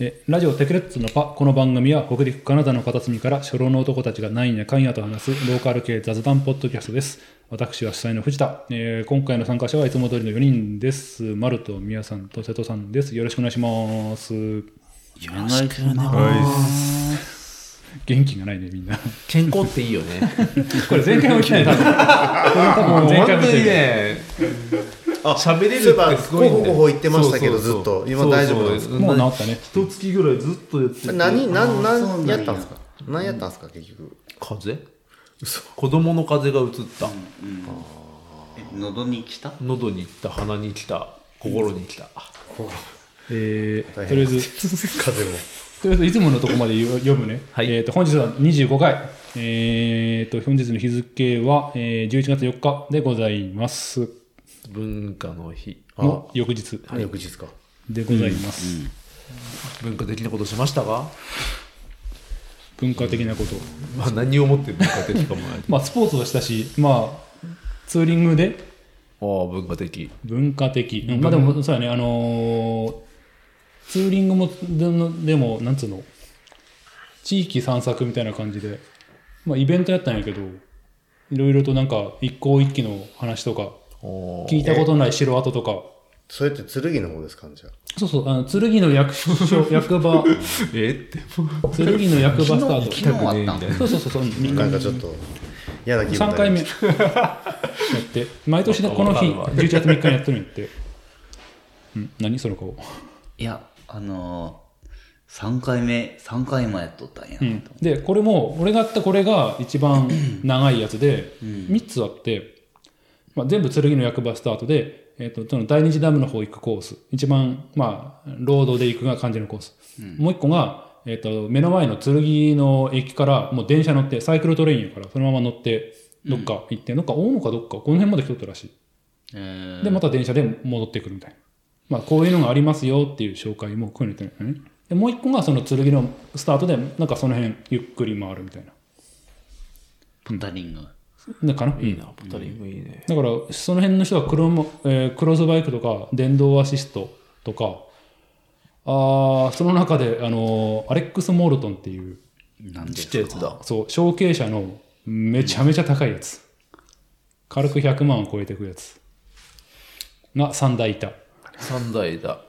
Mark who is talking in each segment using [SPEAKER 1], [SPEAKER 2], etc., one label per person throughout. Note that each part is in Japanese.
[SPEAKER 1] えラジオテクレッツのパこの番組は北陸カナダの片隅から初老の男たちがなんやかんやと話すローカル系雑談ポッドキャストです私は主催の藤田、えー今回の参加者はいつも通りの4人です丸と宮さんと瀬戸さんですよろしくお願いします
[SPEAKER 2] よろしく
[SPEAKER 3] お
[SPEAKER 2] な。
[SPEAKER 3] 願いしま
[SPEAKER 1] 元気がないねみんな
[SPEAKER 2] 健康っていい よね。
[SPEAKER 1] これ前回も来ない多分多分前回も来ない
[SPEAKER 2] ね。
[SPEAKER 3] あ
[SPEAKER 2] 喋れるって
[SPEAKER 3] そういえば
[SPEAKER 2] すごいんだよ
[SPEAKER 3] こうこうこう言ってましたけ
[SPEAKER 2] そ
[SPEAKER 3] ど
[SPEAKER 2] うそうそう
[SPEAKER 3] ずっと今大丈夫なんですか
[SPEAKER 2] そうそう
[SPEAKER 1] もう治ったね
[SPEAKER 2] 一月ぐらいずっとやってて
[SPEAKER 3] 何何
[SPEAKER 4] そうな
[SPEAKER 3] 何
[SPEAKER 4] んや
[SPEAKER 3] やったんですか何やったんですか結局
[SPEAKER 2] 風邪子供の風邪が移った。
[SPEAKER 4] え喉に来た
[SPEAKER 2] 喉に来た、鼻に来た、心に来た。
[SPEAKER 1] えー
[SPEAKER 3] 大変
[SPEAKER 1] とりあえず
[SPEAKER 3] 風も
[SPEAKER 1] とりあえずいつものとこまで読読むね、
[SPEAKER 2] はい
[SPEAKER 1] えー、と本日は25回、えー、と本日の日付は、えー、11月4日でございます
[SPEAKER 2] 文化の日。
[SPEAKER 1] の翌日
[SPEAKER 3] 翌日か
[SPEAKER 1] でございます、
[SPEAKER 2] 文化的なことしましたか
[SPEAKER 1] 文化的なこと
[SPEAKER 2] まあ何をもって文化的か もない。
[SPEAKER 1] まあスポーツはしたしまあツーリングで
[SPEAKER 2] ああ、文化的。
[SPEAKER 1] 文化的、うんまあでもそうやねあのーツーリングもでもでもなんつうの地域散策みたいな感じでまあイベントやったんやけどいろいろとなんか一向一揆の話とか
[SPEAKER 2] お
[SPEAKER 1] 聞いたことない城跡とか、
[SPEAKER 3] それって剣の方ですかじゃあ
[SPEAKER 1] そうそう、あの剣の役所、役場、
[SPEAKER 2] え って、
[SPEAKER 1] 剣の役場スタ
[SPEAKER 4] 昨
[SPEAKER 1] ー
[SPEAKER 4] 日
[SPEAKER 1] ト。
[SPEAKER 4] 昨日あったん
[SPEAKER 2] みたい
[SPEAKER 1] そうそうそうそう、
[SPEAKER 3] なんかちょっと嫌な気分
[SPEAKER 1] 3回目。 やって、毎年のこの日、
[SPEAKER 2] わか
[SPEAKER 1] 11月3日にやってるんやって。うん、何その顔。
[SPEAKER 4] いやあのー、3回目3回もやっとったんや、
[SPEAKER 1] うん、で、これも、俺がやったこれが一番長いやつで、3つあって、まあ、全部剣の役場スタートで、えっとその第二次ダムの方行くコース一番、まあ、ロードで行くが感じのコース、もう一個が、えっと目の前の剣の駅からもう電車乗ってサイクルトレインやからそのまま乗ってどっか行って、どっか大野かどっかこの辺まで来とったらしい
[SPEAKER 4] えー
[SPEAKER 1] でまた電車で戻ってくるみたいな、まあ、こういうのがありますよっていう紹介も含めてるんだよねでもう一個がその剣のスタートでなんかその辺ゆっくり回るみたいな
[SPEAKER 4] ポタリング
[SPEAKER 1] なんかな、
[SPEAKER 2] いいな、ポタリングいいね。
[SPEAKER 1] だからその辺の人はクロモ、えークロスバイクとか電動アシストとかあーその中で、あのーアレックス・モルトンっていう
[SPEAKER 4] なんで
[SPEAKER 2] ちっちゃいやつだ。
[SPEAKER 1] そう承継者のめちゃめちゃ高いやつ、軽く100万を超えていくやつが3台いた
[SPEAKER 2] 三台だ。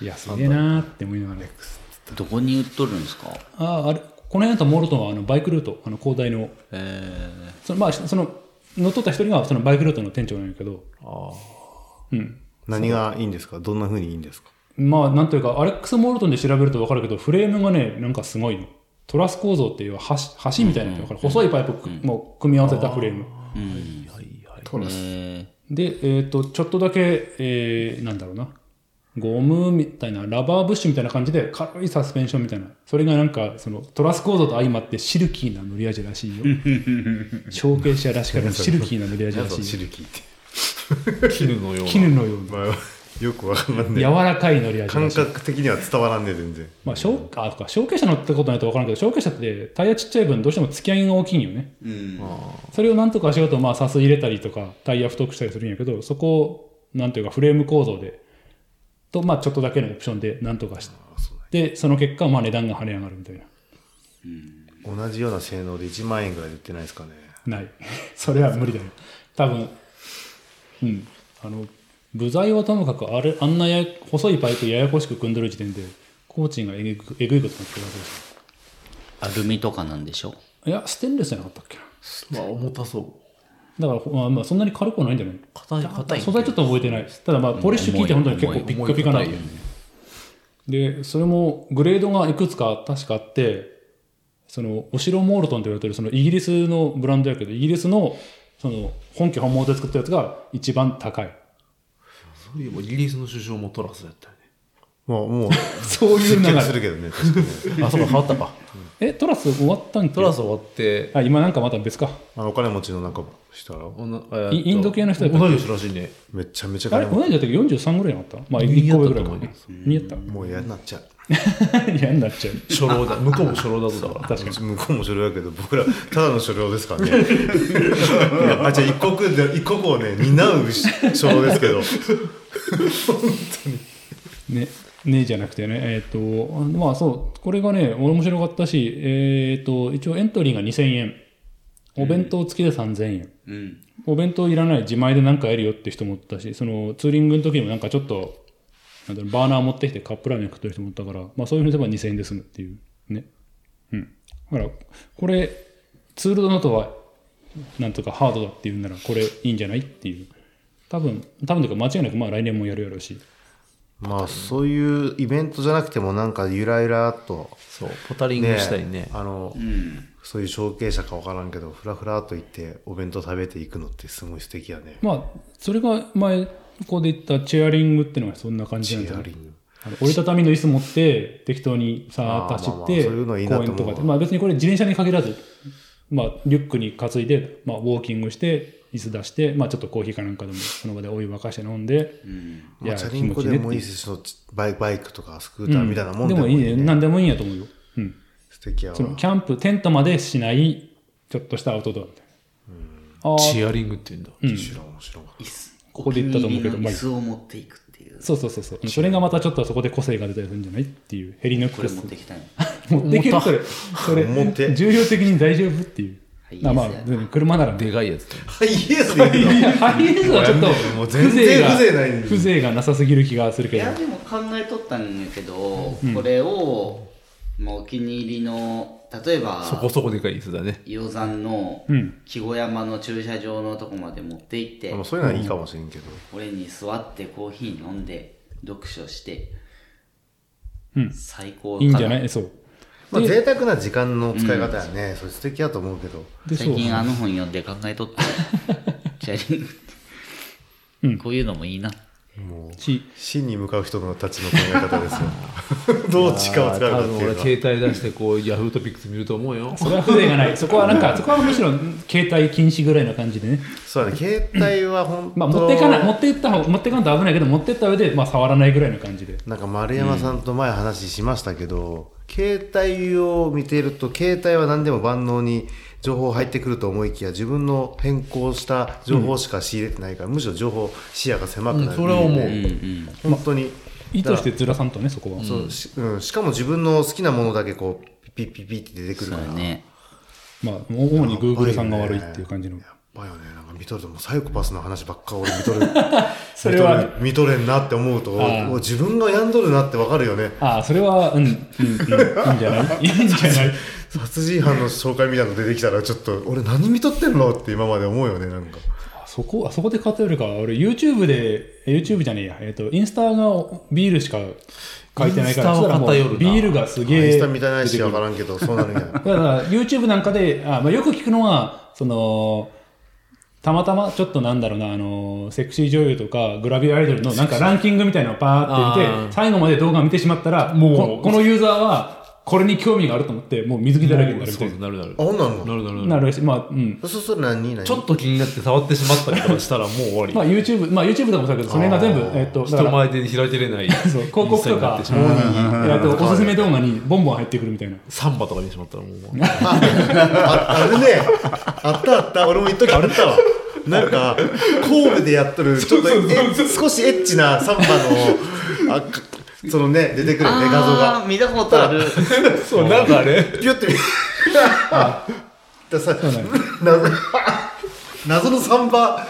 [SPEAKER 1] いやすげえなーって思いながら
[SPEAKER 4] どこに売っとるんですか
[SPEAKER 1] あーあれこの辺だとモルトンはあのバイクルートあの広大の
[SPEAKER 4] え
[SPEAKER 1] そのまあその乗っ取った一人がそのバイクルートの店長なんやけど
[SPEAKER 2] ああ。
[SPEAKER 3] 何がいいんですかどんなふうにいいんですか
[SPEAKER 1] まあなんというかアレックス・モルトンで調べると分かるけどフレームがねなんかすごいのトラス構造っていう橋橋みたいなのから細いパイプくもう組み合わせたフレーム
[SPEAKER 2] いいはいはい。
[SPEAKER 4] ー、え
[SPEAKER 1] でえっ、とちょっとだけ、えーなんだろうなゴムみたいなラバーブッシュみたいな感じで軽いサスペンションみたいなそれがなんかそのトラス構造と相まってシルキーな塗り味ら しいよ承継者らしからぬシルキーな塗り 味らしいよ
[SPEAKER 3] ルキーっ て
[SPEAKER 2] 絹のような。
[SPEAKER 1] 絹のような
[SPEAKER 3] まあよくわかんない
[SPEAKER 1] 柔らかい塗り味ら
[SPEAKER 3] 感
[SPEAKER 1] しい
[SPEAKER 3] 覚的には伝わらんね全然
[SPEAKER 1] まあ、消あとか小径車乗ったことないと分からんけど小径車ってタイヤちっちゃい分どうしても突き上げが大きいんよね
[SPEAKER 4] うん
[SPEAKER 1] それをなんとかしようとまあサス入れたりとかタイヤ太くしたりするんやけどそこをなんていうかフレーム構造でとまあちょっとだけのオプションでなんとかしてでその結果まあ値段が跳ね上がるみたいな
[SPEAKER 3] 同じような性能で1万円ぐらいで売ってないですかね
[SPEAKER 1] ない それは無理だよ多分うんあの部材はともかくあれあんなやや細いパイプややこしく組んでる時点で工賃がえぐいえぐいことになってるわけですよ
[SPEAKER 4] アルミとかなんでしょ
[SPEAKER 1] いやステンレスじゃなかったっけな
[SPEAKER 2] まあ重たそう。
[SPEAKER 1] だからほ、まあ、まあそんなに軽くはないんじゃない
[SPEAKER 2] 硬い、硬い。
[SPEAKER 1] 素材ちょっと覚えてないただまあポリッシュ聞いて本当に結構ピッカピカな
[SPEAKER 2] 重い重い重い
[SPEAKER 1] でそれもグレードがいくつか確かあってそのお城モールトンと言われてるそのイギリスのブランドやけどイギリスのその本家本物で作ったやつが一番高い
[SPEAKER 2] そういえばイギリスの首相もトラスだったよね。
[SPEAKER 3] もうもう
[SPEAKER 1] そういう流
[SPEAKER 3] 接
[SPEAKER 1] れ
[SPEAKER 3] 見するけどね確かにね
[SPEAKER 2] あ、そうか、変わったか。
[SPEAKER 1] えトラス終わったんけ
[SPEAKER 2] トラス終わって、
[SPEAKER 1] あ今なんかまた別か
[SPEAKER 3] あのお金持ちのなんかしたら
[SPEAKER 2] おなえーっと
[SPEAKER 1] イインド系の人だった
[SPEAKER 2] 同い年らしいね。
[SPEAKER 3] めちゃめちゃ
[SPEAKER 1] あれ
[SPEAKER 3] 金
[SPEAKER 1] 同
[SPEAKER 3] 持
[SPEAKER 1] じだったっけ43ぐらいなかったまあ
[SPEAKER 2] 二
[SPEAKER 1] 1個
[SPEAKER 2] や
[SPEAKER 1] 上ぐ
[SPEAKER 2] ったと
[SPEAKER 1] らいかも
[SPEAKER 2] 思い
[SPEAKER 1] ね
[SPEAKER 2] ます
[SPEAKER 1] 2やった
[SPEAKER 3] ちもう嫌になっちゃう
[SPEAKER 1] 嫌になっちゃう
[SPEAKER 2] 初老だ。向こうも初老だぞだから。
[SPEAKER 1] 確かに
[SPEAKER 3] 向こうも所領やけど僕らただの所領ですからねいやあじゃあ一国で一国をね担うし所領ですけど
[SPEAKER 1] ねねじゃなくてね、えっ、と、あまあそう、これがね、面白かったし、えっ、と、一応エントリーが2000円。お弁当付きで3000円。
[SPEAKER 4] うん。
[SPEAKER 1] お弁当いらない自前で何かやるよって人もおったしそのツーリングの時もなんかちょっとなんだろうバーナー持ってきてカップラーメン食ってる人もおったから、まあ、そういうふうにすれば2000円で済むっていうねうんだからこれツールドノートはなんとかハードだっていうんならこれいいんじゃないっていう多分多分というか間違いなくまあ来年もやるやろうし
[SPEAKER 3] まあそういうイベントじゃなくてもなんかゆらゆらっと
[SPEAKER 2] そう、ポタリングしたりね。
[SPEAKER 3] あの、
[SPEAKER 4] うん。
[SPEAKER 3] そういう承継者か分からんけどふらふらっと行ってお弁当食べていくのってすごい素敵やね
[SPEAKER 1] まあそれが前ここで言ったチェアリングってのがそんな感じ
[SPEAKER 3] チ
[SPEAKER 1] なんだよ
[SPEAKER 3] ェア
[SPEAKER 1] ね
[SPEAKER 3] リング
[SPEAKER 1] あの折りたたみの椅子持って適当にさーっと走って
[SPEAKER 3] あーまあまあそういうのいいな
[SPEAKER 1] 公
[SPEAKER 3] と思
[SPEAKER 1] 園
[SPEAKER 3] う
[SPEAKER 1] とかでまあ別にこれ自転車に限らず、まあ、リュックに担いで、まあ、ウォーキングして椅子出して、まあ、ちょっとコーヒーかなんかでもその場でお湯沸かして飲んで、
[SPEAKER 4] うん。
[SPEAKER 1] い
[SPEAKER 3] ま
[SPEAKER 1] や
[SPEAKER 3] あ、チャリンコ
[SPEAKER 1] 気持ちいいねってい
[SPEAKER 3] で
[SPEAKER 1] う
[SPEAKER 3] もいいしそのバイバイクとかスクーターみたいなもん
[SPEAKER 1] で
[SPEAKER 3] で
[SPEAKER 1] も
[SPEAKER 3] も
[SPEAKER 1] い
[SPEAKER 3] い
[SPEAKER 1] い
[SPEAKER 3] い
[SPEAKER 1] ね
[SPEAKER 3] ね、
[SPEAKER 1] 何でもいいんやと思うよ、うん、
[SPEAKER 3] 素敵やわ
[SPEAKER 1] そのキャンプテントまでしないちょっとしたアウトドアみたいな、ああ
[SPEAKER 2] チェアリングって言うんだ。
[SPEAKER 3] 知らん面白い
[SPEAKER 4] 椅子。
[SPEAKER 1] ここで言ったと思うけど
[SPEAKER 4] お気に入りの椅子を持っていくっていう。
[SPEAKER 1] そうそうそうそうそれがまたちょっとそこで個性が出たりするんじゃないっていうヘリノッ
[SPEAKER 4] こ
[SPEAKER 1] ク
[SPEAKER 4] れ
[SPEAKER 1] ス
[SPEAKER 4] 持ってきたいの。
[SPEAKER 1] 持ってけるそれそれ
[SPEAKER 3] 重て
[SPEAKER 1] 重量的に大丈夫っていう
[SPEAKER 4] はい
[SPEAKER 1] あまあ
[SPEAKER 4] いいですね
[SPEAKER 1] 別に車ならね
[SPEAKER 2] でかいやつだよ。
[SPEAKER 3] ハイエース でいい の
[SPEAKER 1] ハイエースはちょっと
[SPEAKER 3] もう全然風情ないのに
[SPEAKER 1] 風情がなさすぎる気がする
[SPEAKER 4] い
[SPEAKER 1] けど
[SPEAKER 4] や、でも考えとったんやけど、これを、まあ、お気に入りの、例えば、
[SPEAKER 2] そこそこでかい椅子だね。
[SPEAKER 4] 硫黄山の
[SPEAKER 1] うん
[SPEAKER 4] 木小山の駐車場のとこまで持って行って、
[SPEAKER 3] でもそういうのはいいかもしれんけど、
[SPEAKER 4] 俺に座ってコーヒー飲んで読書して、
[SPEAKER 1] うん
[SPEAKER 4] 最高
[SPEAKER 1] いいんじゃないいそう
[SPEAKER 3] まあ、贅沢な時間の使い方やね、それ素敵やと思うけど
[SPEAKER 1] でそう
[SPEAKER 4] 最近あの本読んで考え とった。チャリング
[SPEAKER 1] うん
[SPEAKER 4] こういうのもいいな。
[SPEAKER 3] もう
[SPEAKER 1] し
[SPEAKER 3] 真に向かう人のたちの考え方ですよどう力を使うか
[SPEAKER 2] 多
[SPEAKER 3] って
[SPEAKER 2] 分
[SPEAKER 3] いう
[SPEAKER 2] 俺
[SPEAKER 3] か
[SPEAKER 2] 携帯出してこう、ヤフートピックス見ると思うよ。
[SPEAKER 1] それは風情が ないそこはなんかそこはむしろ携帯禁止ぐらいな感じでね
[SPEAKER 3] そうだね携帯は本当、
[SPEAKER 1] まあ持っていかない持っていった方持っていかんと危ないけど持っていった上でまあ触らないぐらいの感じで
[SPEAKER 3] なんか丸山さんと前話しましたけど、携帯を見ていると携帯は何でも万能に情報入ってくると思いきや自分の変更した情報しか仕入れてないから、むしろ情報視野が狭くなる、
[SPEAKER 2] うんそれは思う
[SPEAKER 4] うんうん。
[SPEAKER 3] 本当に、
[SPEAKER 1] 意図してずらさんとねそこは
[SPEAKER 3] そうしうん、しかも自分の好きなものだけこうピッピッピッって出てくる
[SPEAKER 4] そ
[SPEAKER 3] から
[SPEAKER 4] うね。
[SPEAKER 1] まあ主に Google さんが悪いっていう感じの
[SPEAKER 3] やっぱよねなんか見とるともうサイコパスの話ばっか俺見とる
[SPEAKER 1] それは
[SPEAKER 3] 見とれ見とれんなって思うと
[SPEAKER 1] ああ
[SPEAKER 3] もう自分が病んどるなってわかるよね
[SPEAKER 1] ああそれは うんうんうんいいんじゃないいいんじゃない
[SPEAKER 3] 殺人犯の紹介みたいなの出てきたらちょっと俺何見とってんのって今まで思うよねなんか
[SPEAKER 1] あそこ、あそこで偏るか。俺、YouTube で、え YouTube じゃねえや。えっ、と、インスタがビールしか書いてないから、
[SPEAKER 2] イン
[SPEAKER 1] そ
[SPEAKER 2] スタは
[SPEAKER 1] したらもう
[SPEAKER 2] 偏るな
[SPEAKER 1] ビールがすげえ。
[SPEAKER 3] インスタ見たないしわからんけどそうなるんや
[SPEAKER 1] だから、YouTube なんかで、あまあ、よく聞くのは、その、たまたま、ちょっとなんだろうな、あの、セクシー女優とか、グラビアアイドルのなんかランキングみたいなのをパーって見
[SPEAKER 2] あー
[SPEAKER 1] て、最後まで動画を見てしまったら、もうこ、このユーザーは、これに興味があると思って、もう水着だらけになるみ
[SPEAKER 2] そ
[SPEAKER 1] た
[SPEAKER 2] う
[SPEAKER 1] いな。
[SPEAKER 2] なるなる。
[SPEAKER 3] あほんな
[SPEAKER 2] な
[SPEAKER 3] の
[SPEAKER 2] るなるな
[SPEAKER 1] な
[SPEAKER 2] る。
[SPEAKER 1] るらしい。まあ、うん。
[SPEAKER 3] そうそう何何
[SPEAKER 2] ちょっと気になって触ってしまったりとかしたらもう終わり
[SPEAKER 1] ま。あ、YouTube、まあ、YouTube とかもそうだけど、それが全部
[SPEAKER 3] あ、ー
[SPEAKER 1] えっ、と、だか
[SPEAKER 2] 人
[SPEAKER 1] ら
[SPEAKER 2] 前で開けれない
[SPEAKER 1] そう広告とか、
[SPEAKER 2] サ
[SPEAKER 1] えっとおすすめ動画にボンボン入ってくるみたいな。
[SPEAKER 2] ンバとかにしまったらもう
[SPEAKER 3] ああれねあったあった俺も一時あったわなんか神戸でやっとるちょっとえ少しエッチなサンバのあかそのね出てくるね画像が
[SPEAKER 4] あー見たことある。
[SPEAKER 2] そうなんかあれ
[SPEAKER 3] ピュって見ださ
[SPEAKER 1] なんや
[SPEAKER 3] 謎謎のサンバ、
[SPEAKER 1] あ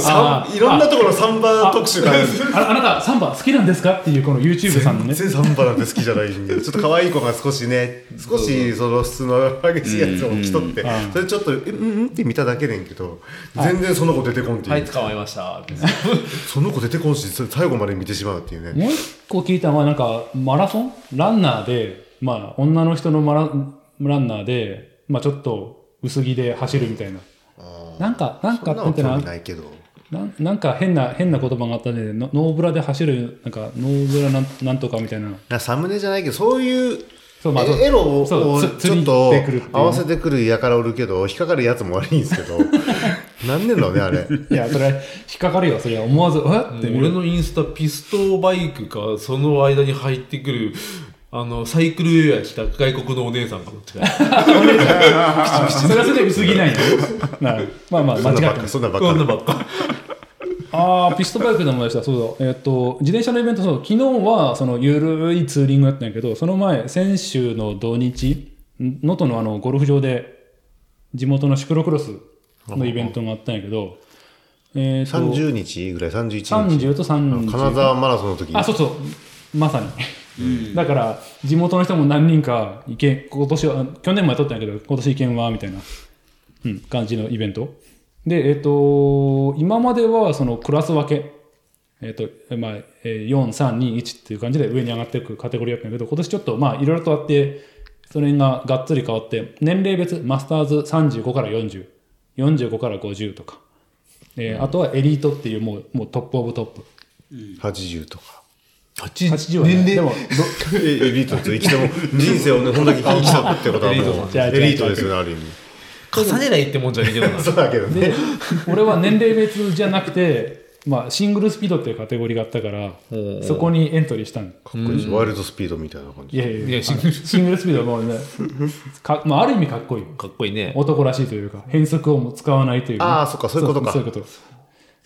[SPEAKER 3] さ
[SPEAKER 1] ー
[SPEAKER 3] んいろんなところのサンバ特集があるんです
[SPEAKER 1] ああなた、サンバ好きなんですかっていうこの YouTube さんのね。
[SPEAKER 3] 全然サンバなんて好きじゃないんで、ちょっと可愛い子が少しね、少しその質の激しいやつを着とって
[SPEAKER 1] うん、
[SPEAKER 3] それちょっと、うんうんって見ただけねんけど、全然その子出てこんって、
[SPEAKER 2] はいいう捕まえましたって
[SPEAKER 3] その子出てこんし、それ最後まで見てしまうっていうね。
[SPEAKER 1] もう一個聞いたのは、なんか、マラソンランナーで、まあ、女の人のマラランナーで、まあ、ちょっと薄着で走るみたいな。なんか、なん
[SPEAKER 3] そ
[SPEAKER 1] か
[SPEAKER 3] んな
[SPEAKER 1] って
[SPEAKER 3] の
[SPEAKER 1] んてな
[SPEAKER 3] 興味、ないけど、
[SPEAKER 1] なんなんか変な、変な言葉があったんで、ノノーブラで走る、なんか、ノーブラなんなんとかみたいな。
[SPEAKER 3] なサムネじゃないけど、そういう
[SPEAKER 1] そうまあそう
[SPEAKER 3] エエロを
[SPEAKER 1] そうつ
[SPEAKER 3] ちょっ
[SPEAKER 1] 釣
[SPEAKER 3] と
[SPEAKER 1] りに行ってくるっていうね
[SPEAKER 3] 合わせてくるやからおるけど、引っかかるやつも悪いんですけ ど、なんねんのね、あれ。
[SPEAKER 1] いや、それ、引っかかるよ。それは思わず、えって見
[SPEAKER 2] 俺
[SPEAKER 1] る。
[SPEAKER 2] のインスタピストバイクかその間に入ってくるあのサイクルウェア着た外国のお姉さんかどっちか
[SPEAKER 1] それはそれで薄着ないよ。なるまあまあ、間
[SPEAKER 3] そんな
[SPEAKER 1] 違
[SPEAKER 3] ば
[SPEAKER 1] っ
[SPEAKER 3] ってか、
[SPEAKER 1] ます
[SPEAKER 3] そんなばっ
[SPEAKER 2] こんな
[SPEAKER 3] か。
[SPEAKER 2] ばっか
[SPEAKER 1] ああ、ピストバイクでも出した、そうだ。えっ、と、自転車のイベント、そう、昨日は、その、ゆるいツーリングやったんやけど、その前、先週の土日、ん能登のあの、ゴルフ場で、地元のシクロクロスのイベントがあったんやけど、えっ、と、
[SPEAKER 3] 30日ぐらい、31日。
[SPEAKER 1] 30と
[SPEAKER 3] あの
[SPEAKER 1] 31。
[SPEAKER 3] 金沢マラソンの時に
[SPEAKER 1] あ、そうそう。まさに。だから、地元の人も何人か、意見、今年は、あ去年もやっとったんやけど、今年意見は、みたいな、うん、感じのイベント。で、えっ、と、今までは、その、クラス分け。えっ、と、まあ、えー4、3、2、1っていう感じで上に上がっていくカテゴリーだったんやけど、今年ちょっと、まあ、いろいろとあって、それががっつり変わって、年齢別、マスターズ35から40、45から50とか、えーあとはエリートっていう、もう、もうトップオブトップ。
[SPEAKER 3] 80とか。
[SPEAKER 1] 80は、ね、でも、
[SPEAKER 3] えエリートですよ。一度も人生をね、こんだけ生きたってことはもう、エ
[SPEAKER 1] じゃあじゃあ
[SPEAKER 3] リートですよね、ある意味。
[SPEAKER 2] 重ねないってもんじゃねえけ どな。
[SPEAKER 3] そうだけどね。
[SPEAKER 1] 俺は年齢別じゃなくて、まあ、シングルスピードっていうカテゴリーがあったから、そこにエントリーしたん
[SPEAKER 3] かっこいいし、ワイルドスピードみたいな感
[SPEAKER 1] い
[SPEAKER 3] じ。
[SPEAKER 1] やいや
[SPEAKER 2] いやシングル
[SPEAKER 1] あのシングルスピードはもう ね、かまあ、ある意味かっこいい。
[SPEAKER 2] かっこいいね。
[SPEAKER 1] 男らしいというか、変則をも使わないという、
[SPEAKER 3] あーそっかそういうことか
[SPEAKER 1] そうそういうこ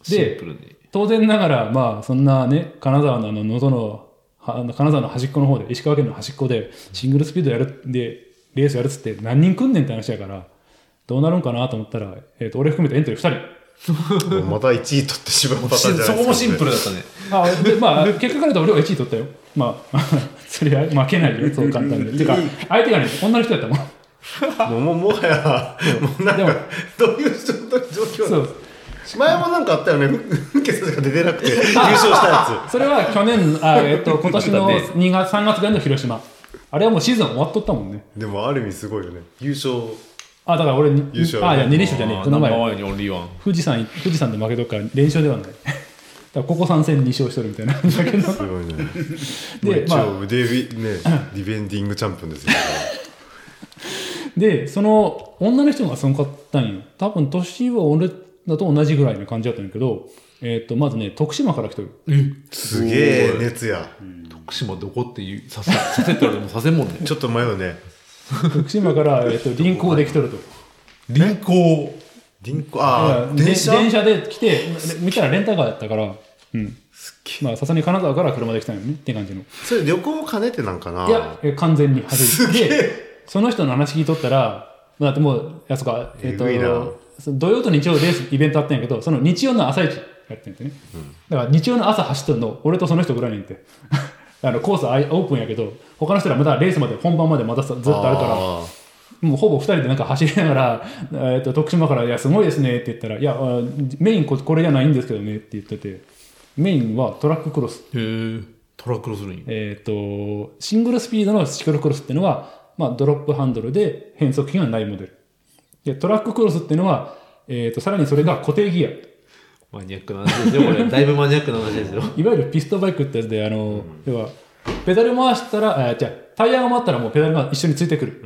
[SPEAKER 2] シン
[SPEAKER 1] で
[SPEAKER 2] プ、ルに。
[SPEAKER 1] 当然ながら、まあ、そんなね、金沢のあの、能登の、はあの金沢の端っこの方で、石川県の端っこで、シングルスピードやる、で、レースやるっつって何人来んねんって話やから、どうなるんかなと思ったら、えっ、と、俺含めてエントリー2人。
[SPEAKER 3] もうまた1位取ってしまうパターンじゃないですか。
[SPEAKER 2] そこもシンプルだったね。
[SPEAKER 1] あでまあ、結果から言うと俺は1位取ったよ。まあ、 そりゃ負けない よ、そう簡単に。てか、相手がね、女の人やったもん。
[SPEAKER 3] もうもうもはや、もうなん
[SPEAKER 1] でも
[SPEAKER 3] か、どういう状況な
[SPEAKER 1] そ
[SPEAKER 3] の
[SPEAKER 1] う。
[SPEAKER 3] 前もなんかあったよね、ふ決が出てなくて、優勝したや
[SPEAKER 1] それは去年、あえ っと、今年の
[SPEAKER 2] だね
[SPEAKER 1] 2月、3月ぐらいの広島。あれはもうシーズン終わっとったもんね。
[SPEAKER 3] つ。でもある意味すごいよね。優勝、
[SPEAKER 1] あ、だから俺に、
[SPEAKER 3] 優勝
[SPEAKER 1] あ、いや、2連勝じゃねえ。この
[SPEAKER 2] ナンバー
[SPEAKER 1] 前、
[SPEAKER 2] ワンにオンリーワン。
[SPEAKER 1] 富士山、富士山で負けとくから連勝ではない。だ からここ3戦2勝しとるみ たいな感じだけど。
[SPEAKER 3] すごいね。
[SPEAKER 1] で、
[SPEAKER 3] 一
[SPEAKER 1] まあ、
[SPEAKER 3] 応、デイビ、ね、ディベンディングチャンピオンですよ。
[SPEAKER 1] でその女の人がすごかったんよ多分年は俺だと同じぐらいの感じだったんやけど、えっとまずね徳島から来てる
[SPEAKER 3] すげえ熱や。
[SPEAKER 2] 徳島どこっていう、させ、 させたらでもさせんもんね。
[SPEAKER 3] ちょっと迷うね。
[SPEAKER 1] 徳島から、えっと輪行で来とると
[SPEAKER 2] 臨行。
[SPEAKER 3] 輪行、ああ、
[SPEAKER 1] で
[SPEAKER 3] 電車
[SPEAKER 1] 電車で来て見たらレンタカーやったからうんまあさすがに金沢から車で来たんよねって感じの
[SPEAKER 3] それ旅行を兼ねてなんかない
[SPEAKER 1] やえ完全に外れ
[SPEAKER 3] すげえ
[SPEAKER 1] でその人の話聞いとったらまあだってもういやそっかえっ、
[SPEAKER 3] えぐいな
[SPEAKER 1] とその土曜と日曜レースイベントあったんやけどその日曜の朝一やってんてね、だから日曜の朝走っとるの俺とその人ぐらいにいて あのコースあいオープンやけど他の人らまだレースまで本番までまださずっとあるから
[SPEAKER 3] あー
[SPEAKER 1] もうほぼ2人でなんか走りながら、えー、と徳島から「いやすごいですね」って言ったら「いやあメインここれじゃないんですけどね」って言っててメインはトラッククロス
[SPEAKER 2] へえ。トラックロスルイン。
[SPEAKER 1] えっ、と、シングルスピードのシクロクロスっていうのは、まあ、ドロップハンドルで変速機がないモデル。で、トラッククロスっていうのは、えっ、と、さらにそれが固定ギア。
[SPEAKER 2] マニアックな話ですよ、これ。だいぶマニアックな話ですよ。
[SPEAKER 1] いわゆるピストバイクってやつで、あの、要は、ペダル回したら、あじゃあタイヤが回ったらもうペダルが一緒についてくる。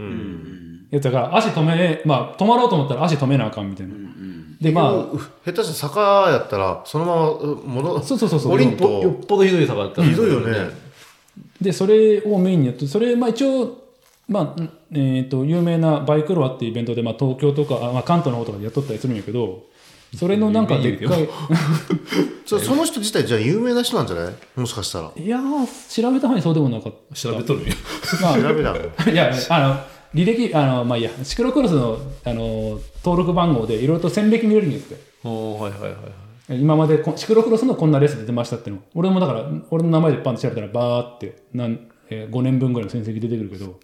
[SPEAKER 1] やつだから、足止め、まあ、止まろうと思ったら足止めなあかんみたいな。で、ま
[SPEAKER 3] う下手したら坂やったらそのままう戻
[SPEAKER 1] そうそうそうそう
[SPEAKER 3] 降り
[SPEAKER 2] よっ
[SPEAKER 3] んと
[SPEAKER 2] ぽよっぽどひどい差があったら。
[SPEAKER 3] ひどいよね
[SPEAKER 1] あ、で、それをメインにやって、それ、まあ一応、まあ、んえっ、と、有名なバイクロアっていうイベントで、まあ東京とか、あまあ関東の方とかでやっとったりするんやけど、それのなんかでっかい、
[SPEAKER 3] そその人自体じゃあ有名な人なんじゃないもしかしたら
[SPEAKER 1] いやー、調べた範囲そうでもなかった。
[SPEAKER 2] 調べとるよ。
[SPEAKER 1] まあ、
[SPEAKER 3] 調べたの
[SPEAKER 1] いや、あの、履歴、あの、まあいいや、シクロクロスの、あの、登録番号でいろいろと戦歴見れるんですよ。
[SPEAKER 2] おーはいはいはいはい。
[SPEAKER 1] 今までこシクロクロスのこんなレース出てましたっていうの俺もだから俺の名前でパンと調べたらバーってなん、えー、5年分ぐらいの戦績出てくるけど、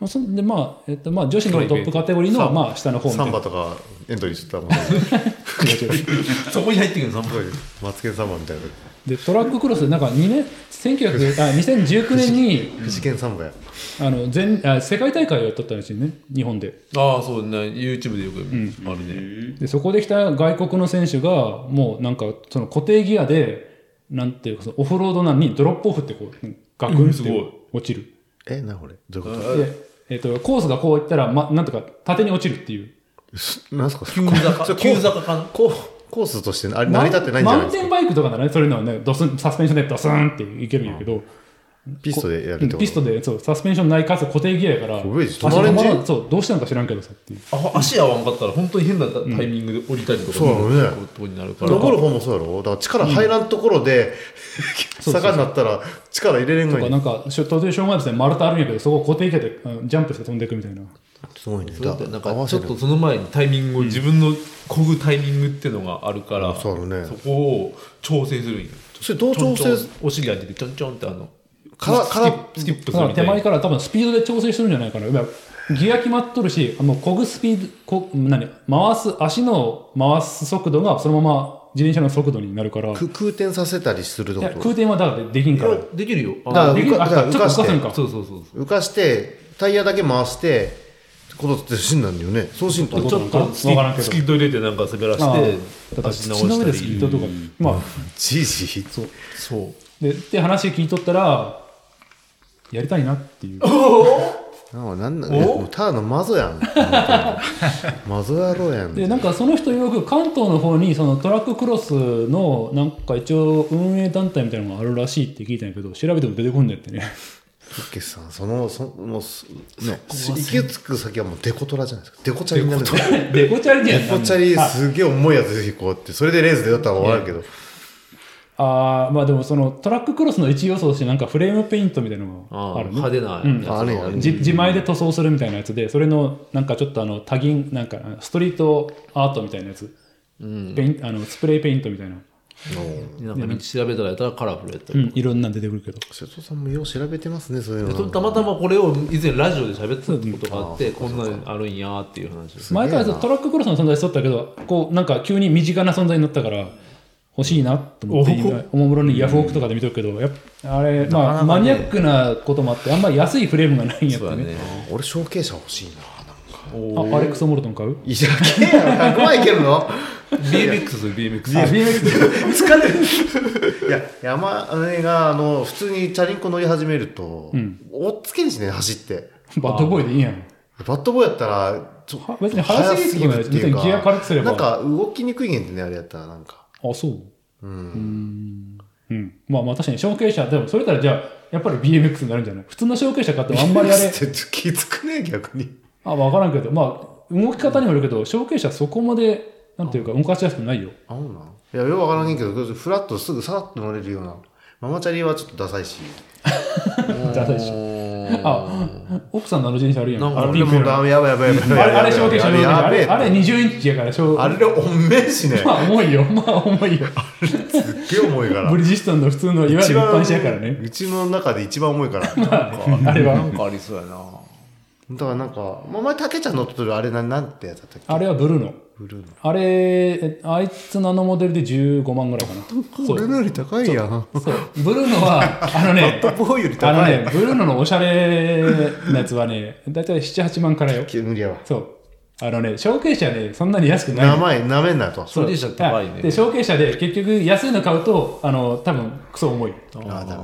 [SPEAKER 1] まあ、そんでまあ、えっと、まあ女子のトップカテゴリーのまあ下の方みた
[SPEAKER 3] サ
[SPEAKER 1] い
[SPEAKER 3] ン
[SPEAKER 1] な
[SPEAKER 3] バとかエントリーしてたもんね
[SPEAKER 2] そこに入ってくるの、3分。
[SPEAKER 3] マツケンサンバみたいな
[SPEAKER 1] でトラッククロスなんか2年1900あ2019年に
[SPEAKER 3] 藤健サンバや
[SPEAKER 1] あの全あ世界大会をやっとったらしいね日本で
[SPEAKER 2] ああ、そうね。YouTube でよくあるね。
[SPEAKER 1] でそこで来た外国の選手がもうなんかその固定ギアでなんていうかそのオフロードなのにドロップオフってこうガクンって落ちる。
[SPEAKER 3] えなこれどういうこ
[SPEAKER 1] で、えっとコースがこういったら、ま、なんとか縦に落ちるっていう
[SPEAKER 3] となんすか
[SPEAKER 2] 急坂。急坂かな。
[SPEAKER 3] ココースとしてあれ成り立ってないんじゃ
[SPEAKER 1] マ
[SPEAKER 3] な
[SPEAKER 1] ウ
[SPEAKER 3] い
[SPEAKER 1] ン
[SPEAKER 3] です
[SPEAKER 1] テ
[SPEAKER 3] か
[SPEAKER 1] ンバイクとかならねそういうのはねドスンサスペンションでドスンっていけるんやけど、
[SPEAKER 3] ピストでやる
[SPEAKER 1] う
[SPEAKER 3] って
[SPEAKER 1] ん
[SPEAKER 3] こと
[SPEAKER 1] ピストでそうサスペンションないかつ固定ギアやから
[SPEAKER 3] すごいです
[SPEAKER 1] 足止ま
[SPEAKER 3] 止まれ
[SPEAKER 1] ら
[SPEAKER 3] ん
[SPEAKER 1] んそうどうしたのか知らんけどさっていう
[SPEAKER 2] あ足合わんかったら本当に変なタイミングで降りたりとか、
[SPEAKER 3] そうだね
[SPEAKER 2] こういうとこになるから
[SPEAKER 3] 残る方もそうやろだから力入らんところで、
[SPEAKER 1] そうそう
[SPEAKER 3] 坂になったら力入れれん
[SPEAKER 1] と
[SPEAKER 3] ぐら
[SPEAKER 1] か
[SPEAKER 3] いに
[SPEAKER 1] なんかしょ途中しょうがないですね丸太あるんやけどそこを固定ギアであのジャンプして飛んでいくみたいな
[SPEAKER 3] すごいね
[SPEAKER 2] そうだってなん
[SPEAKER 3] 合
[SPEAKER 2] か
[SPEAKER 3] わ
[SPEAKER 2] ち
[SPEAKER 3] せ
[SPEAKER 2] ょっ
[SPEAKER 3] る
[SPEAKER 2] とその前にタイミングを自分のこぐタイミングっていうのがあるから、
[SPEAKER 3] そうだね
[SPEAKER 2] そこを調整するんよ
[SPEAKER 3] それどう
[SPEAKER 2] ちょ
[SPEAKER 3] 調
[SPEAKER 2] んちょん
[SPEAKER 3] 整
[SPEAKER 2] お尻上げてちょんちょんってあの
[SPEAKER 3] から
[SPEAKER 2] ス
[SPEAKER 3] から
[SPEAKER 2] キップスキッ
[SPEAKER 1] だ
[SPEAKER 2] プす
[SPEAKER 1] か
[SPEAKER 2] る
[SPEAKER 1] ら
[SPEAKER 2] み
[SPEAKER 1] 手
[SPEAKER 2] たいな
[SPEAKER 1] 前から多分スピードで調整してるんじゃないかな要はギア決まっとるしあのこぐスピードこ何回す足の回す速度がそのまま自転車の速度になるからい
[SPEAKER 3] く空転させたりするって
[SPEAKER 1] や
[SPEAKER 3] こ
[SPEAKER 1] 空転はだからできんから
[SPEAKER 2] いやできるよあ
[SPEAKER 3] だから
[SPEAKER 1] でき
[SPEAKER 3] 浮
[SPEAKER 1] る
[SPEAKER 3] か
[SPEAKER 1] あ
[SPEAKER 3] だから
[SPEAKER 1] ちょっと浮か
[SPEAKER 3] 浮かして
[SPEAKER 1] せんか
[SPEAKER 2] そうそうそうそ
[SPEAKER 3] と浮かしてタイヤだけ回してってことって死んだんだよねそうしんと
[SPEAKER 1] ど
[SPEAKER 2] う
[SPEAKER 1] う
[SPEAKER 2] ち
[SPEAKER 1] な
[SPEAKER 2] ょ
[SPEAKER 1] の
[SPEAKER 2] っ
[SPEAKER 1] か
[SPEAKER 2] とスキッ
[SPEAKER 1] わからんけど
[SPEAKER 2] スキッド入れてなんか滑ら
[SPEAKER 1] あ
[SPEAKER 2] して
[SPEAKER 1] あだから
[SPEAKER 2] 立ち直
[SPEAKER 1] 土の
[SPEAKER 2] し
[SPEAKER 1] 上
[SPEAKER 2] た
[SPEAKER 1] で
[SPEAKER 2] り
[SPEAKER 1] スピードとかまあ
[SPEAKER 3] じいじい
[SPEAKER 1] そう
[SPEAKER 2] そう
[SPEAKER 1] でって話聞いとったらやりたいなっていう
[SPEAKER 3] なんなんだ
[SPEAKER 2] お
[SPEAKER 3] もうただのマゾやんマゾ野郎やん
[SPEAKER 1] でなんかその人よく関東の方にそのトラッククロスのなんか一応運営団体みたいなのがあるらしいって聞いたんやけど調べても出てこんねんってね
[SPEAKER 3] ふっけさんそのそもうすね行き着く先はもうデコトラじゃないですかデコチャリになるんですよ
[SPEAKER 1] デコチャリには
[SPEAKER 3] デコチャリすげえ重いやつぜひこうってそれでレースでだったら分かるけど
[SPEAKER 1] ああまあでもそのトラッククロスの一要素としてなんかフレームペイントみたいなの
[SPEAKER 2] あ
[SPEAKER 1] が
[SPEAKER 2] あ
[SPEAKER 1] あるね
[SPEAKER 2] 派手な
[SPEAKER 1] うん
[SPEAKER 2] やつ
[SPEAKER 3] あるよね
[SPEAKER 1] じ自前で塗装するみたいなやつでそれのなんかちょっとあの多銀なんかストリートアートみたいなやつ、
[SPEAKER 2] うん
[SPEAKER 1] ペインあのスプレーペイントみたいな、
[SPEAKER 2] なんか道調べたらやったらカラフルやった
[SPEAKER 1] う
[SPEAKER 2] り、
[SPEAKER 1] ん、いろんなん出てくるけど
[SPEAKER 3] 瀬戸さんもよう調べてますねそういう
[SPEAKER 2] で
[SPEAKER 3] の
[SPEAKER 2] たまたまこれを以前ラジオで喋ってたことがあってこんなのあるんやーっていう話です
[SPEAKER 1] 前からトラッククロスの存在しとったけどこうなんか急に身近な存在になったから欲しいなと思って
[SPEAKER 2] おほ
[SPEAKER 1] 今おもむろにヤフオクとかで見とくけどやっぱあれ、まあ、マニアックなこともあってあんまり安いフレームがないんやっ
[SPEAKER 2] そう
[SPEAKER 1] て
[SPEAKER 2] だ
[SPEAKER 1] ね
[SPEAKER 2] ね
[SPEAKER 3] 俺証券者欲しいななんか
[SPEAKER 1] あアレックス・モルトン買う
[SPEAKER 3] いやけえやろ100万いけるの
[SPEAKER 2] BMX する BMX
[SPEAKER 1] あ BMX
[SPEAKER 3] 疲れるいや山根があの普通にチャリンコ乗り始めると、
[SPEAKER 1] うん
[SPEAKER 3] おっつけんしね走って
[SPEAKER 1] バッドボーイでいいやん
[SPEAKER 3] バットボーイやったらちょ
[SPEAKER 1] は別に速すぎるってことない別にギア軽くすれば
[SPEAKER 3] なんか動きにくいげんってねあれやったらなんか
[SPEAKER 1] あそう
[SPEAKER 3] うん
[SPEAKER 1] うんまあまあ確かに証券者でもそれたらじゃあやっぱり BMX になるんじゃない普通の証券者買ってもあんまりあ れ
[SPEAKER 3] って気づくね逆に
[SPEAKER 1] あ分からんけどまあ動き方にもよるけど証券者はそこまでなんていうか動かしやすくないよ
[SPEAKER 3] あほんなんいやようわからんねんけどフラッとすぐさらっと乗れるようなママチャリはちょっとダサいし
[SPEAKER 1] ダサいしあ奥さんのあの自転車あるやん
[SPEAKER 2] なんか
[SPEAKER 1] あの
[SPEAKER 3] 俺
[SPEAKER 1] ピンク
[SPEAKER 3] も
[SPEAKER 1] 色
[SPEAKER 3] う
[SPEAKER 1] の
[SPEAKER 3] ダメやばいやばいやばい
[SPEAKER 1] あれ、あれ、
[SPEAKER 3] や
[SPEAKER 1] 小
[SPEAKER 3] ば
[SPEAKER 1] 径
[SPEAKER 3] い
[SPEAKER 1] 車
[SPEAKER 3] やば
[SPEAKER 1] 両
[SPEAKER 3] い
[SPEAKER 1] で、あ
[SPEAKER 3] やべ
[SPEAKER 1] れ、
[SPEAKER 3] え
[SPEAKER 1] あれ20インチやから、小
[SPEAKER 3] あれおめえしね
[SPEAKER 1] まあ、重 いよ。まあ、重いよ。
[SPEAKER 3] すっげえ重いから
[SPEAKER 1] ブリヂストンの普通の、いわゆる一般車やからね。
[SPEAKER 3] うちの中で一番重いから
[SPEAKER 1] あれ
[SPEAKER 2] な
[SPEAKER 1] は、
[SPEAKER 2] んかありそうやな
[SPEAKER 3] だからなんかお前竹ちゃん乗っとるあれななんてやつだったっけ
[SPEAKER 1] あれはブルーノ。
[SPEAKER 3] ブルーの
[SPEAKER 1] あれ、えあいつのあのモデルで15万ぐらいかな。そう。
[SPEAKER 3] のより高いやん
[SPEAKER 1] そうブルーノは、あのね、
[SPEAKER 3] ボーイより
[SPEAKER 1] あの
[SPEAKER 3] 高い
[SPEAKER 1] ね、ブルーノのおしゃれなやつはね、だいたい7、8万からよ。
[SPEAKER 3] 無理やわ
[SPEAKER 1] そう。あのね、証券車ね、そんなに安くないの
[SPEAKER 3] 名前なめんなと
[SPEAKER 1] そう
[SPEAKER 2] 証券車高いね
[SPEAKER 1] あで、証券車で結局安いの買うと、あの、多分クソ重い
[SPEAKER 3] あダメ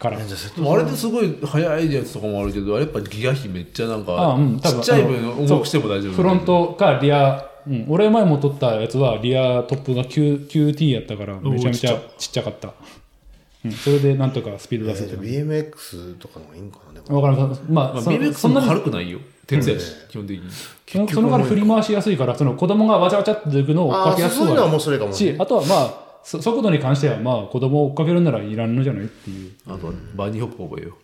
[SPEAKER 1] から。
[SPEAKER 2] でもあれですごい速いやつとかもあるけどあれやっぱギア比めっちゃなん
[SPEAKER 1] あ
[SPEAKER 2] か
[SPEAKER 1] うん多
[SPEAKER 2] ち
[SPEAKER 1] 分
[SPEAKER 2] っちゃい
[SPEAKER 1] あの
[SPEAKER 2] 分重くしても大丈夫
[SPEAKER 1] フロントかリア、うん、俺前も撮ったやつはリアトップが Q QT やったからめちゃめちゃちっちゃかった、うん、それでなんとかスピード出せて、
[SPEAKER 3] BMX とかの方がいいんかなでも
[SPEAKER 1] わからんまあ、
[SPEAKER 2] まあ
[SPEAKER 1] そ
[SPEAKER 2] BMX
[SPEAKER 1] そん
[SPEAKER 2] も
[SPEAKER 1] なに
[SPEAKER 2] 軽くないよ鉄やし基本的に
[SPEAKER 1] そのその代わり振り回しやすいからその子供がわちゃわちゃって出てくのを追っ
[SPEAKER 3] あ
[SPEAKER 1] かけ
[SPEAKER 3] あ
[SPEAKER 1] やす
[SPEAKER 3] そういう
[SPEAKER 1] く
[SPEAKER 3] のは
[SPEAKER 1] はあ
[SPEAKER 3] 面白いかも
[SPEAKER 1] る
[SPEAKER 3] ね
[SPEAKER 1] しあとはまあそ速度に関してはまあ子供を追っかけるんならいらんのじゃないっていう
[SPEAKER 2] あとはバニーホップ覚えよ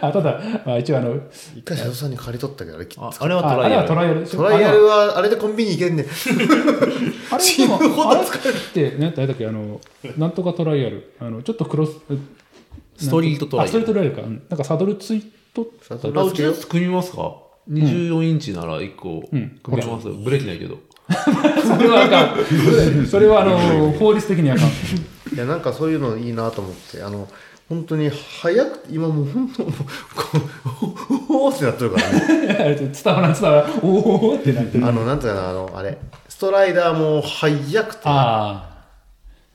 [SPEAKER 1] あただあ一応あの
[SPEAKER 3] 一回瀬戸さんに借り取ったけどあれき
[SPEAKER 2] あ
[SPEAKER 3] つ
[SPEAKER 2] あれは
[SPEAKER 1] あ
[SPEAKER 2] ト
[SPEAKER 1] あ
[SPEAKER 2] ライ
[SPEAKER 1] れ
[SPEAKER 2] ア
[SPEAKER 1] はト
[SPEAKER 2] ル
[SPEAKER 1] ライアル
[SPEAKER 3] トライアル
[SPEAKER 1] あ
[SPEAKER 3] はあれでコンビニ行けんねん
[SPEAKER 1] あれでもあれってね誰だっけあのなんとかトライアルあのちょっとクロス
[SPEAKER 2] ストリートトラ
[SPEAKER 1] あ
[SPEAKER 2] イ
[SPEAKER 1] ス
[SPEAKER 2] ア
[SPEAKER 1] トリ
[SPEAKER 2] ル
[SPEAKER 1] ートライアルか、うんなんかサドルついとった
[SPEAKER 3] サドル
[SPEAKER 2] あ
[SPEAKER 3] は
[SPEAKER 2] う
[SPEAKER 3] つけ
[SPEAKER 2] ち
[SPEAKER 3] よ
[SPEAKER 2] の
[SPEAKER 3] う
[SPEAKER 2] やつ組みますか24インチなら1個
[SPEAKER 1] うん
[SPEAKER 2] 組みますよブレーキないけど
[SPEAKER 1] それはあか んそれはあの法律的にあかん
[SPEAKER 3] いやなんかそういうのいいなと思ってあの本当に早く今もう本当もうこう おおってなってるからね
[SPEAKER 1] あれ伝わらん伝わらんおおってなってる
[SPEAKER 3] あのなんていうのあのあれストライダーも早くて
[SPEAKER 1] あ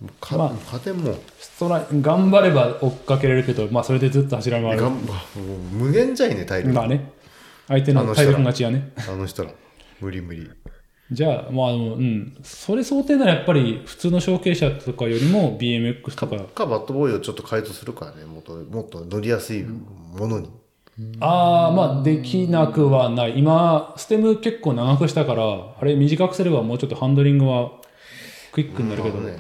[SPEAKER 1] あ
[SPEAKER 3] か、
[SPEAKER 1] まあ
[SPEAKER 3] 勝てんもん
[SPEAKER 1] ストライ頑張れば追っかけれるけどまあそれでずっと走ら回
[SPEAKER 3] が
[SPEAKER 1] る
[SPEAKER 3] んもう無限じゃいね体力、
[SPEAKER 1] まあね相手の体力勝ちやね
[SPEAKER 3] あの人ら無理無理
[SPEAKER 1] じゃあ、まあ、でもうん。それ想定ならやっぱり普通の小径車とかよりも BMX とか。
[SPEAKER 3] かバットボーイをちょっと改造するからねもっともっと乗りやすいものに、
[SPEAKER 1] ああ、まあ、できなくはない。今、ステム結構長くしたから、あれ短くすればもうちょっとハンドリングはクイックになるけど、
[SPEAKER 3] まあね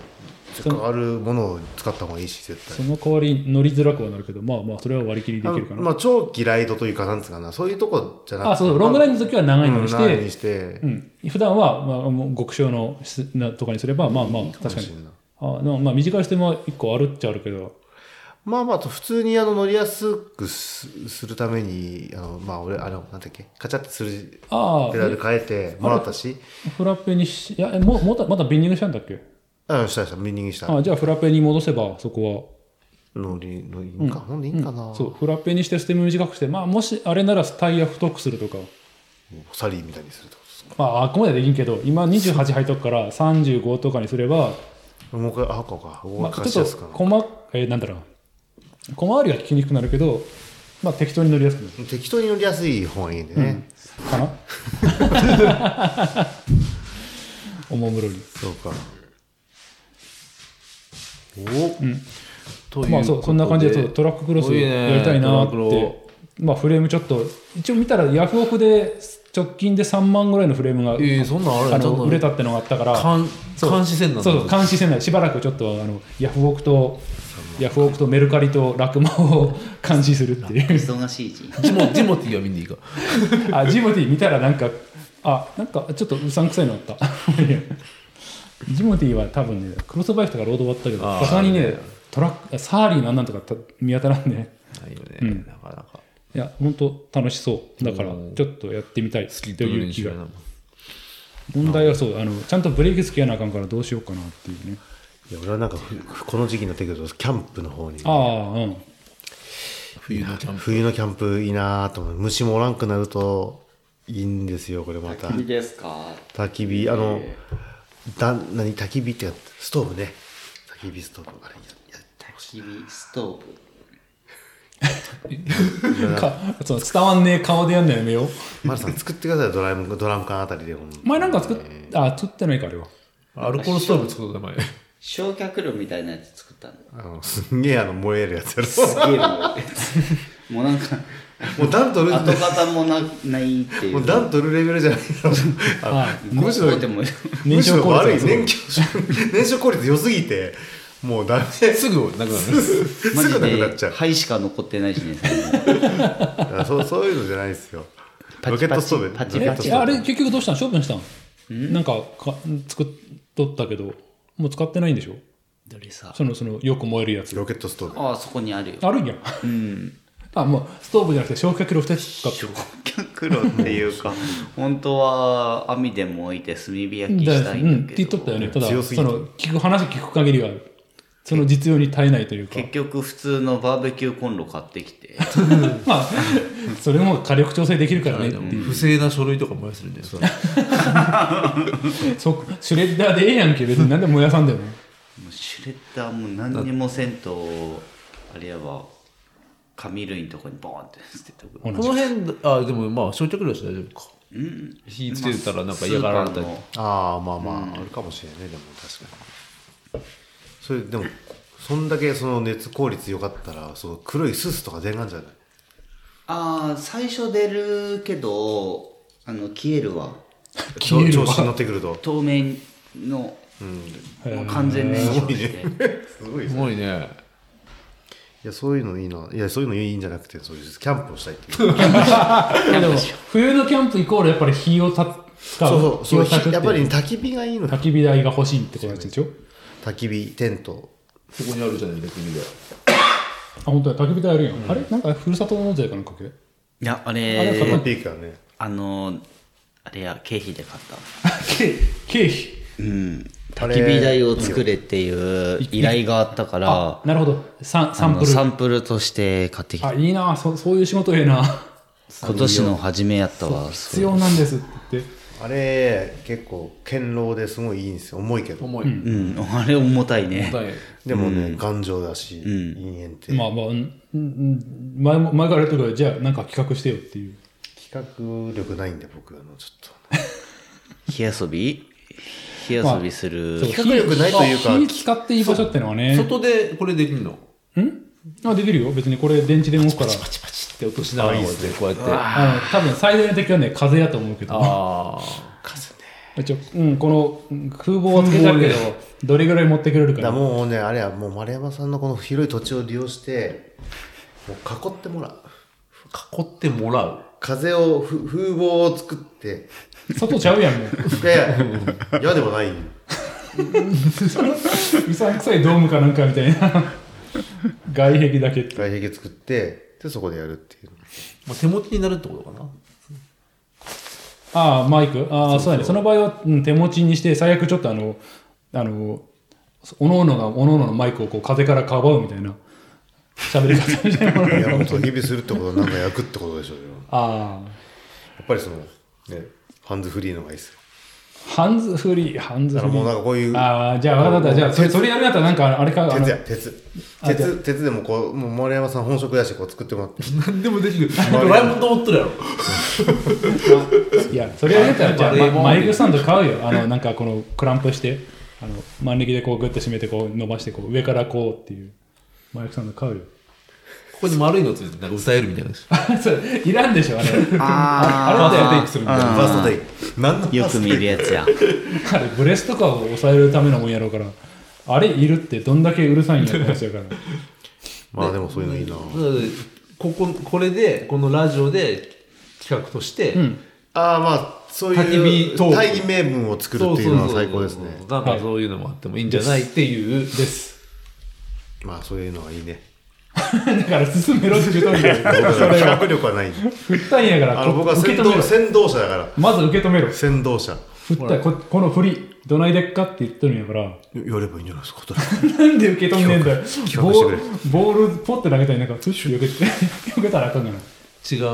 [SPEAKER 3] せっかくあるものを使った方がいいし絶対
[SPEAKER 1] その代わり乗りづらくはなるけど、まあまあ、それは割り切りできるか
[SPEAKER 3] あの
[SPEAKER 1] な。
[SPEAKER 3] まあ、長期ライドというかなんつうかなそういうとこじゃなくて
[SPEAKER 1] あ、そうそう、ロングラインの時は長いのにし
[SPEAKER 3] うん長い
[SPEAKER 1] て
[SPEAKER 3] に、して
[SPEAKER 1] うん、普段はまあもう極小のしなとかにすればまあまあ確かに
[SPEAKER 3] に
[SPEAKER 1] あでもまあ短い視点は一個あるっちゃあるけど
[SPEAKER 3] まあまあ普通にあの乗りやすくすするためにあのまあ俺あのなんだっけカチャってする
[SPEAKER 1] あ
[SPEAKER 3] ペダル
[SPEAKER 1] あ
[SPEAKER 3] 変えてもらったし
[SPEAKER 1] フラペにしいやえももたまたビンディングしたんだっけ
[SPEAKER 3] うんしたしたミニングした
[SPEAKER 1] あじゃあフラペに戻せばそこ
[SPEAKER 3] 乗り乗りいいんか、ほんでいいんかな、
[SPEAKER 1] はそうフラペにしてステム短くしてまあもしあれならタイヤ太くするとか
[SPEAKER 3] サリーみたいにするってことです
[SPEAKER 1] まああここまではできんけど今28入っとくから35とかにすれば、
[SPEAKER 3] かもう一回あこうかここ
[SPEAKER 1] ま
[SPEAKER 3] が
[SPEAKER 1] あ、
[SPEAKER 3] 貸
[SPEAKER 1] ち
[SPEAKER 3] し
[SPEAKER 1] ょ
[SPEAKER 3] や
[SPEAKER 1] っ
[SPEAKER 3] す
[SPEAKER 1] と
[SPEAKER 3] くなる
[SPEAKER 1] こまえーなんだろう小回りは効きにくくなるけどまあ適当に乗りやすくなる
[SPEAKER 3] 適当に乗りやすい方がいいんでね、
[SPEAKER 1] かなおもむろに。
[SPEAKER 3] そうかお、
[SPEAKER 2] という
[SPEAKER 1] まあそう、そんな感じでそうトラッククロスやりたいなっ
[SPEAKER 2] いいね
[SPEAKER 1] て。まあフレームちょっと、一応見たらヤフオクで直近で3万ぐらいのフレームが、
[SPEAKER 2] ええそんなんある
[SPEAKER 1] あ
[SPEAKER 2] そん
[SPEAKER 1] の
[SPEAKER 2] なん
[SPEAKER 1] 売れたってのがあったから、
[SPEAKER 2] 監
[SPEAKER 1] そう
[SPEAKER 2] 監視せんなんだ
[SPEAKER 1] そうそう、監視せない。しばらくちょっとあのヤフオクと、ヤフオクとメルカリとラクマを監視するって いう。
[SPEAKER 4] 忙しいし
[SPEAKER 2] ジモジモティーは見んでいいか
[SPEAKER 1] あ、ジモティ見たらなんか、あ、なんかちょっとうさんくさいのあ った。いやジモティは多分ね、クロスバイクとかロード終わったけど、
[SPEAKER 2] あー
[SPEAKER 1] さすがにね、トラック、サーリーなんなんとかた見当たらんね。
[SPEAKER 2] ないよね、なかなか
[SPEAKER 1] いや、本当楽しそう。だから、ちょっとやってみたいと
[SPEAKER 2] スキップの
[SPEAKER 1] いう
[SPEAKER 2] 練
[SPEAKER 1] 気
[SPEAKER 2] 習
[SPEAKER 1] が
[SPEAKER 2] や。な
[SPEAKER 1] 問題はそう、あの、ちゃんとブレーキつけなあかんからどうしようかなっていうね。
[SPEAKER 3] いや俺はなんかふこの時期になってくるとキャンプの方に
[SPEAKER 1] ああ、うん。
[SPEAKER 2] 冬のキャンプ
[SPEAKER 3] 冬のキャンプいいなと思う虫もおらんくなるといいんですよこれまた
[SPEAKER 4] 焚き火ですか
[SPEAKER 3] 焚き火あのだ何焚き火ってかストーブね焚き火ストーブあれや
[SPEAKER 4] 焚き火ストーブ
[SPEAKER 1] かそう伝わんねえ顔でやんのやめよう。
[SPEAKER 3] やマルさん作ってくださいよドラえもんドラム缶あたりでほんと
[SPEAKER 1] お前なんか作っ、あ、作ってないか、あれは。
[SPEAKER 2] アルコールストーブ作った前
[SPEAKER 4] 焼却炉みたいなやつ作ったの
[SPEAKER 3] あのすんげえあの燃えるやつや
[SPEAKER 4] す
[SPEAKER 3] ろ
[SPEAKER 4] げえな もうなんか
[SPEAKER 3] もう暖取る
[SPEAKER 4] 跡形もなないってい
[SPEAKER 3] も
[SPEAKER 4] う
[SPEAKER 3] う暖取るレベルじゃないだろあのむしろ
[SPEAKER 4] どうでもいい
[SPEAKER 1] 燃
[SPEAKER 3] むし
[SPEAKER 1] 焼
[SPEAKER 3] ろ
[SPEAKER 1] 効率
[SPEAKER 3] 悪
[SPEAKER 1] が
[SPEAKER 3] い
[SPEAKER 1] すごい
[SPEAKER 3] 燃焼燃焼効率良すぎてもうダメ
[SPEAKER 2] すぐなくなる
[SPEAKER 4] マ
[SPEAKER 3] すぐ
[SPEAKER 4] ジ
[SPEAKER 3] なくなっ
[SPEAKER 4] で
[SPEAKER 3] ちゃう
[SPEAKER 4] 灰しか残ってないしね
[SPEAKER 3] だからそうそういうのじゃないですよ
[SPEAKER 4] パチパチ
[SPEAKER 3] ロケットストーブ
[SPEAKER 4] パチ
[SPEAKER 1] え
[SPEAKER 3] ロ
[SPEAKER 4] パ
[SPEAKER 3] ケットス
[SPEAKER 4] チ
[SPEAKER 3] トー
[SPEAKER 1] あ
[SPEAKER 3] ブ
[SPEAKER 1] れ、結局どうしたん処分したんなんかか、作っとったけど、もう使ってないんでしょ
[SPEAKER 4] どれさ
[SPEAKER 1] その、その、よく燃えるやつ。
[SPEAKER 3] ロケットストーブ
[SPEAKER 4] ああそこにあるよ
[SPEAKER 1] あるんや。
[SPEAKER 4] うん
[SPEAKER 1] あ、もう、ストーブじゃなくて焼却炉2つ使ってる。
[SPEAKER 4] 黒っていうか 本当は網でも置いて炭火焼き
[SPEAKER 1] だ
[SPEAKER 4] したい
[SPEAKER 1] うん、っ
[SPEAKER 4] ん
[SPEAKER 1] て
[SPEAKER 4] だ
[SPEAKER 1] 言
[SPEAKER 4] け
[SPEAKER 1] っと
[SPEAKER 4] ど、
[SPEAKER 1] ったよね。ただ、その
[SPEAKER 3] 強すぎて
[SPEAKER 1] 聞く話聞く限りは、その実用に耐えないというか。
[SPEAKER 4] 結局普通のバーベキューコンロ買ってきて
[SPEAKER 1] まあ、それも火力調整できるからねっていう。
[SPEAKER 2] 不正な書類とか燃やするんじゃないですか
[SPEAKER 1] そシュレッダーでええやんけ、別になんで燃やさんだよね。
[SPEAKER 4] もうシュレッダーも何にもせんとあれやば紙類のとこにボーンって捨てとく
[SPEAKER 1] ほら
[SPEAKER 2] この辺あでもまあ焼却炉して大丈夫か
[SPEAKER 4] うん
[SPEAKER 2] 火つけてたらなんか嫌がられた
[SPEAKER 4] ス
[SPEAKER 2] り
[SPEAKER 4] ーパーの
[SPEAKER 3] ああまあまあ、あるかもしれないねでも確かにそれでもそんだけその熱効率良かったらその黒いススとか出がんじゃない
[SPEAKER 4] ああ最初出るけどあの消えるわ
[SPEAKER 1] 消える
[SPEAKER 3] 調
[SPEAKER 1] わ
[SPEAKER 3] 調子に乗ってくると
[SPEAKER 4] 透明の、もう完全燃焼して、
[SPEAKER 3] すごい
[SPEAKER 2] すごいね
[SPEAKER 3] いやそういうのいいないやそういうのいいんじゃなくてそういうキャンプをしたいって いう
[SPEAKER 1] いやでも、冬のキャンプイコールやっぱり火をた使
[SPEAKER 3] そう
[SPEAKER 1] う。
[SPEAKER 3] そ
[SPEAKER 1] 火を
[SPEAKER 3] うそ
[SPEAKER 1] 焚く
[SPEAKER 3] う
[SPEAKER 1] って
[SPEAKER 3] やっぱ
[SPEAKER 1] い
[SPEAKER 3] り
[SPEAKER 1] う。
[SPEAKER 3] 焚き火がいいの
[SPEAKER 1] 焚き火台が欲しいってことでしょ
[SPEAKER 3] 焚き火テント
[SPEAKER 2] そこにあるじゃない逆に
[SPEAKER 1] あ、本当だ、焚き火台あるやん。あれなんか、ふるさと納税かなんかけ
[SPEAKER 4] いやあ
[SPEAKER 1] あ
[SPEAKER 4] れ
[SPEAKER 1] れそ
[SPEAKER 3] パ
[SPEAKER 1] こ
[SPEAKER 3] ピークはね
[SPEAKER 4] あのあれや経費で買った
[SPEAKER 1] 経経費。
[SPEAKER 4] うん
[SPEAKER 3] あ
[SPEAKER 4] 焚
[SPEAKER 3] れ
[SPEAKER 4] き火台を作れっていう依頼があったから
[SPEAKER 1] なるほど。ササ
[SPEAKER 4] あ
[SPEAKER 1] ン
[SPEAKER 4] の
[SPEAKER 1] プル。
[SPEAKER 4] サンプルとして買ってき
[SPEAKER 1] あ、
[SPEAKER 4] た
[SPEAKER 1] いいなそ、そういう仕事ええな。
[SPEAKER 4] 今年の初めやったわ
[SPEAKER 1] 必要なんですって言って。
[SPEAKER 3] あれ結構堅牢ですごいいいんですよ重いけど
[SPEAKER 2] 重い重
[SPEAKER 4] うんあれ重たいね
[SPEAKER 2] たい
[SPEAKER 3] でもね、頑丈だし、陰炎って、
[SPEAKER 1] まあまあ、うんうん前も前からやってるから、じゃあなんか企画してよっていう。
[SPEAKER 3] 企画力ないんで僕あのちょっと
[SPEAKER 4] 火遊び火遊びする。
[SPEAKER 1] そう
[SPEAKER 3] 比較力ないというか
[SPEAKER 1] 火に使っていい場所ってのはね。
[SPEAKER 2] 外でこれできんの
[SPEAKER 1] んあ、できるよ。別にこれ電池で動くから。
[SPEAKER 2] パチパチって落としながらこうやってこうやってあ
[SPEAKER 1] あの多分最大の敵はね、風やと思うけど。
[SPEAKER 2] あ風ね
[SPEAKER 1] 一応、うん、このうん空母はつけたけど
[SPEAKER 2] 空母、
[SPEAKER 1] どれぐらい持ってくれるか
[SPEAKER 3] だから
[SPEAKER 1] な。
[SPEAKER 3] もうねあれはもう丸山さんのこの広い土地を利用してもう囲ってもらう
[SPEAKER 2] 囲ってもらう
[SPEAKER 3] 風をふ風防を作って
[SPEAKER 1] 外ちゃうやん、もう。
[SPEAKER 3] いやいや嫌ではないよ
[SPEAKER 1] うさんくさいドームかなんかみたいな。 外壁だけ。
[SPEAKER 3] 外壁作ってでそこでやるっていう
[SPEAKER 2] まあ、手持ちになるってことかな
[SPEAKER 1] ああ、マイクああ、そうだね。その場合は、うん、手持ちにして、最悪ちょっとあの、あの、おのおのがおのおののマイクをこう風からかばうみたいな喋り方みた いなもの
[SPEAKER 3] いやもう焚き火するってことはなんか焼くってことでしょうよ
[SPEAKER 1] ああ。
[SPEAKER 3] やっぱりそのねハンズフリーのがいいですよ
[SPEAKER 1] ハンズフリー、ハンズ
[SPEAKER 3] だ
[SPEAKER 1] フ
[SPEAKER 3] か
[SPEAKER 1] リ
[SPEAKER 3] らもう
[SPEAKER 1] ー。
[SPEAKER 3] なんかこういう
[SPEAKER 1] ああ、じゃあ分かった。じゃあ、それそれやるんやったら、なんかあれか、あの
[SPEAKER 3] 鉄や鉄
[SPEAKER 1] あじゃあ
[SPEAKER 3] 鉄鉄でもこうもう丸山さん本職だしこう作ってもらって
[SPEAKER 2] 何 でもできるドラえもんと思ってるやろ
[SPEAKER 1] いや、それやるんやったら、じゃあ、
[SPEAKER 2] バレーボール
[SPEAKER 1] まマイクスタンド買うよ。あの、なんかこのクランプして、あの、万力でこうグッと締めて、こう伸ばして、こう上からこうっていう。マイクスタンド買うよ。
[SPEAKER 2] ここに丸いのついてなんか歌えるみたいな
[SPEAKER 1] それいらんでしょ、あれ。
[SPEAKER 4] あ
[SPEAKER 1] あれだよ
[SPEAKER 2] テイクするみたい
[SPEAKER 3] フ
[SPEAKER 2] な
[SPEAKER 3] ァーストテイク何の
[SPEAKER 4] ーよく見るやつや。
[SPEAKER 1] あれブレスとかを抑えるためのもんやろうからあれいるってどんだけうるさいんやって話やから
[SPEAKER 3] まあでもそういうのいいな
[SPEAKER 2] なのでこここれでこのラジオで企画として、
[SPEAKER 1] うん
[SPEAKER 3] ああまあそう
[SPEAKER 2] 焚き
[SPEAKER 3] い
[SPEAKER 2] 火
[SPEAKER 3] う
[SPEAKER 2] トーク
[SPEAKER 3] 大義名分を作るっていうのは最高ですね
[SPEAKER 2] なんかそういうのもあってもいいんじゃないっていう
[SPEAKER 1] です
[SPEAKER 3] まあそういうのはいいね
[SPEAKER 1] だから進めろって言うとりだよ
[SPEAKER 3] 僕 ら
[SPEAKER 1] それ
[SPEAKER 3] 企
[SPEAKER 1] は
[SPEAKER 3] 画力はない
[SPEAKER 1] 振ったんやか
[SPEAKER 3] あ
[SPEAKER 1] ら
[SPEAKER 3] の僕は
[SPEAKER 1] こ受
[SPEAKER 3] 先
[SPEAKER 1] け止め
[SPEAKER 3] 導
[SPEAKER 1] ろ
[SPEAKER 3] 先導者だから
[SPEAKER 1] まず受け止めろ
[SPEAKER 3] 先導者
[SPEAKER 1] 振ったここの振りどないでっかって言ってるんやから
[SPEAKER 3] やればいいんじゃないですか
[SPEAKER 1] なんで受け止めねえんだよ
[SPEAKER 3] 企
[SPEAKER 1] ボ
[SPEAKER 3] 画し
[SPEAKER 1] ー
[SPEAKER 3] てくれ
[SPEAKER 1] ルボールポッて投げたりなんかプッシュ避けて 避けたらあかんがな
[SPEAKER 2] 違う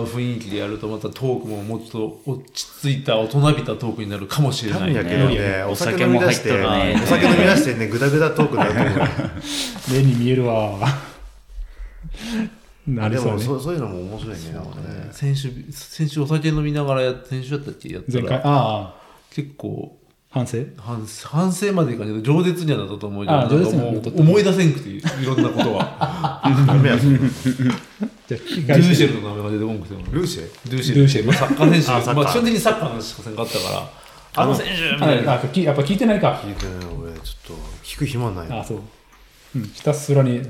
[SPEAKER 2] 雰囲気でやるとまたトークももっと落ち着いた大人びたトークになるかもしれ
[SPEAKER 3] 多
[SPEAKER 2] な
[SPEAKER 3] 分
[SPEAKER 2] い
[SPEAKER 3] や
[SPEAKER 2] ね
[SPEAKER 3] けど
[SPEAKER 1] いい
[SPEAKER 3] ね
[SPEAKER 1] ね
[SPEAKER 3] お酒飲み出して
[SPEAKER 4] お酒も入っとるね
[SPEAKER 3] お酒飲み出してねグダグダトークになると思う
[SPEAKER 1] 目に見えるわな
[SPEAKER 3] あ
[SPEAKER 1] り
[SPEAKER 3] で
[SPEAKER 1] そう
[SPEAKER 3] も
[SPEAKER 1] ね
[SPEAKER 3] そうそういうのも面白いねなんかね
[SPEAKER 2] 先週先週お酒飲みながらやっ先週やったっけやっ
[SPEAKER 1] 前
[SPEAKER 2] た
[SPEAKER 1] 回
[SPEAKER 2] ら
[SPEAKER 1] ああ
[SPEAKER 2] 結構
[SPEAKER 1] 反省
[SPEAKER 2] 反反省までいかないけど饒舌にはなったと思うけど
[SPEAKER 1] ああ
[SPEAKER 2] なんか
[SPEAKER 1] 饒舌にはな
[SPEAKER 2] も
[SPEAKER 1] ったと
[SPEAKER 2] う思い出せんくていろんなこ とが
[SPEAKER 3] ダメやル
[SPEAKER 1] じゃあ聞き
[SPEAKER 2] ル
[SPEAKER 1] 返
[SPEAKER 2] ー
[SPEAKER 1] して
[SPEAKER 2] シェルの名前が出てこんくても
[SPEAKER 3] ーシェ
[SPEAKER 2] ルーシェル
[SPEAKER 1] ルーシェル
[SPEAKER 2] まあサッカー選
[SPEAKER 3] あサ
[SPEAKER 2] 手
[SPEAKER 3] ッカー
[SPEAKER 2] まあ、基本的にサッカーのしかせんかったからあの選手み
[SPEAKER 1] あ
[SPEAKER 2] たいな
[SPEAKER 1] あきやっぱ聞いてないか
[SPEAKER 3] 聞いてない俺ちょっと聞く暇ない
[SPEAKER 1] あ
[SPEAKER 3] な
[SPEAKER 1] そう、うん、ひたすらに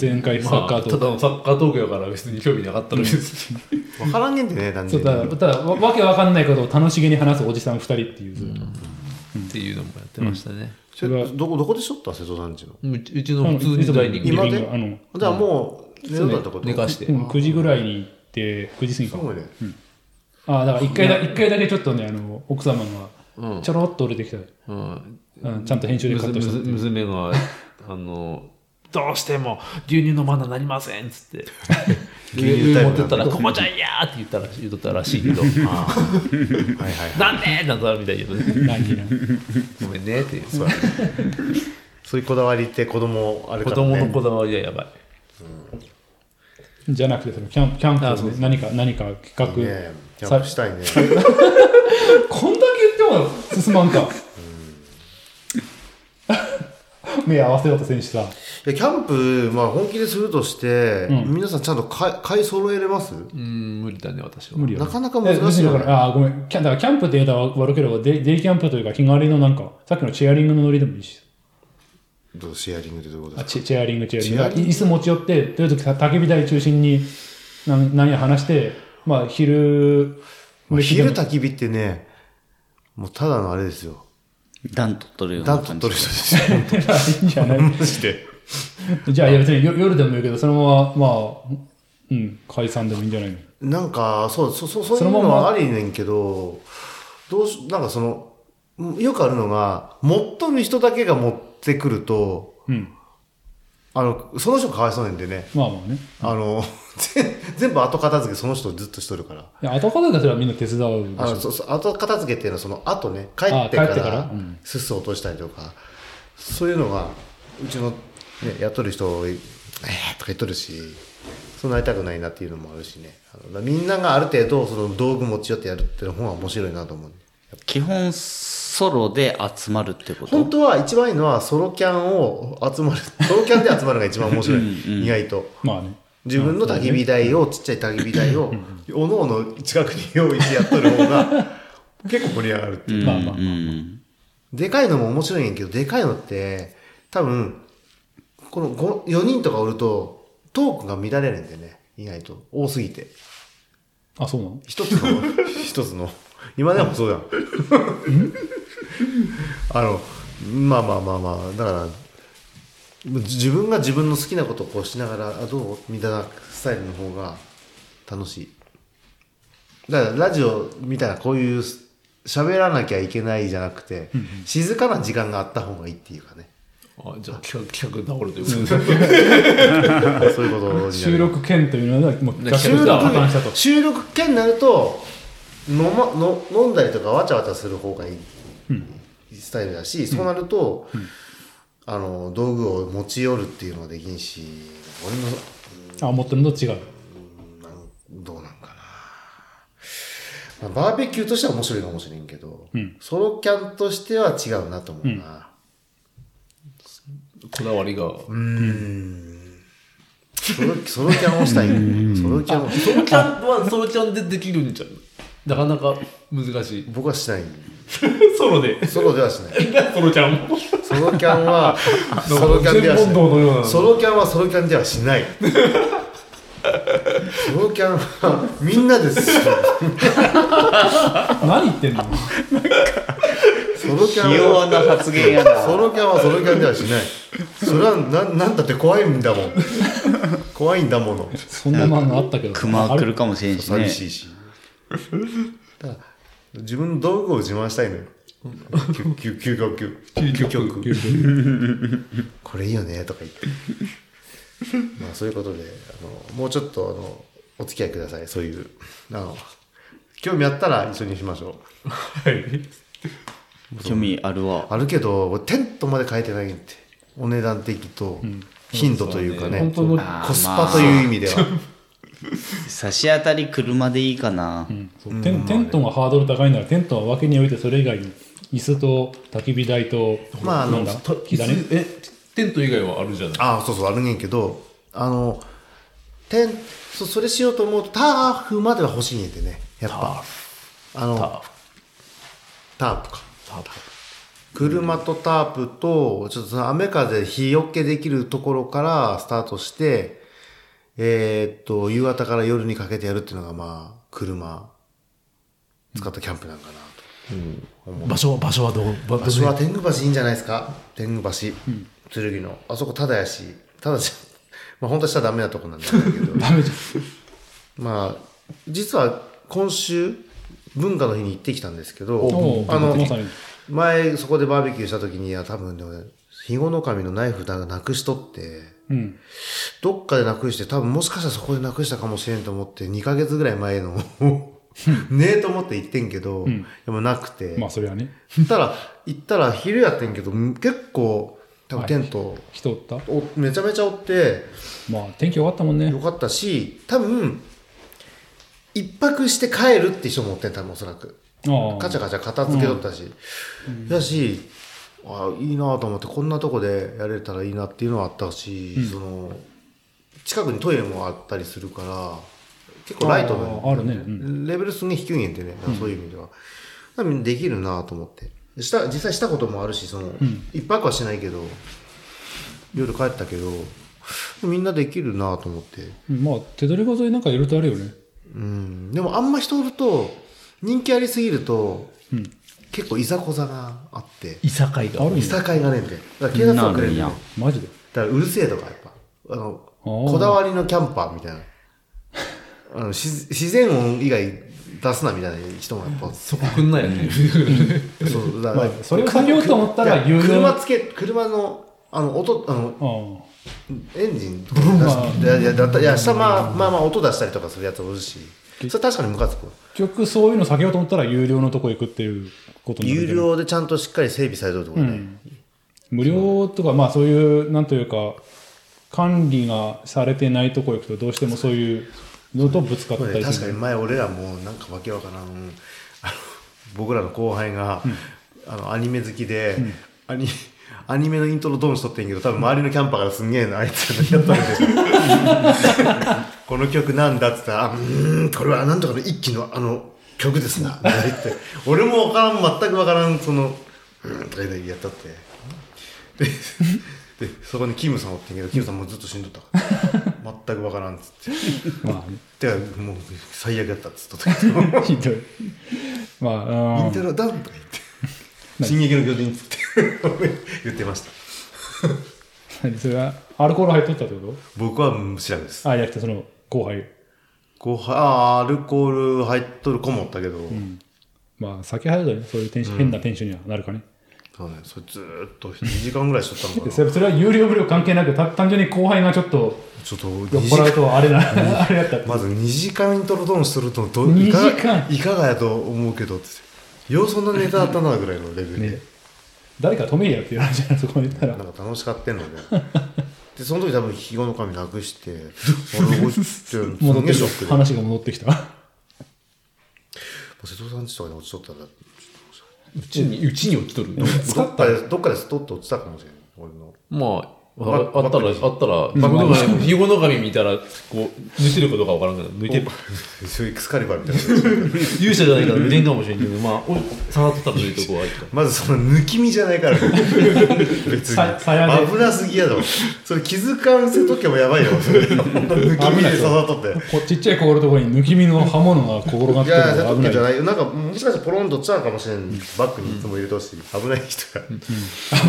[SPEAKER 1] 前回サ
[SPEAKER 2] ま
[SPEAKER 1] ッ
[SPEAKER 2] あ
[SPEAKER 1] カー
[SPEAKER 2] ただ
[SPEAKER 1] と、
[SPEAKER 2] のサッカートークやから別に興味なかったら別に
[SPEAKER 3] 分からんげんでね単
[SPEAKER 1] そう
[SPEAKER 3] 純に
[SPEAKER 1] ただただわわけわかんないことを楽しげに話すおじさん2人っていう、
[SPEAKER 2] っていうのもやってましたね、
[SPEAKER 3] それどこどこでしょった瀬戸さんちの
[SPEAKER 2] うちうちの普通にダイニング
[SPEAKER 3] 今
[SPEAKER 1] 今
[SPEAKER 3] で
[SPEAKER 1] であの、
[SPEAKER 3] じゃあもう寝ようだったこと
[SPEAKER 2] 寝かして、
[SPEAKER 1] うん、9時ぐらいに行って9時過ぎ
[SPEAKER 3] す
[SPEAKER 1] か
[SPEAKER 3] ごいね
[SPEAKER 1] あだから1回だ一回だけちょっとねあの奥様がちょろっと折れてきた、
[SPEAKER 2] うん、
[SPEAKER 1] うんちゃんと編集でカットしたって
[SPEAKER 2] 娘
[SPEAKER 1] いう
[SPEAKER 2] 娘があのどうしても牛乳飲まななりませんっつって牛
[SPEAKER 3] 牛乳
[SPEAKER 2] 乳
[SPEAKER 3] タイ
[SPEAKER 2] 持
[SPEAKER 3] プな
[SPEAKER 2] っ
[SPEAKER 3] んだ
[SPEAKER 2] てったら「こぼちゃんや!」って言ったら言うとったらしいけど「あ
[SPEAKER 3] はいはい
[SPEAKER 2] ーなんで!」なんとなるみたいけどね
[SPEAKER 1] 何気ない
[SPEAKER 2] ごめんねっていう
[SPEAKER 3] そうやねそういうこだわりって子供あれか
[SPEAKER 2] 子
[SPEAKER 3] らね
[SPEAKER 2] 供のこだわりはやばい
[SPEAKER 1] じゃなくてそのキャンプキャンプをね、何か何か企画
[SPEAKER 3] ね キャンプしたいね
[SPEAKER 1] こんだけ言っても進まんか 目合わせようと選手さ
[SPEAKER 3] いやキャンプ、まあ、本気でするとして、皆さんちゃんと買い買い揃えれます、
[SPEAKER 2] うん無理だね私は
[SPEAKER 1] 無理よ
[SPEAKER 3] なかなか難しいよね
[SPEAKER 1] え別にだからあーごめんキャだからキャンプって言うたら悪ければデイデイキャンプというか日帰りのなんかさっきのチェアリングのノリでもいいし
[SPEAKER 3] どうシェアリングってどういうこと
[SPEAKER 1] あ
[SPEAKER 3] ですか
[SPEAKER 1] チェチェアリングチェアリン
[SPEAKER 3] チェア
[SPEAKER 1] グ
[SPEAKER 3] リン
[SPEAKER 1] 椅子持ち寄ってという時焚き火台中心に何何を話してまあ昼
[SPEAKER 3] まあ
[SPEAKER 1] 飯でも
[SPEAKER 3] 昼焚き火ってねもうただのあれですよ
[SPEAKER 4] 暖取っとるような
[SPEAKER 3] 暖
[SPEAKER 4] 感
[SPEAKER 3] 取っ
[SPEAKER 4] じ
[SPEAKER 3] とる人ですよ
[SPEAKER 1] いいんじゃない
[SPEAKER 3] マジで
[SPEAKER 1] じゃあいや別に夜夜でもいいけどそのまままあうん解散でもいいんじゃないの
[SPEAKER 3] なんかそうそうそうそうい
[SPEAKER 1] そうのま
[SPEAKER 3] の
[SPEAKER 1] ま
[SPEAKER 3] はありねんけどどうしなんかそのうんよくあるのが持っとる人だけが持ってくると
[SPEAKER 1] うん
[SPEAKER 3] あのその人がかわいそうなんでね
[SPEAKER 1] まあまあね
[SPEAKER 3] あの 全全部後片付けその人ずっとしとるから
[SPEAKER 1] いや後片付けすらみんな手伝うで
[SPEAKER 3] あ
[SPEAKER 1] し
[SPEAKER 3] の
[SPEAKER 1] ょ
[SPEAKER 3] そうそう後片付けっていうのはその後ね帰
[SPEAKER 1] あ
[SPEAKER 3] ってか
[SPEAKER 1] 帰ってかららうん
[SPEAKER 3] すす落としたりとかそういうのがうちの、ね、やっとる人「えー」とか言っとるしそうなりたくないなっていうのもあるしねあのみんながある程度その道具持ち寄ってやるっていう方が面白いなと思う
[SPEAKER 4] 基本ソロで集まるってこと
[SPEAKER 3] 本当は一番いいのはソロキャンを集まる、ソロキャンで集まるのが一番面白い。意外と。
[SPEAKER 1] まあね。
[SPEAKER 3] 自分の焚き火台を、ちっちゃい焚き火台を、おのおの近くに用意してやっとる方が、結構盛り上がるっていう。
[SPEAKER 1] まあまあ
[SPEAKER 4] う。ん
[SPEAKER 3] でかいのも面白いんやけど、でかいのって、多分、このご4人とかおると、トークが乱れるんでね、意外と。多すぎて。
[SPEAKER 1] あ、そうなの
[SPEAKER 3] 一つの、一つの。今でもそうやん。あの、まあまあまあまあ、だから、自分が自分の好きなことをこうしながら、あどうみたいなスタイルの方が楽しい。だからラジオみたいなこういう喋らなきゃいけないじゃなくて、静かな時間があった方がいいっていうかね。
[SPEAKER 2] あじゃあ企画企画治るということで
[SPEAKER 3] そういうことになる
[SPEAKER 1] 収録兼というのは、もう、
[SPEAKER 3] 収
[SPEAKER 1] 崖
[SPEAKER 3] 録
[SPEAKER 1] の下を破綻したと。
[SPEAKER 3] 収録券になると飲,、ま、の飲んだりとかわちゃわちゃする方がいい、スタイルだしそうなると、あの道具を持ち寄るっていうのはできんし俺の
[SPEAKER 1] あ、思ってるのと違う。
[SPEAKER 3] なんどうなんかな、まあ、バーベキューとしては面白いかもしれんけど、
[SPEAKER 1] うん
[SPEAKER 3] ソロキャンとしては違うなと思うな、
[SPEAKER 2] こだわりが
[SPEAKER 3] ソロソロキャンをしたいソロキャンを
[SPEAKER 2] ソロキャンはソロキャンでできるんじゃんなかなか難しい
[SPEAKER 3] 僕はしない
[SPEAKER 2] ソロで
[SPEAKER 3] ソロではしない
[SPEAKER 2] ソロキャンも
[SPEAKER 3] ソロキャン はソロキャンではし
[SPEAKER 2] 全問答のような
[SPEAKER 3] ないソロキャンはソロキャンではしないソロキャンはみんなです
[SPEAKER 1] 何言ってんの
[SPEAKER 3] ソロキャ
[SPEAKER 4] ひ
[SPEAKER 3] ン
[SPEAKER 4] 弱
[SPEAKER 3] は
[SPEAKER 4] な発言やな
[SPEAKER 3] ソロキャンはソロキャンではしないそれはなんなんだって怖いんだもん怖いんだもの
[SPEAKER 1] そんな漫画あったけど。
[SPEAKER 4] 熊
[SPEAKER 1] あ
[SPEAKER 4] 来
[SPEAKER 1] れ
[SPEAKER 4] るかもしれんしね
[SPEAKER 3] 寂しいし、だから自分の道具を自慢したいのよ究極究極これいいよねとか言ってまあそういうことであのもうちょっとあのお付き合いくださいそういうあの興味あったら一緒にしましょ
[SPEAKER 2] はい
[SPEAKER 4] 興味ある
[SPEAKER 3] う
[SPEAKER 4] わ
[SPEAKER 3] あるけど俺テントまで変えてないんってお値段的と頻度というかね,、
[SPEAKER 2] 本当の
[SPEAKER 4] あー
[SPEAKER 3] コスパという意味では、
[SPEAKER 4] 差し当たり車でいいかな
[SPEAKER 1] そうテンテントがハードル高いならテントは分けにおいてそれ以外に椅子と焚き火台と
[SPEAKER 3] まああの
[SPEAKER 1] なんだ
[SPEAKER 2] た
[SPEAKER 1] 火種
[SPEAKER 2] えテント以外はあるじゃない
[SPEAKER 3] ああそうそうあるねんけどあのてんそそれしようと思うとターフまでは欲しいんやてねやっぱあのタープか車とタープとちょっとその雨風日よけできるところからスタートしてえーっと夕方から夜にかけてやるっていうのがまあ車使ったキャンプなんかなと、
[SPEAKER 2] 場所は場所はどう場
[SPEAKER 3] 場所は天狗橋いいんじゃないですか天狗橋、剣のあそこただやしただじゃ まあ本当はしちゃダメなとこなんだけど
[SPEAKER 1] ダメじ
[SPEAKER 3] まあ実は今週文化の日に行ってきたんですけ
[SPEAKER 1] ゃんおう
[SPEAKER 3] どあの
[SPEAKER 1] まさに
[SPEAKER 3] 前そこでバーベキューした時には多分ね俺肥後の神のナイフだなくしとって
[SPEAKER 1] うん
[SPEAKER 3] どっかでなくして多分もしかしたらそこでなくしたかもしれんと思って2ヶ月ぐらい前のねえと思って行ってんけど、でもなくて、
[SPEAKER 1] まあそれはね
[SPEAKER 3] 行ったら、行ったら昼やってんけど、ん結構、多分テント、
[SPEAKER 1] 人おった
[SPEAKER 3] おめちゃめちゃおって、
[SPEAKER 1] まあ天気良かったもんね
[SPEAKER 3] よかったし、多分、一泊して帰るって人もおってん、多分おそらく。
[SPEAKER 1] ああ
[SPEAKER 3] カチャカチャ片付けとったし。だし、あいいなと思って、こんなとこでやれたらいいなっていうのはあったし、その、近くにトイレもあったりするから、結構ライトな
[SPEAKER 1] あああるねうん
[SPEAKER 3] レベルすげえ低いんやってね、そういう意味では。多分できるなと思って。した、実際したこともあるし、その、一泊はしないけど、夜帰ったけど、みんなできるなと思って。
[SPEAKER 1] うんまあ手取り場沿いなんかいろいろとあるよね
[SPEAKER 3] うん。でもあんま人おると、人気ありすぎると、結構いざこざがあって、
[SPEAKER 2] いさかいが
[SPEAKER 1] あるん
[SPEAKER 3] い
[SPEAKER 1] だ
[SPEAKER 3] さかいがねえんだよ。だから警察はくれるんだよ
[SPEAKER 4] なるんや
[SPEAKER 1] マジで
[SPEAKER 3] だからうるせえとかやっぱあの
[SPEAKER 1] あー
[SPEAKER 3] こだわりのキャンパーみた いなあのし自然音以外出すなみたいな人もやっぱ
[SPEAKER 2] そこくんないよね
[SPEAKER 3] そうだ
[SPEAKER 1] まあそれを避けようと思ったら
[SPEAKER 3] いや
[SPEAKER 1] 有料
[SPEAKER 3] 車つけ車のあの音あの
[SPEAKER 1] ああ
[SPEAKER 3] エンジンとか出しいやいやだったいや下まあまあまあ音出したりとかするやつもいるしそれ確かにムカつくわ
[SPEAKER 1] 結局そういうの避けようと思ったら有料のとこ行くっていうことになる
[SPEAKER 3] 有
[SPEAKER 1] けど
[SPEAKER 3] 料でちゃんとしっかり整備されてるとこね、
[SPEAKER 1] 無料とかまあそういうなんというか管理がされてないとこ行くとどうしてもそういうのとぶつかっ
[SPEAKER 3] こ
[SPEAKER 1] た
[SPEAKER 3] れね
[SPEAKER 1] り
[SPEAKER 3] 確
[SPEAKER 1] す
[SPEAKER 3] か
[SPEAKER 1] る
[SPEAKER 3] に前俺らもうなんかわけわからんあ僕らの後輩が、あのアニメ好きで、アニアニメのイントロドンしとってんけど多分周りのキャンパーからすんげえなあいつやったんで この曲なんだっつったらあ「うーんこれはなんとかの一期のあの曲ですな」って言って俺も分からん全く分からんその「うーん」とか言ってやったってででそこにキムさんおってんけどキムさんもうずっと死んどった から全く分からんっつって。
[SPEAKER 1] ま
[SPEAKER 3] てかもう最悪だったっつった時イン
[SPEAKER 1] あ、ひどい。まあ、うん
[SPEAKER 3] タロダウンとか 言って「進撃の巨人」っつって 言ってました
[SPEAKER 1] 何それは、アルコール入っとったってこ
[SPEAKER 3] 僕はうん知らんです
[SPEAKER 1] とあ、じゃなくて、その、後輩。
[SPEAKER 3] 後輩あーアルコール入っとる子もおったけど、
[SPEAKER 1] まあ、酒入るとね、そういうテンション、変なテンションにはなるかね。
[SPEAKER 3] そうねそれずーっと2時間ぐらいしとったの
[SPEAKER 1] で
[SPEAKER 3] か
[SPEAKER 1] そ
[SPEAKER 3] な
[SPEAKER 1] れそれは有料無料関係なく、た単純に後輩がちょっと
[SPEAKER 3] ちょっと
[SPEAKER 1] 酔っ
[SPEAKER 3] 2時
[SPEAKER 1] 払う
[SPEAKER 3] 間
[SPEAKER 1] と、あれな、あれやったって。
[SPEAKER 3] まず2時間イントロドンしとるとど
[SPEAKER 1] 二
[SPEAKER 3] い
[SPEAKER 1] 時
[SPEAKER 3] か
[SPEAKER 1] 間
[SPEAKER 3] がいかがやと思うけどっつってようそんなネタあったなぐらいのレベルで、
[SPEAKER 1] ね誰か止めえやっていう話じゃない、そこに行ったら
[SPEAKER 3] な。んか楽しかったの ででその時多分肥後の髪なくして俺落ちてる
[SPEAKER 1] 戻
[SPEAKER 3] す
[SPEAKER 1] っ
[SPEAKER 3] げ
[SPEAKER 1] て
[SPEAKER 3] え
[SPEAKER 1] き
[SPEAKER 3] ショ
[SPEAKER 1] た
[SPEAKER 3] ックでも
[SPEAKER 1] 話が戻ってきた。
[SPEAKER 3] う瀬戸さんちとかに落ちとったら
[SPEAKER 2] うちに、うちに落ちとるの
[SPEAKER 1] 使
[SPEAKER 3] ど
[SPEAKER 1] っ
[SPEAKER 3] ったかでどっかでストッと落ちたかもしれない俺の
[SPEAKER 2] まあ、
[SPEAKER 3] バッ
[SPEAKER 2] ああったら、あ
[SPEAKER 3] バッ
[SPEAKER 2] ったら、まあ、ひごの髪見たら、こう、抜いてることがわからんけど、抜いてる。
[SPEAKER 3] そういうエクスカリバーみたいな
[SPEAKER 2] 勇者じゃないから抜いてんかもしれんけど、まあ、お下がっとったら抜いとこは入った。
[SPEAKER 3] まずその抜き身じゃないから別
[SPEAKER 1] ささやで
[SPEAKER 3] に危なすぎやろそれ気づかんせとけばやばいよそれ抜き身で刺さっとって
[SPEAKER 1] こちっちゃい心のところに抜き身の刃物が転がっ
[SPEAKER 3] い
[SPEAKER 1] て
[SPEAKER 3] や
[SPEAKER 1] るの
[SPEAKER 3] いや、
[SPEAKER 1] が
[SPEAKER 3] と
[SPEAKER 1] 危
[SPEAKER 3] け
[SPEAKER 1] ない
[SPEAKER 3] じゃ。ないよ。なんか、もしかしたらポロンと落ちたのかもしれん。バッグにいつも入れてほしい。危ない人が。
[SPEAKER 1] 危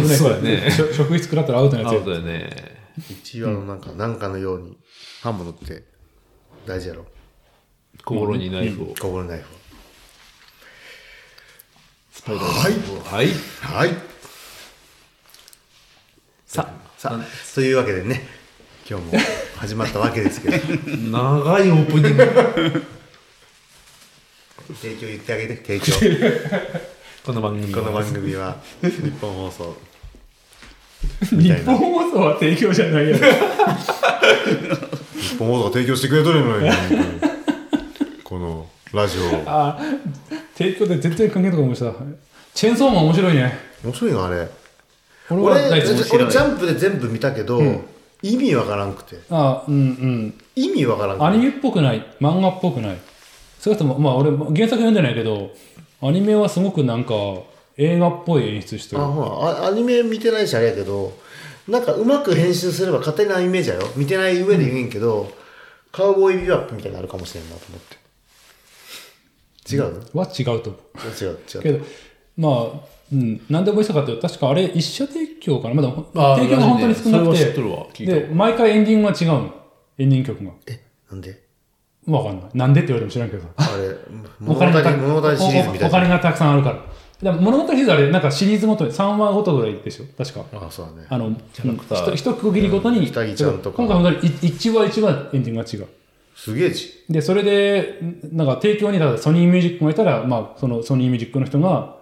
[SPEAKER 1] ない
[SPEAKER 2] そうだね
[SPEAKER 1] しょ職質食らったらアウトなや
[SPEAKER 2] あ
[SPEAKER 1] つ
[SPEAKER 2] そう
[SPEAKER 1] よ
[SPEAKER 2] だよね。
[SPEAKER 3] 一応、あの、なんか、なんかのように、刃物って大事やろ。
[SPEAKER 2] 心にナイフを。
[SPEAKER 3] 心のナイフは。
[SPEAKER 2] はい。はい。
[SPEAKER 3] はい。
[SPEAKER 2] さ、
[SPEAKER 3] さあ、というわけでね、今日も始まったわけですけ ど、
[SPEAKER 2] 長いオープニング。
[SPEAKER 3] 提供言ってあげて、提供。
[SPEAKER 2] この番組。
[SPEAKER 3] この番組は、日本放送。み
[SPEAKER 1] 日
[SPEAKER 3] たいな
[SPEAKER 1] 本放送は提供じゃないやろ
[SPEAKER 3] 日本放送が提供してくれとるのに、 このラジオ。
[SPEAKER 1] あ提供で全然関係ないとか思いましたチェーンソーマン面白いね
[SPEAKER 3] 面白いのあれ。
[SPEAKER 1] 俺は
[SPEAKER 3] 俺、
[SPEAKER 1] 大
[SPEAKER 3] 俺
[SPEAKER 1] 好
[SPEAKER 3] ジ
[SPEAKER 1] き
[SPEAKER 3] ャンプで全部見たけど、意味わからんくて。
[SPEAKER 1] あうん
[SPEAKER 3] 意味わからん
[SPEAKER 1] うんアニメっぽくない漫画っぽくない少なくともまあ俺原作読んでないけどアニメはすごくなんか映画っぽい演出してる
[SPEAKER 3] あほらあアニメ見てないしあれやけどなんかうまく編集すれば勝手なイメージやよ見てない上で言えんけど、カウボーイビューアップみたいになるかもしれんなと思って違う、
[SPEAKER 1] は違うと思
[SPEAKER 3] 違う違
[SPEAKER 1] う
[SPEAKER 3] う
[SPEAKER 1] けどまあうん、何でもいいしたかっていうと確かあれ一社提供かなまだ
[SPEAKER 2] あ
[SPEAKER 1] 提供が本当に少なく
[SPEAKER 2] それ
[SPEAKER 1] て
[SPEAKER 2] は知っとるわ聞いたわ
[SPEAKER 1] で毎回エンディングが違うのエンディング曲が
[SPEAKER 3] えなんで
[SPEAKER 1] わかんないなんでって言われても知らんけどさ
[SPEAKER 3] あれ物語物語シリーズみ
[SPEAKER 1] お
[SPEAKER 3] たい
[SPEAKER 1] おお金
[SPEAKER 3] な
[SPEAKER 1] がたくさんあるから。でも物語シリーズあれ、なんかシリーズごとに3話ごとぐらいでしょ、確か。
[SPEAKER 3] あそうだ
[SPEAKER 1] あ
[SPEAKER 3] ね
[SPEAKER 1] の、
[SPEAKER 2] ラクター
[SPEAKER 1] うんひと一区切りごとに、
[SPEAKER 3] うん二人ちゃんとか
[SPEAKER 1] 今回本当に1話1話エンディングが違う。
[SPEAKER 3] すげえち
[SPEAKER 1] で、それで、んなんか提供に、だからソニーミュージックがいたら、まあ、そのソニーミュージックの人が、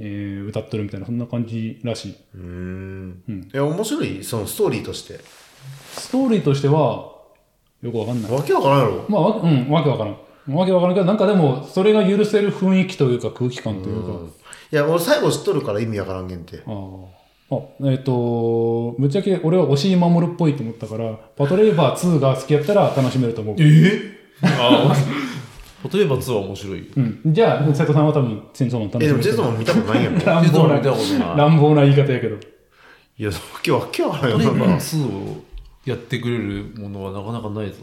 [SPEAKER 1] えー歌っとるみたいな、そんな感じらしい。
[SPEAKER 3] うーんいや面白いそのストーリーとして
[SPEAKER 1] ストーリーとしては、よくわかんない。
[SPEAKER 3] わけわからんやろ
[SPEAKER 1] まあ、わうん、わけわからん。わけわからんけど、なんかでも、それが許せる雰囲気というか、空気感というか。
[SPEAKER 3] いや俺最後知っとるから意味わからんげんて
[SPEAKER 1] あああえっ、とぶっちゃけ俺は押井守っぽいと思ったからパトレーバー2が好きやったら楽しめると思う、
[SPEAKER 2] えああ、例えば2は面白い。
[SPEAKER 1] うん、じゃあ斉藤さんは多分チェーンソーマン楽し
[SPEAKER 3] えで
[SPEAKER 1] め
[SPEAKER 3] も
[SPEAKER 1] る
[SPEAKER 3] ジェ
[SPEAKER 1] と
[SPEAKER 3] ズ
[SPEAKER 1] 思
[SPEAKER 3] も見たことないんやもんい
[SPEAKER 1] 乱
[SPEAKER 2] 実
[SPEAKER 1] 暴
[SPEAKER 2] は
[SPEAKER 1] な
[SPEAKER 2] 見たことない。
[SPEAKER 1] 乱暴な言い方やけど
[SPEAKER 3] やわけわけわからんよ
[SPEAKER 2] トレ
[SPEAKER 3] な
[SPEAKER 2] ー
[SPEAKER 3] ん
[SPEAKER 2] バ
[SPEAKER 3] か
[SPEAKER 2] ー2をやってくれるものはなかなかないぞ。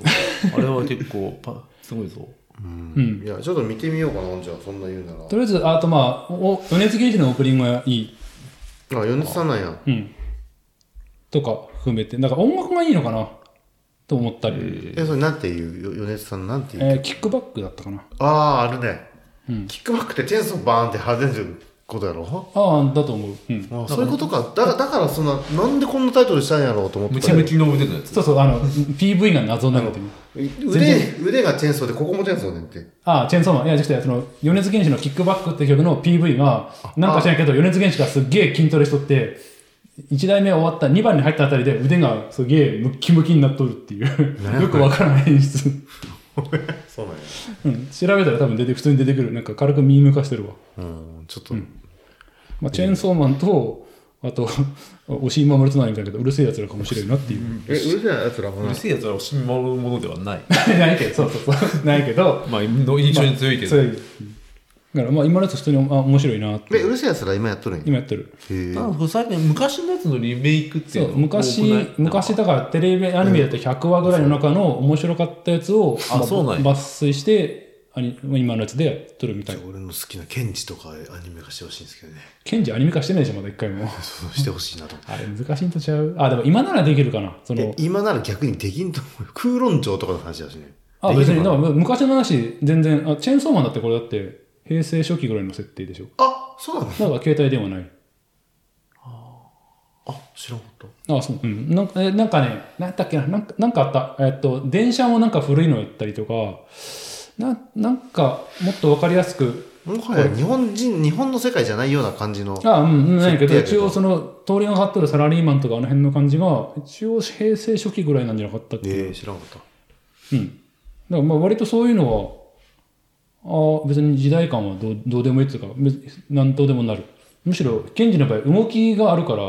[SPEAKER 2] あれは結構パ、すごいぞ。
[SPEAKER 1] うん
[SPEAKER 3] いやちょっと見てみようかなじゃあそんな言うなら
[SPEAKER 1] とりあえずあとまあお米津玄師のオープニングがいい、
[SPEAKER 3] あ、米津さんなんや。
[SPEAKER 1] うん、とか含めてなんか音楽がいいのかなと思ったり、
[SPEAKER 3] え、それなんていうよ米津さんなんて
[SPEAKER 1] え
[SPEAKER 3] いう
[SPEAKER 1] ーキックバックだったかな
[SPEAKER 3] ああ、あるね。
[SPEAKER 1] うん
[SPEAKER 3] キックバックってチェーンソーバーンって外れてることやろ
[SPEAKER 1] ああだと思う、うん、
[SPEAKER 3] あそういうことか。だだから、そんな、なんでこんなタイトルしたんやろうと思って
[SPEAKER 2] ム
[SPEAKER 3] た
[SPEAKER 2] キ
[SPEAKER 3] よ
[SPEAKER 2] ムキの腕のやつ。
[SPEAKER 1] そうそうあの PV が謎なので
[SPEAKER 3] 腕、腕がチェーンソーで、ここもチェーンソーねんって。
[SPEAKER 1] ああ、チェーンソーマン。いや、じゃなくて、その、米津玄師のキックバックって曲の PV が、なんか知らんけど、米津玄師がすっげえ筋トレしとって、1代目終わった、2番に入ったあたりで腕がすげえムッキムキになっとるっていう、よくわからない演出。
[SPEAKER 3] そうなんや。
[SPEAKER 1] うん、調べたら多分出て普通に出てくるなんか軽くミーム化してるわ、
[SPEAKER 3] うん、ちょっと、
[SPEAKER 1] まあ、チェーンソーマンとあと 押し守るつながりみたいだけどうるせえやつらかもしれんなっていう、
[SPEAKER 3] え、うるせえやつらも
[SPEAKER 2] う
[SPEAKER 3] な
[SPEAKER 2] る。せえやつら惜しみまるものではない
[SPEAKER 1] ないけどそうそうそう ないけど
[SPEAKER 2] まあの印象に強いけど、
[SPEAKER 1] まあ強いだからまあ今のやつ普通にあ面白いなっ
[SPEAKER 3] え、う
[SPEAKER 1] て
[SPEAKER 3] るせえやつら今やっとるんや。
[SPEAKER 1] 今やってる
[SPEAKER 3] へえ。
[SPEAKER 2] なんか最近昔のやつのリメイクって
[SPEAKER 1] そ
[SPEAKER 2] いう
[SPEAKER 1] う
[SPEAKER 2] の
[SPEAKER 1] 昔昔
[SPEAKER 2] だ
[SPEAKER 1] だからテレビアニメだと100話ぐらいの中の面白かったやつを、
[SPEAKER 2] あ
[SPEAKER 1] ま
[SPEAKER 2] そうなんや
[SPEAKER 1] 抜粋してアニ今のやつでやっとるみたい
[SPEAKER 3] 俺の好きなケンジとかアニメ化してほしいんですけどね。
[SPEAKER 1] ケンジアニメ化してないでしょまだ一回 も
[SPEAKER 3] そうしてほしいなと。
[SPEAKER 1] あれ難しいんとちゃうあでも今ならできるかなそ
[SPEAKER 3] え
[SPEAKER 1] の
[SPEAKER 3] 今なら逆にできんと思うよ。空論城とかの話だしね。
[SPEAKER 1] あ
[SPEAKER 3] でき
[SPEAKER 1] 別
[SPEAKER 3] る
[SPEAKER 1] に
[SPEAKER 3] の
[SPEAKER 1] だ
[SPEAKER 3] か
[SPEAKER 1] か
[SPEAKER 3] な
[SPEAKER 1] ら昔の話全然あチェーンソーマンだってこれだって平成初期ぐらいの設定でし ょ
[SPEAKER 3] あ、そうなの
[SPEAKER 1] だから携帯電話ない
[SPEAKER 3] あ、知らんかった。
[SPEAKER 1] あそううんなんかえなんかねなんだっけななんかなんかあったえっと電車もなんか古いのやったりとかななんかもっとわかりやすく
[SPEAKER 3] もはや日本人、日本の世界じゃないような感じの。
[SPEAKER 1] あうんうん、ないけど、
[SPEAKER 3] 設定やけ
[SPEAKER 1] 一
[SPEAKER 3] ど
[SPEAKER 1] 応その、通りがかってるサラリーマンとかあの辺の感じが、一応平成初期ぐらいなんじゃなかったっけ、
[SPEAKER 3] えー、知らんかった。
[SPEAKER 1] うん。だからまあ割とそういうのは、ああ、別に時代感はどうどうでもいいっていうか、別に何とでもなる。むしろ、ケンジの場合、動きがあるから、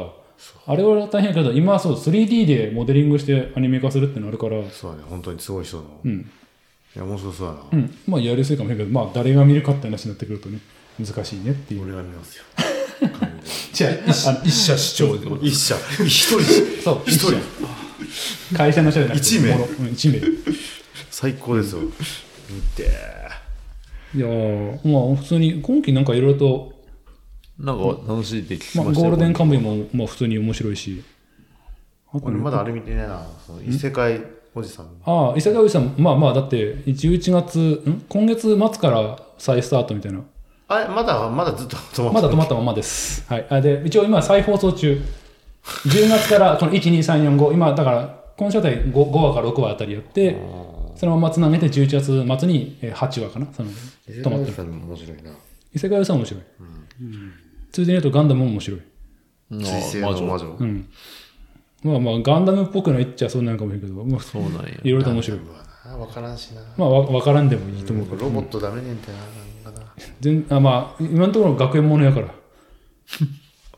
[SPEAKER 1] あれは大変だけど、今はそう、3D でモデリングしてアニメ化するってのあるから、う
[SPEAKER 3] そうだね、本当にすごい人の。
[SPEAKER 1] ん。
[SPEAKER 3] いや、面白そうだな。
[SPEAKER 1] うん。まあ、やりやすいかもしれないけど、まあ、誰が見るかって話になってくるとね、難しいねっていう。
[SPEAKER 3] 俺が見ますよ。
[SPEAKER 1] じゃあ、
[SPEAKER 2] 一社主張で
[SPEAKER 3] 一社、一人し、
[SPEAKER 1] そう、
[SPEAKER 3] 一人。
[SPEAKER 1] 会社の人じゃなくて、
[SPEAKER 3] 一名
[SPEAKER 1] ものうん、一名。
[SPEAKER 3] 最高ですよ。見て
[SPEAKER 1] いやーまあ普通に今期なんかいろいろと、
[SPEAKER 2] なんか楽しいで聞き
[SPEAKER 1] ま
[SPEAKER 2] ま
[SPEAKER 1] あ、
[SPEAKER 2] した
[SPEAKER 1] ゴールデンカ
[SPEAKER 2] ム
[SPEAKER 1] ムイもまあ普通に面白いしあと
[SPEAKER 3] 俺まだあれ見てないな。その異世界おじさん。
[SPEAKER 1] ああ伊勢川さんまあまあだって11月ん今月末から再スタートみたいな
[SPEAKER 3] あれ、まだ、まだずっと止まって
[SPEAKER 1] まだ止まったままですはいあで一応今再放送中10月からこの12345今だから今週あたり 5, 5話から6話あたりやってそのままつなげて11月末にえー8話かなその
[SPEAKER 3] る。
[SPEAKER 1] 止まってる
[SPEAKER 3] さんも面白いな。
[SPEAKER 1] 伊勢川さん面白い、ついでに言うとガンダムも面白い
[SPEAKER 3] 水星の魔女。
[SPEAKER 1] うん。まあまあ、ガンダムっぽくないっちゃそうなのかもしれないけど、まあ、
[SPEAKER 2] そうなんや
[SPEAKER 1] いろいろと面白い。
[SPEAKER 3] うわな、わからんしな。
[SPEAKER 1] まあ、わわからんでもいいと思うから。
[SPEAKER 3] ロボットダメねんてな、なんかな。
[SPEAKER 1] 全あまあ、今のところ学園ものやから。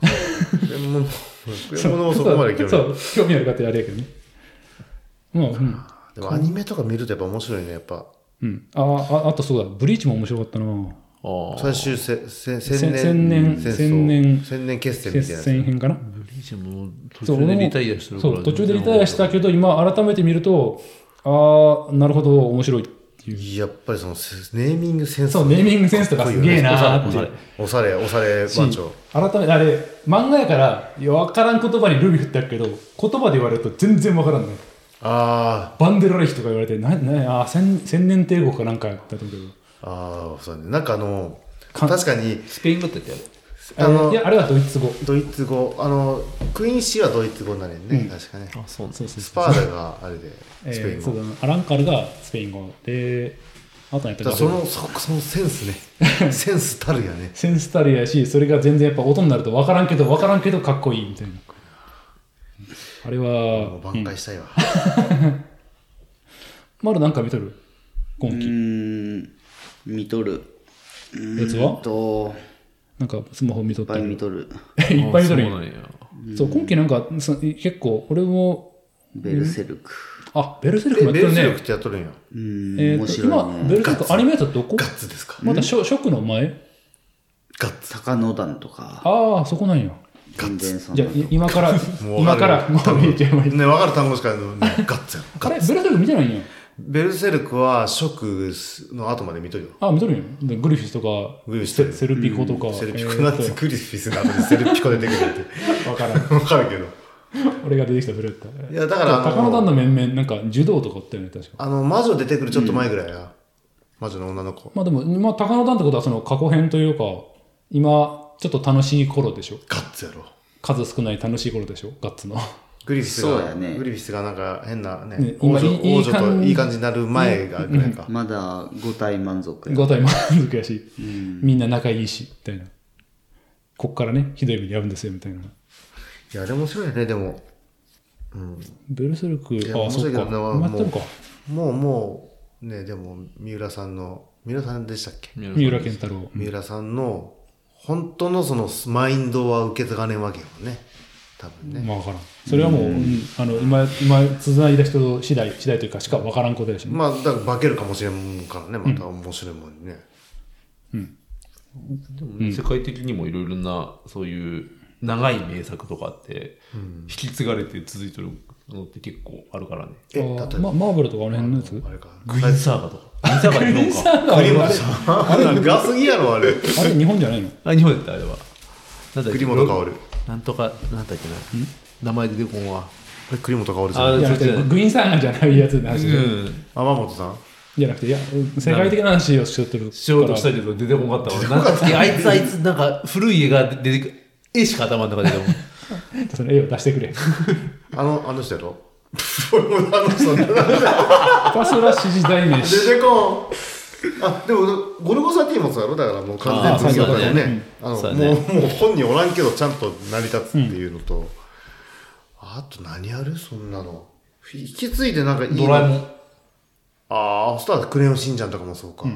[SPEAKER 3] でも、僕もそこまで興味
[SPEAKER 1] そ、
[SPEAKER 3] ないう
[SPEAKER 1] 興味ある方やあれやけどね。まあ、うん。
[SPEAKER 3] でもアニメとか見るとやっぱ面白いね、やっぱ。
[SPEAKER 1] うん、あああとそうだ、ブリーチも面白かったな
[SPEAKER 2] ああ
[SPEAKER 3] 最終せ、せ、
[SPEAKER 1] せ
[SPEAKER 3] 千
[SPEAKER 1] 千年
[SPEAKER 3] 年。戦争
[SPEAKER 1] 千年
[SPEAKER 3] 千年決戦み
[SPEAKER 1] 決
[SPEAKER 3] たいな
[SPEAKER 1] 戦
[SPEAKER 3] や
[SPEAKER 1] 編かな。
[SPEAKER 2] ブリーチも途
[SPEAKER 1] そう
[SPEAKER 2] 中で
[SPEAKER 1] 俺も
[SPEAKER 2] リタイアしてるか
[SPEAKER 1] そ
[SPEAKER 2] ら
[SPEAKER 1] う、途中でリタイアしたけど、今改めて見ると、ああ、なるほど、面白いっていう。
[SPEAKER 3] つ。やっぱりその、せネーミングセンス。
[SPEAKER 1] そう、ネーミングセンスとかすげえなーっていう。
[SPEAKER 3] おされ、おされ
[SPEAKER 1] し
[SPEAKER 3] 番長。
[SPEAKER 1] 改めてあれ漫画やからいや分からん言葉にルビ振ってあるけど言葉で言われると全然分からんね
[SPEAKER 3] あ
[SPEAKER 1] バンデラレヒとか言われてななあー千千年帝国かなんかだと思うけど
[SPEAKER 3] あ、ああ、そうだね。なんかあの、
[SPEAKER 1] か
[SPEAKER 3] 確かに、
[SPEAKER 2] スペイン語ってやってやる
[SPEAKER 3] あ
[SPEAKER 1] あ
[SPEAKER 3] の
[SPEAKER 1] い、やあれはドイツ語
[SPEAKER 3] ドイツ語、あの、クイーン氏はドイツ語になるよね、確かね。
[SPEAKER 2] あそうなん
[SPEAKER 1] そうそう
[SPEAKER 3] ス
[SPEAKER 1] そう
[SPEAKER 3] パーダがあれで、
[SPEAKER 1] え
[SPEAKER 3] スペイン
[SPEAKER 1] ー、
[SPEAKER 3] 語。
[SPEAKER 1] そうだなアランカルがスペイン語であと何やった
[SPEAKER 3] だ
[SPEAKER 1] か
[SPEAKER 3] からそのそそのセンス ねセンスたるやね
[SPEAKER 1] センスタルやしそれが全然やっぱ音になると分からんけど分からんけどかっこいいみたいなあれ
[SPEAKER 3] もう
[SPEAKER 1] は、う
[SPEAKER 3] 挽
[SPEAKER 1] ん
[SPEAKER 3] 回したいわ、
[SPEAKER 1] まだ何か見とる今
[SPEAKER 4] う
[SPEAKER 1] 期
[SPEAKER 4] ーん見とるうーん
[SPEAKER 1] 別は
[SPEAKER 4] と
[SPEAKER 1] なんかスマホ見と
[SPEAKER 4] い
[SPEAKER 1] っ
[SPEAKER 4] ったぱい
[SPEAKER 1] り
[SPEAKER 4] 見とる
[SPEAKER 1] いっぱい見とる
[SPEAKER 2] あ
[SPEAKER 1] んや
[SPEAKER 2] そうなんや
[SPEAKER 1] そう今期なんかそ結構俺も
[SPEAKER 4] ベルセルク
[SPEAKER 1] あベルセルク
[SPEAKER 3] え
[SPEAKER 1] もや
[SPEAKER 3] ベ
[SPEAKER 1] って
[SPEAKER 3] ル
[SPEAKER 1] る
[SPEAKER 3] セル
[SPEAKER 1] ね
[SPEAKER 3] クっ、てやっとるんや
[SPEAKER 4] うーん、
[SPEAKER 1] えー
[SPEAKER 4] 面
[SPEAKER 1] と
[SPEAKER 4] 白
[SPEAKER 1] 今
[SPEAKER 4] い
[SPEAKER 1] ベル
[SPEAKER 4] ね
[SPEAKER 1] セルクアニメートどこ
[SPEAKER 3] ガッツですか
[SPEAKER 1] まだ初初期の前
[SPEAKER 3] ガッツ
[SPEAKER 4] 高野団とか
[SPEAKER 1] ああそこなんや
[SPEAKER 4] 全然そん
[SPEAKER 1] じ
[SPEAKER 4] な
[SPEAKER 1] ゃあい今から今からもう見えちゃいました
[SPEAKER 3] ね分かる単語しかないのねガッツやろ
[SPEAKER 1] あれベルセルク見てないんや
[SPEAKER 3] ベルセルクはショックの後まで見とるよ
[SPEAKER 1] あ見とるんやでグリフィスとか
[SPEAKER 3] グリフィス
[SPEAKER 1] セセルピコとか、
[SPEAKER 3] セルピ
[SPEAKER 1] え
[SPEAKER 3] コ
[SPEAKER 1] ー
[SPEAKER 3] なんてクリフィスの後でセルピコ出てくるっ て
[SPEAKER 1] わからん
[SPEAKER 3] 分かるけど
[SPEAKER 1] 俺が出てきたそれやった
[SPEAKER 3] いやだからあの
[SPEAKER 1] 高野団の面々なんか柔道とかあったよね確か
[SPEAKER 3] あの魔女出てくるちょっと前ぐらいや、魔女の女の子
[SPEAKER 1] まあでも、まあ、高野団ってことはその過去編というか今ちょっと楽しい頃でしょ
[SPEAKER 3] ガッツやろ
[SPEAKER 1] 数少ない楽しい頃でしょガッツの
[SPEAKER 3] グリフィスが
[SPEAKER 4] そうやね
[SPEAKER 3] グリフィスがなんか変なね
[SPEAKER 1] ね
[SPEAKER 3] 王
[SPEAKER 1] 今
[SPEAKER 3] 女
[SPEAKER 1] いい
[SPEAKER 3] 王
[SPEAKER 1] いい
[SPEAKER 3] 女と
[SPEAKER 1] 感じ
[SPEAKER 3] いい感じになる前がぐらいか、
[SPEAKER 4] まだ五体満足
[SPEAKER 1] 五体満足やし、みんな仲いいしみたいなこっからねひどい目に遭うんですよみたいない
[SPEAKER 3] やあれ面白いねでも
[SPEAKER 1] ベルセルク
[SPEAKER 3] いや
[SPEAKER 1] ああ
[SPEAKER 3] 面白
[SPEAKER 1] そ
[SPEAKER 3] いうけ
[SPEAKER 1] か
[SPEAKER 3] どね
[SPEAKER 1] 今やってるか
[SPEAKER 3] もうもねでも三浦さんの三浦さんでしたっけ
[SPEAKER 1] 三浦健太郎。
[SPEAKER 3] 三浦さんの本当のそのマインドは受け継がねえわけよね多分ね、
[SPEAKER 1] まあ、分からん。それはもう、うんあの、今、今、繋いだ人次第、次第というか、しか分からんことやしね。
[SPEAKER 3] まあだから化けるかもしれんからねまた面白いもんね、
[SPEAKER 2] でもね世界的にもいろいろなそういう長い名作とかって、引き継がれて続いてるのって結構あるからね。
[SPEAKER 3] え例
[SPEAKER 1] あ
[SPEAKER 3] え
[SPEAKER 1] ー
[SPEAKER 3] ば
[SPEAKER 1] ま、マーブルとかあの辺のやつ
[SPEAKER 3] あれか
[SPEAKER 2] グリーンサーガとか。グリーンサーガは日本か。
[SPEAKER 1] あれ、
[SPEAKER 3] あれガスギやろあれ
[SPEAKER 1] あれ日本じゃないの
[SPEAKER 2] あ、日本だったあれは。なんだっけ
[SPEAKER 3] 栗本薫
[SPEAKER 2] なんとか、なんだっけな。名前出てこんわ。
[SPEAKER 3] あれ栗本薫じゃ
[SPEAKER 2] あ
[SPEAKER 3] ない
[SPEAKER 1] いや、
[SPEAKER 2] そっちだ
[SPEAKER 1] グリーンサーガンじゃないやつの話で
[SPEAKER 2] うん。
[SPEAKER 3] 天本さん
[SPEAKER 1] じゃなくて、いや、世界的な話をしようとる。
[SPEAKER 2] しようとしたけど出てこんかったわ。なんだっけあいつあいつ、なんか古い絵が出てく絵しか頭の中で出てこん。
[SPEAKER 1] その絵を出してくれ。
[SPEAKER 3] あのあの人や ろ俺もあの人出
[SPEAKER 1] ひたすら指示代名 詞。
[SPEAKER 3] てこんあでもゴルゴ13もそうやろだからもう完全
[SPEAKER 2] あー
[SPEAKER 3] 次だからねあ
[SPEAKER 2] そ
[SPEAKER 3] の
[SPEAKER 2] うだね
[SPEAKER 3] もうもう本人おらんけどちゃんと成り立つっていうのと、あと何やるそんなの引き継いでなんかいいの
[SPEAKER 2] ドラえもん。
[SPEAKER 3] ああそしたら「クレヨンしんちゃん」とかもそうか、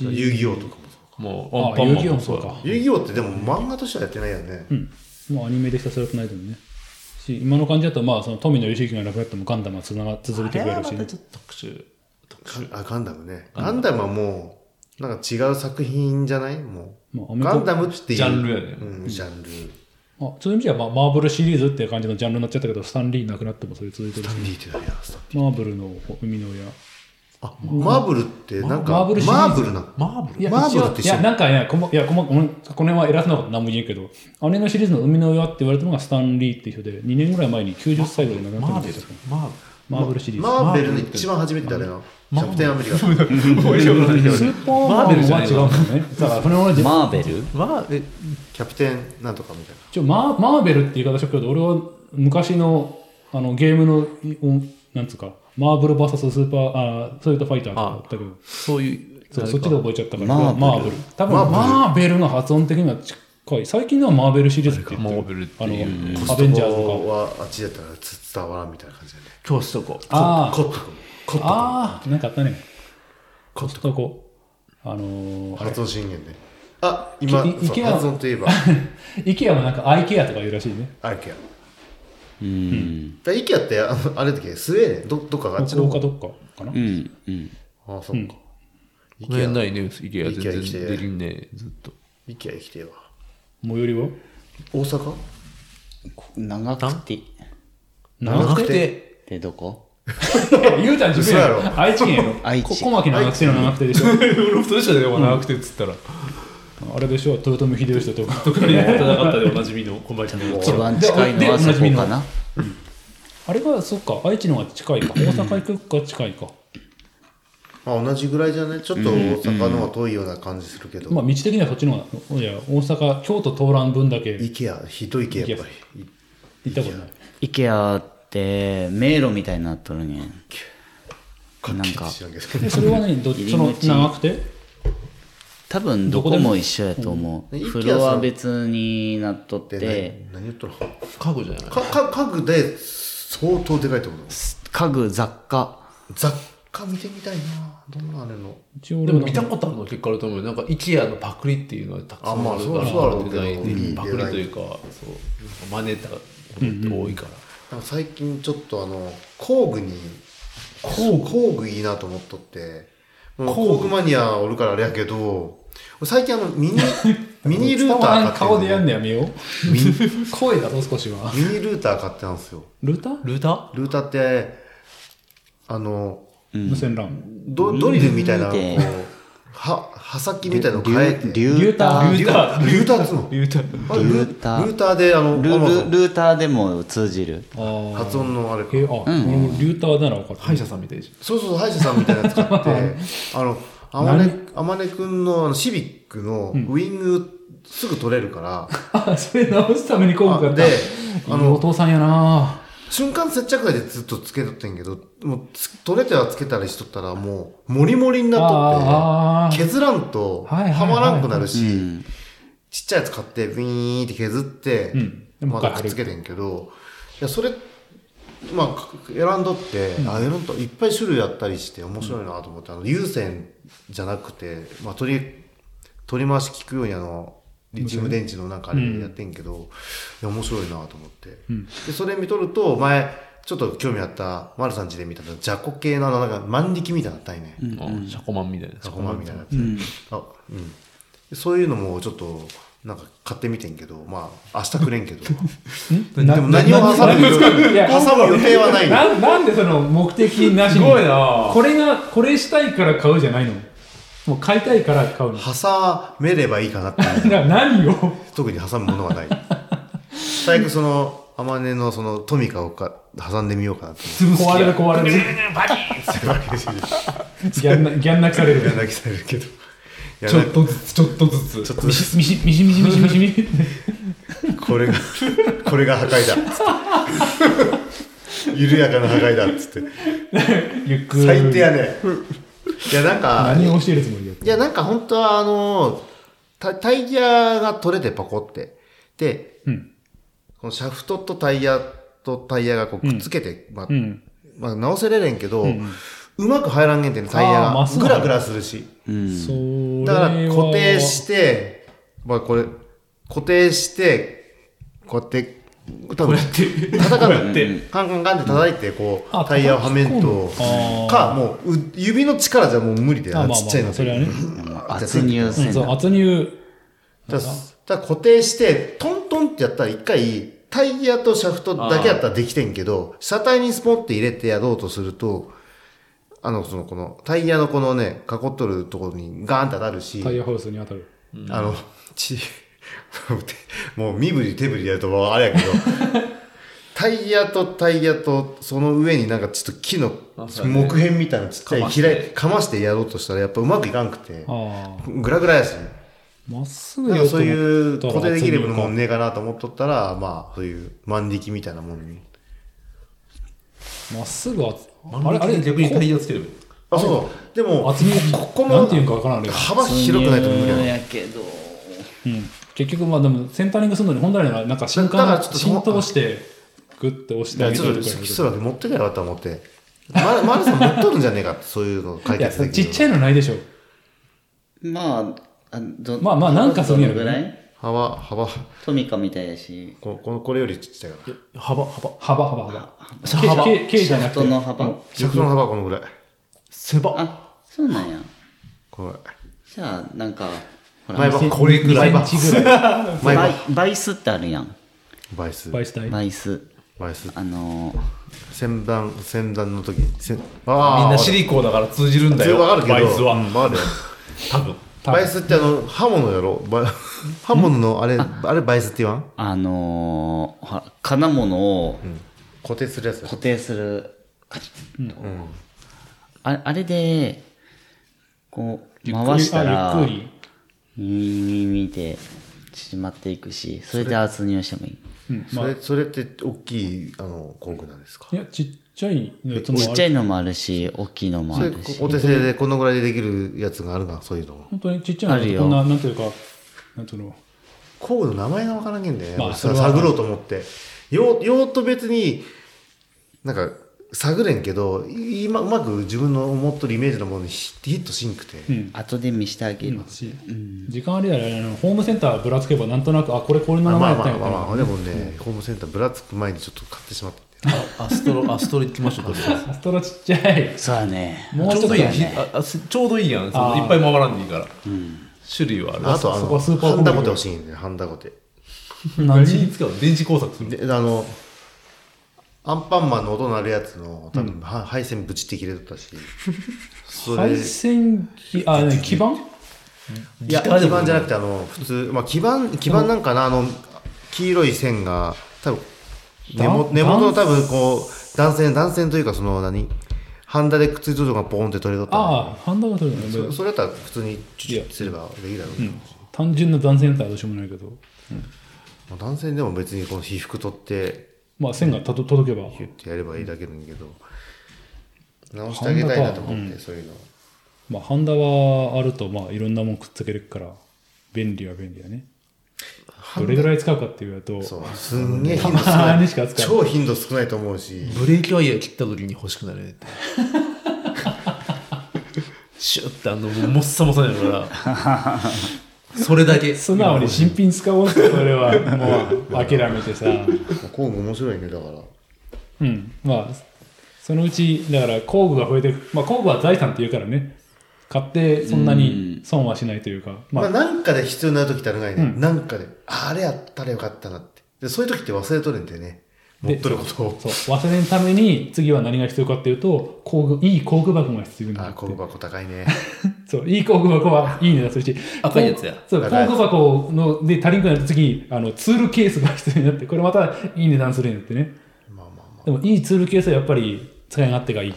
[SPEAKER 3] 遊戯王とかもそう
[SPEAKER 2] もう、
[SPEAKER 1] あ
[SPEAKER 2] アン
[SPEAKER 1] あ、
[SPEAKER 2] パ
[SPEAKER 1] 遊
[SPEAKER 2] ンマン
[SPEAKER 1] 戯王
[SPEAKER 2] も
[SPEAKER 1] もそう
[SPEAKER 2] だ
[SPEAKER 1] か。
[SPEAKER 3] 遊戯王ってでも漫画としてはやってないよね、
[SPEAKER 1] うん。もうアニメでひたすらつないでもね。し、今の感じだと、まあ、その富野義行がなくなってもガンダムはつなが続けてくれるし
[SPEAKER 2] あれはま
[SPEAKER 1] ね
[SPEAKER 2] た。ちょっと特殊。 特殊。
[SPEAKER 3] あガンダムねガンダムはもうなんか違う作品じゃないもう、
[SPEAKER 1] まあアメリカ
[SPEAKER 3] ガンダムっていう
[SPEAKER 2] ジャンルやね
[SPEAKER 3] うん、ジャンル、
[SPEAKER 1] あそういう意味では、まあ、マーブルシリーズっていう感じのジャンルになっちゃったけど、スタンリーなくなってもそれ続いてるし、
[SPEAKER 3] ダンディーって誰やさ
[SPEAKER 1] マーブルの生みの親。
[SPEAKER 3] あマーブルってなんか
[SPEAKER 1] マ
[SPEAKER 3] マ
[SPEAKER 1] ーブルシリーズ
[SPEAKER 3] ーブルな
[SPEAKER 2] マーブル
[SPEAKER 1] いや、
[SPEAKER 3] マーブルって
[SPEAKER 1] 一
[SPEAKER 3] 一緒
[SPEAKER 1] 応いや、なんかね、こもいやこもこのこの辺は偉そうなこと何も言えんけど、あのシリーズの生みの親って言われたのがスタンリーっていう人で、2年ぐらい前に90歳ぐらいで亡くな
[SPEAKER 2] マ
[SPEAKER 1] っ
[SPEAKER 2] ー
[SPEAKER 1] て
[SPEAKER 2] ベ
[SPEAKER 1] るん
[SPEAKER 2] ル
[SPEAKER 1] ですよ。
[SPEAKER 2] マー
[SPEAKER 1] マーブルシリーズ。
[SPEAKER 3] マーベルの一番初めて誰なのキャプテンアメリカ
[SPEAKER 2] ベル。いや俺俺
[SPEAKER 1] スーパーマンは違うんだよね。だから、それはね、
[SPEAKER 4] マーベル
[SPEAKER 2] マーえ
[SPEAKER 3] キャプテンなんとかみたい
[SPEAKER 1] ちょマーマーベルって言い方しとくけど、俺は昔のあのゲームの、いおなんつうか、マーブル VS スーパー、あーストリートファイターとかだったけど、
[SPEAKER 2] そういう。
[SPEAKER 1] そうそっちで覚えちゃったから、
[SPEAKER 4] マーブル
[SPEAKER 1] マーブル。多分、マーベルの発音的には近い。最近のはマーベルシリーズって言ってる
[SPEAKER 2] マーベルっていう
[SPEAKER 1] あ
[SPEAKER 3] な
[SPEAKER 1] の、アベンジャーズ
[SPEAKER 3] コストコ
[SPEAKER 1] とか。
[SPEAKER 3] はあっちだったらつ伝わらんみたいな感じだね
[SPEAKER 2] 今日しとこう。
[SPEAKER 1] あ
[SPEAKER 3] コ
[SPEAKER 1] ー
[SPEAKER 3] ットココットコ
[SPEAKER 1] あー、なんかあったね。コストコ。あのー、
[SPEAKER 3] 発音信源ねあ今
[SPEAKER 1] い
[SPEAKER 3] そう
[SPEAKER 1] いけや
[SPEAKER 3] 発音といえば
[SPEAKER 1] イケアもなんかアイケアとか言うらしいね。
[SPEAKER 3] あれけや
[SPEAKER 4] うん
[SPEAKER 3] だイケアってあのあれだっけスウェーデンどどっかがあっちの
[SPEAKER 1] 福岡
[SPEAKER 3] 方
[SPEAKER 1] どっかかな
[SPEAKER 4] う。んうん
[SPEAKER 3] ああそっか、イ
[SPEAKER 2] この
[SPEAKER 3] ケア
[SPEAKER 2] 辺ないね、イケア全
[SPEAKER 3] IKEA
[SPEAKER 2] 然
[SPEAKER 3] 来て
[SPEAKER 2] できんね、ずっと。
[SPEAKER 3] イケア行きてえわ
[SPEAKER 1] 最寄りは
[SPEAKER 3] 大阪
[SPEAKER 4] こ長くて
[SPEAKER 1] 長くて。
[SPEAKER 2] て。
[SPEAKER 4] でどこ
[SPEAKER 1] ゆうちゃん自分や
[SPEAKER 3] 嘘や
[SPEAKER 1] ろ。愛知県やろ。
[SPEAKER 4] 愛知
[SPEAKER 1] こ小牧の長くての長くてでしょ。
[SPEAKER 2] 俺もそれしか出てこなくてっつったら。
[SPEAKER 1] あれでしょ、豊臣秀吉とか。
[SPEAKER 2] 特に戦ったでおなじみの小林の。
[SPEAKER 4] 一番近いのは
[SPEAKER 1] で
[SPEAKER 4] そ
[SPEAKER 1] でおなじみ
[SPEAKER 4] こ
[SPEAKER 1] の
[SPEAKER 4] かな
[SPEAKER 1] あれが、そっか、愛知の方が近い か。大阪行くか近いか。
[SPEAKER 3] まあ同じぐらいじゃねちょっと大阪の方が遠いような感じするけど、
[SPEAKER 1] まあ、道的にはそっちの方が、いや、大阪、京都通らん分だけ
[SPEAKER 3] イケアひどいけやっぱりい
[SPEAKER 1] 行ったことない。
[SPEAKER 4] IKEA って迷路みたいになっとるねなんか
[SPEAKER 3] 知らんけど
[SPEAKER 1] でそれはね、どっちその
[SPEAKER 4] 入り口
[SPEAKER 1] 長くて
[SPEAKER 4] 多分どこも一緒やと思う
[SPEAKER 3] どこでも
[SPEAKER 4] フロア別になっとって
[SPEAKER 3] で何何言っとる
[SPEAKER 2] 家具じゃない
[SPEAKER 3] かか家具で相当でかいってこと
[SPEAKER 4] 家具雑貨
[SPEAKER 3] 雑貨見てみたいなどんなあれの
[SPEAKER 1] 一応
[SPEAKER 2] で
[SPEAKER 1] 俺
[SPEAKER 2] も
[SPEAKER 1] も
[SPEAKER 2] 見
[SPEAKER 1] なん
[SPEAKER 2] た
[SPEAKER 1] か
[SPEAKER 2] ことあるの結構あると思うよ。なんか、イケアのパクリっていうのはたくさんあるか
[SPEAKER 3] あまあ
[SPEAKER 2] ら、
[SPEAKER 3] そうそうあるけ
[SPEAKER 2] デ
[SPEAKER 3] ど
[SPEAKER 2] ザイン
[SPEAKER 3] うん
[SPEAKER 2] パクリというか、そう、真似たことって多いから。
[SPEAKER 3] なんか最近ちょっとあの工具に工具工具いいなと思っとってもう工具マニアおるからあれやけど俺最近あのミ ニミニルータ
[SPEAKER 1] 伝わらん
[SPEAKER 3] ー
[SPEAKER 1] 顔でやん
[SPEAKER 3] ね
[SPEAKER 1] のやめよう。声だと少しは。
[SPEAKER 3] ミニルーター買ってたんですよ
[SPEAKER 1] ルーター
[SPEAKER 2] ルーター
[SPEAKER 3] ルーターってあの
[SPEAKER 1] 無線 LAN。
[SPEAKER 3] ドドリルみたいなこう
[SPEAKER 4] 見て
[SPEAKER 3] は刃先みたいなの変えて
[SPEAKER 1] リューター
[SPEAKER 3] リュータールーターっつうの
[SPEAKER 2] ルーター。
[SPEAKER 3] あル
[SPEAKER 4] ルーター
[SPEAKER 3] ルーターであの
[SPEAKER 4] ルル
[SPEAKER 3] Amazon
[SPEAKER 4] ルーターでも通じる
[SPEAKER 1] あー
[SPEAKER 3] 発音のあれか
[SPEAKER 1] えあ、俺もリューターなら分かる。
[SPEAKER 2] 歯医者さんみたいじ
[SPEAKER 3] そうそうそう歯医者さんみたいなやつ買ってあのあまねあまねくんのあのシビックのウイングすぐ取れるから、
[SPEAKER 1] あ、それ直すために今回
[SPEAKER 3] あであ
[SPEAKER 1] お
[SPEAKER 3] の
[SPEAKER 1] 父さんやな
[SPEAKER 3] 瞬間接着剤でずっとつけとってんけどもうつ取れてはつけたりしとったらもうモリモリになっ
[SPEAKER 1] あ
[SPEAKER 3] とって
[SPEAKER 1] ーあー
[SPEAKER 3] 削らんと
[SPEAKER 1] はいはいは
[SPEAKER 3] はい
[SPEAKER 1] はい
[SPEAKER 3] まらんくなるし、
[SPEAKER 4] うん
[SPEAKER 3] ちっちゃいやつ買って、ビーンって削って、
[SPEAKER 1] うん
[SPEAKER 3] ま
[SPEAKER 1] もう一回
[SPEAKER 3] だくっつけてんけど、いや、それ、まあ、エランドって、あエランドいっぱい種類あったりして面白いなと思って、あの有線じゃなくて、まあ、取り取り回し聞くようにあのリチウム電池のなんかあれでやってんけど、いや面白いなと思って、でそれ見とると前ちょっと興味あった丸さん家で見たジャコ系のあのなんか万力みたいなのあったんよね、
[SPEAKER 2] シャコマンみたいな
[SPEAKER 3] ジャコマンみたいなやつ、あうん、でそういうのもちょっとなんか買ってみてんけどまあ明日くれんけ ど
[SPEAKER 1] で
[SPEAKER 3] でも何を挟む予
[SPEAKER 1] いや
[SPEAKER 3] 定挟む予定はないよ
[SPEAKER 1] ななんでその目的なし
[SPEAKER 2] す
[SPEAKER 1] に
[SPEAKER 2] ごいな
[SPEAKER 1] これがこれしたいから買うじゃないのもう買いたいから買うの
[SPEAKER 3] 挟めればいいか なってい
[SPEAKER 1] だか
[SPEAKER 3] う
[SPEAKER 1] ら何を
[SPEAKER 3] 特に挟むものはない最悪その天音のそのトミカをか挟んでみようかなって
[SPEAKER 1] 壊れる壊れるギャン泣きギャン泣きされる
[SPEAKER 3] 泣きされるけどや
[SPEAKER 2] ちょ
[SPEAKER 3] な
[SPEAKER 2] っとずつちょっとずつ
[SPEAKER 3] ちょっと
[SPEAKER 1] ミシミシミシミシミシミシミシ
[SPEAKER 3] これがこれが破壊だっ つって緩やかな破壊だっつって
[SPEAKER 1] ゆっくり
[SPEAKER 3] 最低やねいやなんか
[SPEAKER 1] 何を教えるつもりだった
[SPEAKER 3] いや、なんか本当は、あのタ、タイヤが取れてパコって。で、
[SPEAKER 1] うん
[SPEAKER 3] このシャフトとタイヤとタイヤがこうくっつけて、まあ、
[SPEAKER 1] うん
[SPEAKER 3] まあ、直せれれんけど、うまく入らんげんてね、タイ
[SPEAKER 1] あー
[SPEAKER 3] ヤ
[SPEAKER 1] ま
[SPEAKER 3] が
[SPEAKER 1] あ。そう
[SPEAKER 3] グ
[SPEAKER 1] なの
[SPEAKER 3] ラグラするし。
[SPEAKER 1] それは
[SPEAKER 3] だから固定して、まあこれ、固定して、こうやって、多分叩かんで、カンカンカンって叩いて、こう
[SPEAKER 1] あ、
[SPEAKER 3] タイヤをはめんと
[SPEAKER 1] 叩き込む、
[SPEAKER 3] か、もう、う指の力じゃもう無理だ
[SPEAKER 1] あまあま
[SPEAKER 3] よな、
[SPEAKER 1] あ
[SPEAKER 3] ちっちゃいのって
[SPEAKER 1] それはね
[SPEAKER 4] 圧入
[SPEAKER 1] う
[SPEAKER 4] 線
[SPEAKER 1] んそう圧入
[SPEAKER 3] だからだから固定して、トントンってやったら一回、タイヤとシャフトだけやったらできてんけど、車体にスポンって入れてやろうとすると、あの、その、この、タイヤのこのね、囲っとるところにガーンって当たるし、
[SPEAKER 1] タイヤハウスに当たる
[SPEAKER 3] あの、ち、 もう身振り手振りやるともうあれやけど、タイヤとタイヤとその上になんかちょっと木の
[SPEAKER 2] あそうだね
[SPEAKER 3] 木片みたいなちっちゃい
[SPEAKER 2] かまして
[SPEAKER 3] 平いかましてやろうとしたらやっぱうまくいかんくて、
[SPEAKER 1] ああ
[SPEAKER 3] グラグラやし、
[SPEAKER 1] まっすぐ
[SPEAKER 3] なん
[SPEAKER 1] や
[SPEAKER 3] か
[SPEAKER 1] る
[SPEAKER 3] そういう
[SPEAKER 1] と
[SPEAKER 3] 固
[SPEAKER 1] 思った
[SPEAKER 3] 定
[SPEAKER 1] ら
[SPEAKER 3] できるも
[SPEAKER 1] 圧入
[SPEAKER 3] の
[SPEAKER 1] か
[SPEAKER 3] もねえかなと思っとったら、まあそういう万力みたいなもんに。
[SPEAKER 1] まっすぐ圧
[SPEAKER 2] あ
[SPEAKER 1] あれ
[SPEAKER 2] れあ
[SPEAKER 1] あ
[SPEAKER 2] れ
[SPEAKER 1] れ
[SPEAKER 2] 逆にタイ
[SPEAKER 1] こ
[SPEAKER 2] ヤつければいい
[SPEAKER 3] あ、そうそう。でも、
[SPEAKER 1] 厚みが
[SPEAKER 3] こ
[SPEAKER 1] な
[SPEAKER 3] こも
[SPEAKER 1] んていうんかわからんあれが
[SPEAKER 3] 幅広くないと無理や
[SPEAKER 4] や
[SPEAKER 3] ね。
[SPEAKER 4] けど
[SPEAKER 1] う、うん、結局まあでもセンタリングするのに本来ならなんか新
[SPEAKER 3] だから
[SPEAKER 1] 刊
[SPEAKER 3] ちょっとその
[SPEAKER 1] 浸透してグッて押してあげ
[SPEAKER 3] ち
[SPEAKER 1] て
[SPEAKER 3] ょっ
[SPEAKER 1] る
[SPEAKER 3] と、
[SPEAKER 1] とか
[SPEAKER 3] 基礎だけ持ってけばよかったと思って。まマルさん持っとるんじゃねえかって、そういうの解
[SPEAKER 1] いや
[SPEAKER 3] 決でき
[SPEAKER 1] ち
[SPEAKER 3] る。
[SPEAKER 1] っちゃいのないでしょ
[SPEAKER 4] まああど
[SPEAKER 1] まあまあなんかするんやろ
[SPEAKER 4] ど
[SPEAKER 1] ね
[SPEAKER 4] のぐらい
[SPEAKER 3] 幅、幅、
[SPEAKER 4] トミカみたいやし
[SPEAKER 3] ここのこれよりちっちゃいから。
[SPEAKER 2] 幅幅
[SPEAKER 1] 幅幅幅
[SPEAKER 2] シャ幅
[SPEAKER 1] K じゃなく
[SPEAKER 4] 人
[SPEAKER 1] て
[SPEAKER 4] の幅
[SPEAKER 3] シャフトの幅はこのぐらい。
[SPEAKER 2] 狭
[SPEAKER 4] あそうなんや
[SPEAKER 3] このぐら
[SPEAKER 4] じゃあなんかほ
[SPEAKER 3] 前
[SPEAKER 4] ら
[SPEAKER 3] 歯
[SPEAKER 2] これぐらい
[SPEAKER 1] 2センチぐらい
[SPEAKER 3] い。前
[SPEAKER 4] バイ
[SPEAKER 3] 歯。
[SPEAKER 4] バイスってあるやん
[SPEAKER 3] バイス。
[SPEAKER 1] 倍したい
[SPEAKER 4] バイス
[SPEAKER 3] バイス。
[SPEAKER 4] あのー
[SPEAKER 3] 先端、先端の時に。せんあ
[SPEAKER 2] みんなシ
[SPEAKER 3] 知り
[SPEAKER 2] リコだから通じるんだよ
[SPEAKER 3] わかるけど。
[SPEAKER 2] バイスは
[SPEAKER 3] うんわかるよ
[SPEAKER 2] 多分
[SPEAKER 3] バイスってあの、刃物やろバイ 刃物のあれ、あれバイスって言わん
[SPEAKER 4] あのーほら金物を
[SPEAKER 3] 固定するやつ
[SPEAKER 4] 固定するカチッとああれでこう回したら
[SPEAKER 1] あゆっくり
[SPEAKER 4] 耳耳で縮まっていくしそれで圧入してもいい
[SPEAKER 1] うんま
[SPEAKER 3] そ
[SPEAKER 1] あ
[SPEAKER 3] れ、それって大きい、あの、工具なんですか
[SPEAKER 1] いやちっちゃいのやつも
[SPEAKER 4] ちっ
[SPEAKER 1] あ
[SPEAKER 4] ちゃ
[SPEAKER 1] る
[SPEAKER 4] いのもあるし大きいのも
[SPEAKER 3] そ
[SPEAKER 4] あ
[SPEAKER 3] れ、
[SPEAKER 4] るし
[SPEAKER 3] お手製でこのぐらいでできるやつがあるな、そういうの。
[SPEAKER 1] 本当にちっちゃい
[SPEAKER 4] ある
[SPEAKER 1] の
[SPEAKER 4] よ
[SPEAKER 1] こんななんていうかなんていうの
[SPEAKER 3] 工具の名前がわからんけんだよね。
[SPEAKER 1] まあ
[SPEAKER 3] 俺
[SPEAKER 1] そ
[SPEAKER 3] さ
[SPEAKER 1] れは
[SPEAKER 3] 探ろうと思って。用用途別に、なんか、探れんけど、い今うまく自分の思っとるイメージのものにヒヒットしんくて。
[SPEAKER 1] うん
[SPEAKER 4] 後で見してあげる
[SPEAKER 1] し時間あれやらあのホームセンターぶらつけばなんとなくあこれこれの名前やったんや
[SPEAKER 3] まあまあまあま
[SPEAKER 1] か
[SPEAKER 3] あ、でもね、ホームセンターぶらつく前にちょっと買ってしまったんだよ。
[SPEAKER 2] アストロアストロ行きましょうとりあえず
[SPEAKER 1] なアストロちっちゃい
[SPEAKER 4] そうだね
[SPEAKER 1] もう
[SPEAKER 2] ち
[SPEAKER 1] ち
[SPEAKER 2] ょ
[SPEAKER 1] ょっ
[SPEAKER 2] う
[SPEAKER 1] と
[SPEAKER 2] どい
[SPEAKER 1] だ
[SPEAKER 2] いや
[SPEAKER 1] よ
[SPEAKER 2] んひ
[SPEAKER 1] ね
[SPEAKER 2] あすちょうどいいやんその
[SPEAKER 1] あー
[SPEAKER 2] いっぱい回らんでいいから種類はある
[SPEAKER 3] あとあ
[SPEAKER 1] そこ
[SPEAKER 3] の、
[SPEAKER 1] はスーパー
[SPEAKER 3] ハ
[SPEAKER 1] コンビニ
[SPEAKER 3] ンダゴテ欲しいんだよ、ハンダゴテ。
[SPEAKER 1] 何
[SPEAKER 2] 何に使うの電磁工作する
[SPEAKER 3] で、あの、アンパンマンの音鳴るやつの、多分、は配線ブチって切れとった し。それ
[SPEAKER 1] 配線機あね基板
[SPEAKER 3] いや、基板じゃなくて、あの、普通、まあ、基板、基板なんかな、あの、黄色い線が、多分、根元、
[SPEAKER 1] 断
[SPEAKER 3] 根元の多分、こう、断線、断線というか、その、何ハンダでくっついとるのがポーンって取れとったの
[SPEAKER 1] ああハンダが取れる
[SPEAKER 3] そ
[SPEAKER 1] の
[SPEAKER 3] それだったら普通にチュチュッすればできるだろうけど、
[SPEAKER 1] 単純な断線だったらどうしようもないけど
[SPEAKER 3] まあ、断線でも別にこの被覆取って
[SPEAKER 1] まあ線がたと届けば
[SPEAKER 3] ヒュッてやればいいだけなんだけど直してあげたいなと思って、そういうの
[SPEAKER 1] まあハンダはあるとまあいろんなもんくっつけるから便利は便利だねどれぐらい使うかっていうと、
[SPEAKER 3] そうすんげえ頻度少
[SPEAKER 1] たま
[SPEAKER 3] な
[SPEAKER 1] に
[SPEAKER 3] い
[SPEAKER 1] しか使わない
[SPEAKER 3] 超頻度少ないと思うし
[SPEAKER 2] ブレーキワイヤー切った時に欲しくなるね って。シュッてあの、もうもっさもさだから。それだけ。
[SPEAKER 1] 素直に新品使お うってそれはもう諦めてさ
[SPEAKER 3] 工具面白いねだから
[SPEAKER 1] うんまあそのうちだから工具が増えてくまあ工具は財産っていうからね買ってそんなに損はしないというか
[SPEAKER 3] ま
[SPEAKER 1] ま
[SPEAKER 3] あ、
[SPEAKER 1] あ
[SPEAKER 3] なんかで必要になる時ってあるがいね、
[SPEAKER 1] うん
[SPEAKER 3] なんかで、ああれやったらよかったなって。で、そういう時って忘れとるんだよね。持
[SPEAKER 1] で
[SPEAKER 3] っとることを。
[SPEAKER 1] そう忘れるために次は何が必要かっていうと工具いい工具箱が必要にな
[SPEAKER 3] あ
[SPEAKER 1] る
[SPEAKER 3] あ、工具箱高いね。
[SPEAKER 1] そういい工具箱はいい値段するし
[SPEAKER 2] 赤いやつや
[SPEAKER 1] そう工
[SPEAKER 3] 赤いやつ
[SPEAKER 1] 具箱ので足りんくなると次あのツールケースが必要になってこれまたいい値段するんだってね
[SPEAKER 3] まあまあま
[SPEAKER 1] でもいいツールケースはやっぱり使い勝手がいい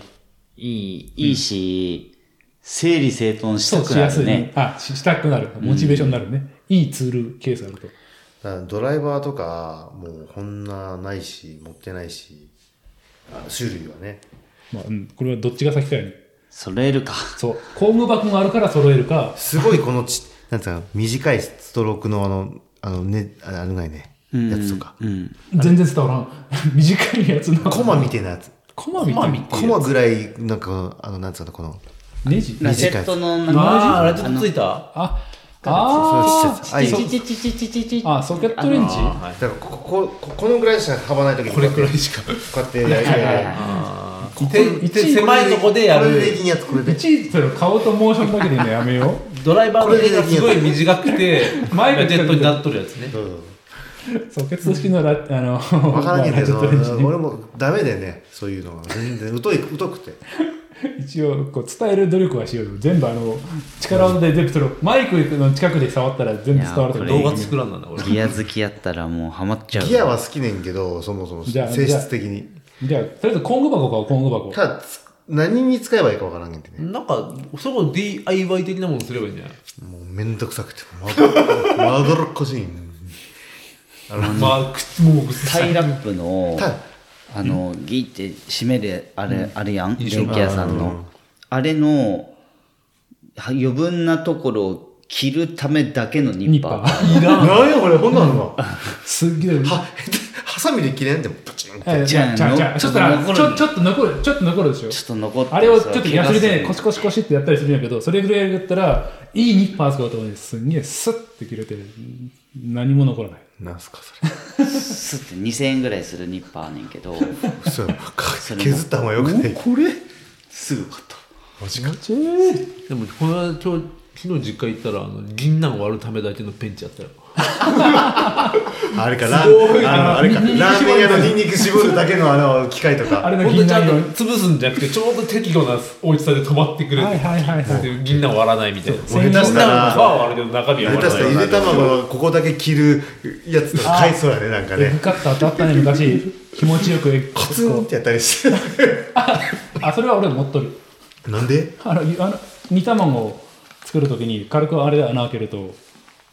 [SPEAKER 2] いい。
[SPEAKER 4] いいし、整理整頓し
[SPEAKER 1] そ
[SPEAKER 4] た
[SPEAKER 1] う
[SPEAKER 4] く
[SPEAKER 1] し
[SPEAKER 4] な
[SPEAKER 1] やす
[SPEAKER 4] る
[SPEAKER 1] いね
[SPEAKER 4] ね。
[SPEAKER 1] あししたくなるモチベーションになるね、いいツールケースあると
[SPEAKER 3] あ。だからドライバーとか、もうこんなないし、持ってないし、あ種類はね。
[SPEAKER 1] まあ、うん、これはどっちが先かよね
[SPEAKER 4] 揃えるか。
[SPEAKER 1] そう工具箱があるから揃えるか
[SPEAKER 3] すごいこのち、 なんつうか、短いストロークのあの、あのね、ああるがいね、やつとか。
[SPEAKER 4] うん。
[SPEAKER 1] 全然伝わらん 短いやつの
[SPEAKER 3] コマみたいなやつ。
[SPEAKER 1] コマみたいな
[SPEAKER 3] コマぐらい、なんか、あの、なんつうの、この、
[SPEAKER 1] ネジ
[SPEAKER 4] ラチェットのなん
[SPEAKER 2] あ
[SPEAKER 4] か
[SPEAKER 2] あ、ラジオついた
[SPEAKER 1] ああ
[SPEAKER 3] そう
[SPEAKER 1] ー
[SPEAKER 3] そうちっちゃいやつ
[SPEAKER 4] チチチチチチ
[SPEAKER 1] あソケットレンチ
[SPEAKER 2] あ
[SPEAKER 3] だからここ、ここのぐらいしか幅ない時に
[SPEAKER 2] これくらいしか。
[SPEAKER 3] こうやってやりながら
[SPEAKER 4] はいはい
[SPEAKER 2] あ
[SPEAKER 1] ここ
[SPEAKER 2] ーいて
[SPEAKER 1] 一
[SPEAKER 2] 狭いとこでや
[SPEAKER 3] これで
[SPEAKER 2] る
[SPEAKER 3] い。いやつ、これで
[SPEAKER 1] い。ちそれ顔とモーションだけでねやめよ
[SPEAKER 2] ドライバーの手がすごい短くて、
[SPEAKER 1] マイク
[SPEAKER 2] ガジェットになっとるやつね。
[SPEAKER 3] うん
[SPEAKER 1] うソケット式のラあの
[SPEAKER 3] わからんけ
[SPEAKER 1] ラジェッ
[SPEAKER 3] ど、
[SPEAKER 1] トレンチね
[SPEAKER 3] 俺もダメでね、そういうのは。全然疎い、疎くて。
[SPEAKER 1] 一応こう伝える努力はしようよ全部あの力で全部そのマイクの近くで触ったら全部伝わるとか
[SPEAKER 4] いや
[SPEAKER 2] 動
[SPEAKER 4] こ
[SPEAKER 2] 画作らんなんだ、俺。
[SPEAKER 4] ギア好きやったらもうハマっちゃう。
[SPEAKER 3] ギアは好きねんけど、そもそも
[SPEAKER 1] じゃあ
[SPEAKER 3] 性質的に。
[SPEAKER 1] じゃあとりあえず工具箱買おう工具箱
[SPEAKER 3] ただ、つ何に使えばいいかわからんけんてね。
[SPEAKER 2] なんか、そこ DIY 的なものすればいいんじゃない
[SPEAKER 3] もうめんどくさくて、まどまどろっこしいん。
[SPEAKER 2] まあ、靴もぐっ
[SPEAKER 4] タイラップの
[SPEAKER 3] タイ、
[SPEAKER 4] あの、ギーって締める、あれ、あれやん電気屋さんの。あれの、は余分なところを切るためだけのニ
[SPEAKER 1] ニッ
[SPEAKER 4] ッパ
[SPEAKER 1] パ
[SPEAKER 4] ー。
[SPEAKER 1] ー
[SPEAKER 3] いらん。なんやこれ、こんなのが。
[SPEAKER 1] すっげえ
[SPEAKER 3] は、ハサミで切れんでも、プチン。
[SPEAKER 1] え
[SPEAKER 4] じゃあ
[SPEAKER 1] じゃあじゃあ
[SPEAKER 4] の
[SPEAKER 1] ちょっとあ
[SPEAKER 4] 残る
[SPEAKER 1] ちょちょっと残るちょっと残るでしょ
[SPEAKER 4] ちょっと残って
[SPEAKER 1] あれをちょっとヤスリでコ
[SPEAKER 4] こ
[SPEAKER 1] シコシコシってやったりするんやけどそれぐらいやったらいいニッパー使うとすんげえスッて切れて何も残らない
[SPEAKER 3] なんすか、それ。
[SPEAKER 4] すって2000円ぐらいするニッパーねんけど
[SPEAKER 3] 嘘やろか
[SPEAKER 4] それも
[SPEAKER 3] 削った方がよくない。
[SPEAKER 4] これすぐ買った
[SPEAKER 3] マジか。
[SPEAKER 1] ちぇ
[SPEAKER 2] でもこの間今日昨日実家行ったらあの銀杏割るためだけのペンチやったよ
[SPEAKER 3] あれか、ラーあのあれか、ラーメン屋のニンニク絞るだけのあの、機械と
[SPEAKER 1] あ
[SPEAKER 3] か。
[SPEAKER 1] れの
[SPEAKER 2] ほん
[SPEAKER 1] 銀
[SPEAKER 2] とちゃ
[SPEAKER 1] 杏
[SPEAKER 2] んと
[SPEAKER 1] 色
[SPEAKER 2] 潰すんじゃなくてちょうど適度な大きさで止まってくれる
[SPEAKER 1] はいはいはいはい
[SPEAKER 2] で銀杏割らないみたいな
[SPEAKER 1] 俺下手した
[SPEAKER 2] 銀
[SPEAKER 3] ら
[SPEAKER 2] 杏は割るけど中身は割
[SPEAKER 3] 下手
[SPEAKER 2] ら
[SPEAKER 3] し
[SPEAKER 2] な
[SPEAKER 3] たら
[SPEAKER 2] い
[SPEAKER 3] ゆで卵をここだけ切るやつとか買いそうやね、なんか
[SPEAKER 1] エ
[SPEAKER 3] ね
[SPEAKER 1] グ。かった当たったね昔気持ちよくエグ
[SPEAKER 3] コツンってやったりして。
[SPEAKER 1] あそれは俺持っとる
[SPEAKER 3] なんで
[SPEAKER 1] あのあの煮卵を作るときに軽くあれで穴開けると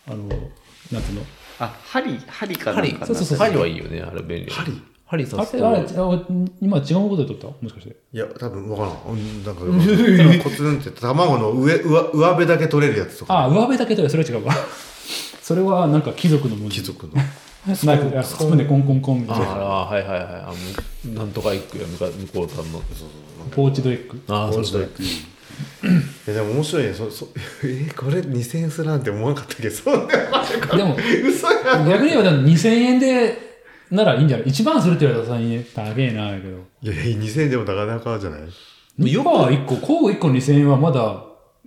[SPEAKER 1] あのなんていうの
[SPEAKER 4] あ針針かなん
[SPEAKER 2] 針
[SPEAKER 4] か
[SPEAKER 1] そうそうそう
[SPEAKER 2] 針はいいよねあれ便利針針
[SPEAKER 1] あ
[SPEAKER 2] 刺す
[SPEAKER 1] れあれ
[SPEAKER 2] と
[SPEAKER 1] あ今違うことで取ったもしかして
[SPEAKER 3] いや、多分分からんうん。なんかよく、コツンって卵の上、上上辺だけ取れるやつとか。
[SPEAKER 1] あ上辺だけ取れそれは違うわ それはなんか貴族の文字
[SPEAKER 3] 貴族の。
[SPEAKER 1] ナイフあスプーンでコンコンコンみたいな
[SPEAKER 2] ああーはいはいはいあのなんとかエッグや向か向こうさんの
[SPEAKER 1] ポーチドエッグ
[SPEAKER 2] ああそうそう
[SPEAKER 3] いや、でも面白いね。そそえ、これ2000円するなんて思わなかったけど、そんな
[SPEAKER 1] でも
[SPEAKER 3] 嘘やん。
[SPEAKER 1] 逆に言えばでも2000円でならいいんじゃない一番するって言われたらさにね高えなやけど
[SPEAKER 3] いや、2000円でもなかなかじゃないい
[SPEAKER 1] ニッパー1個工具1個2000円はまだ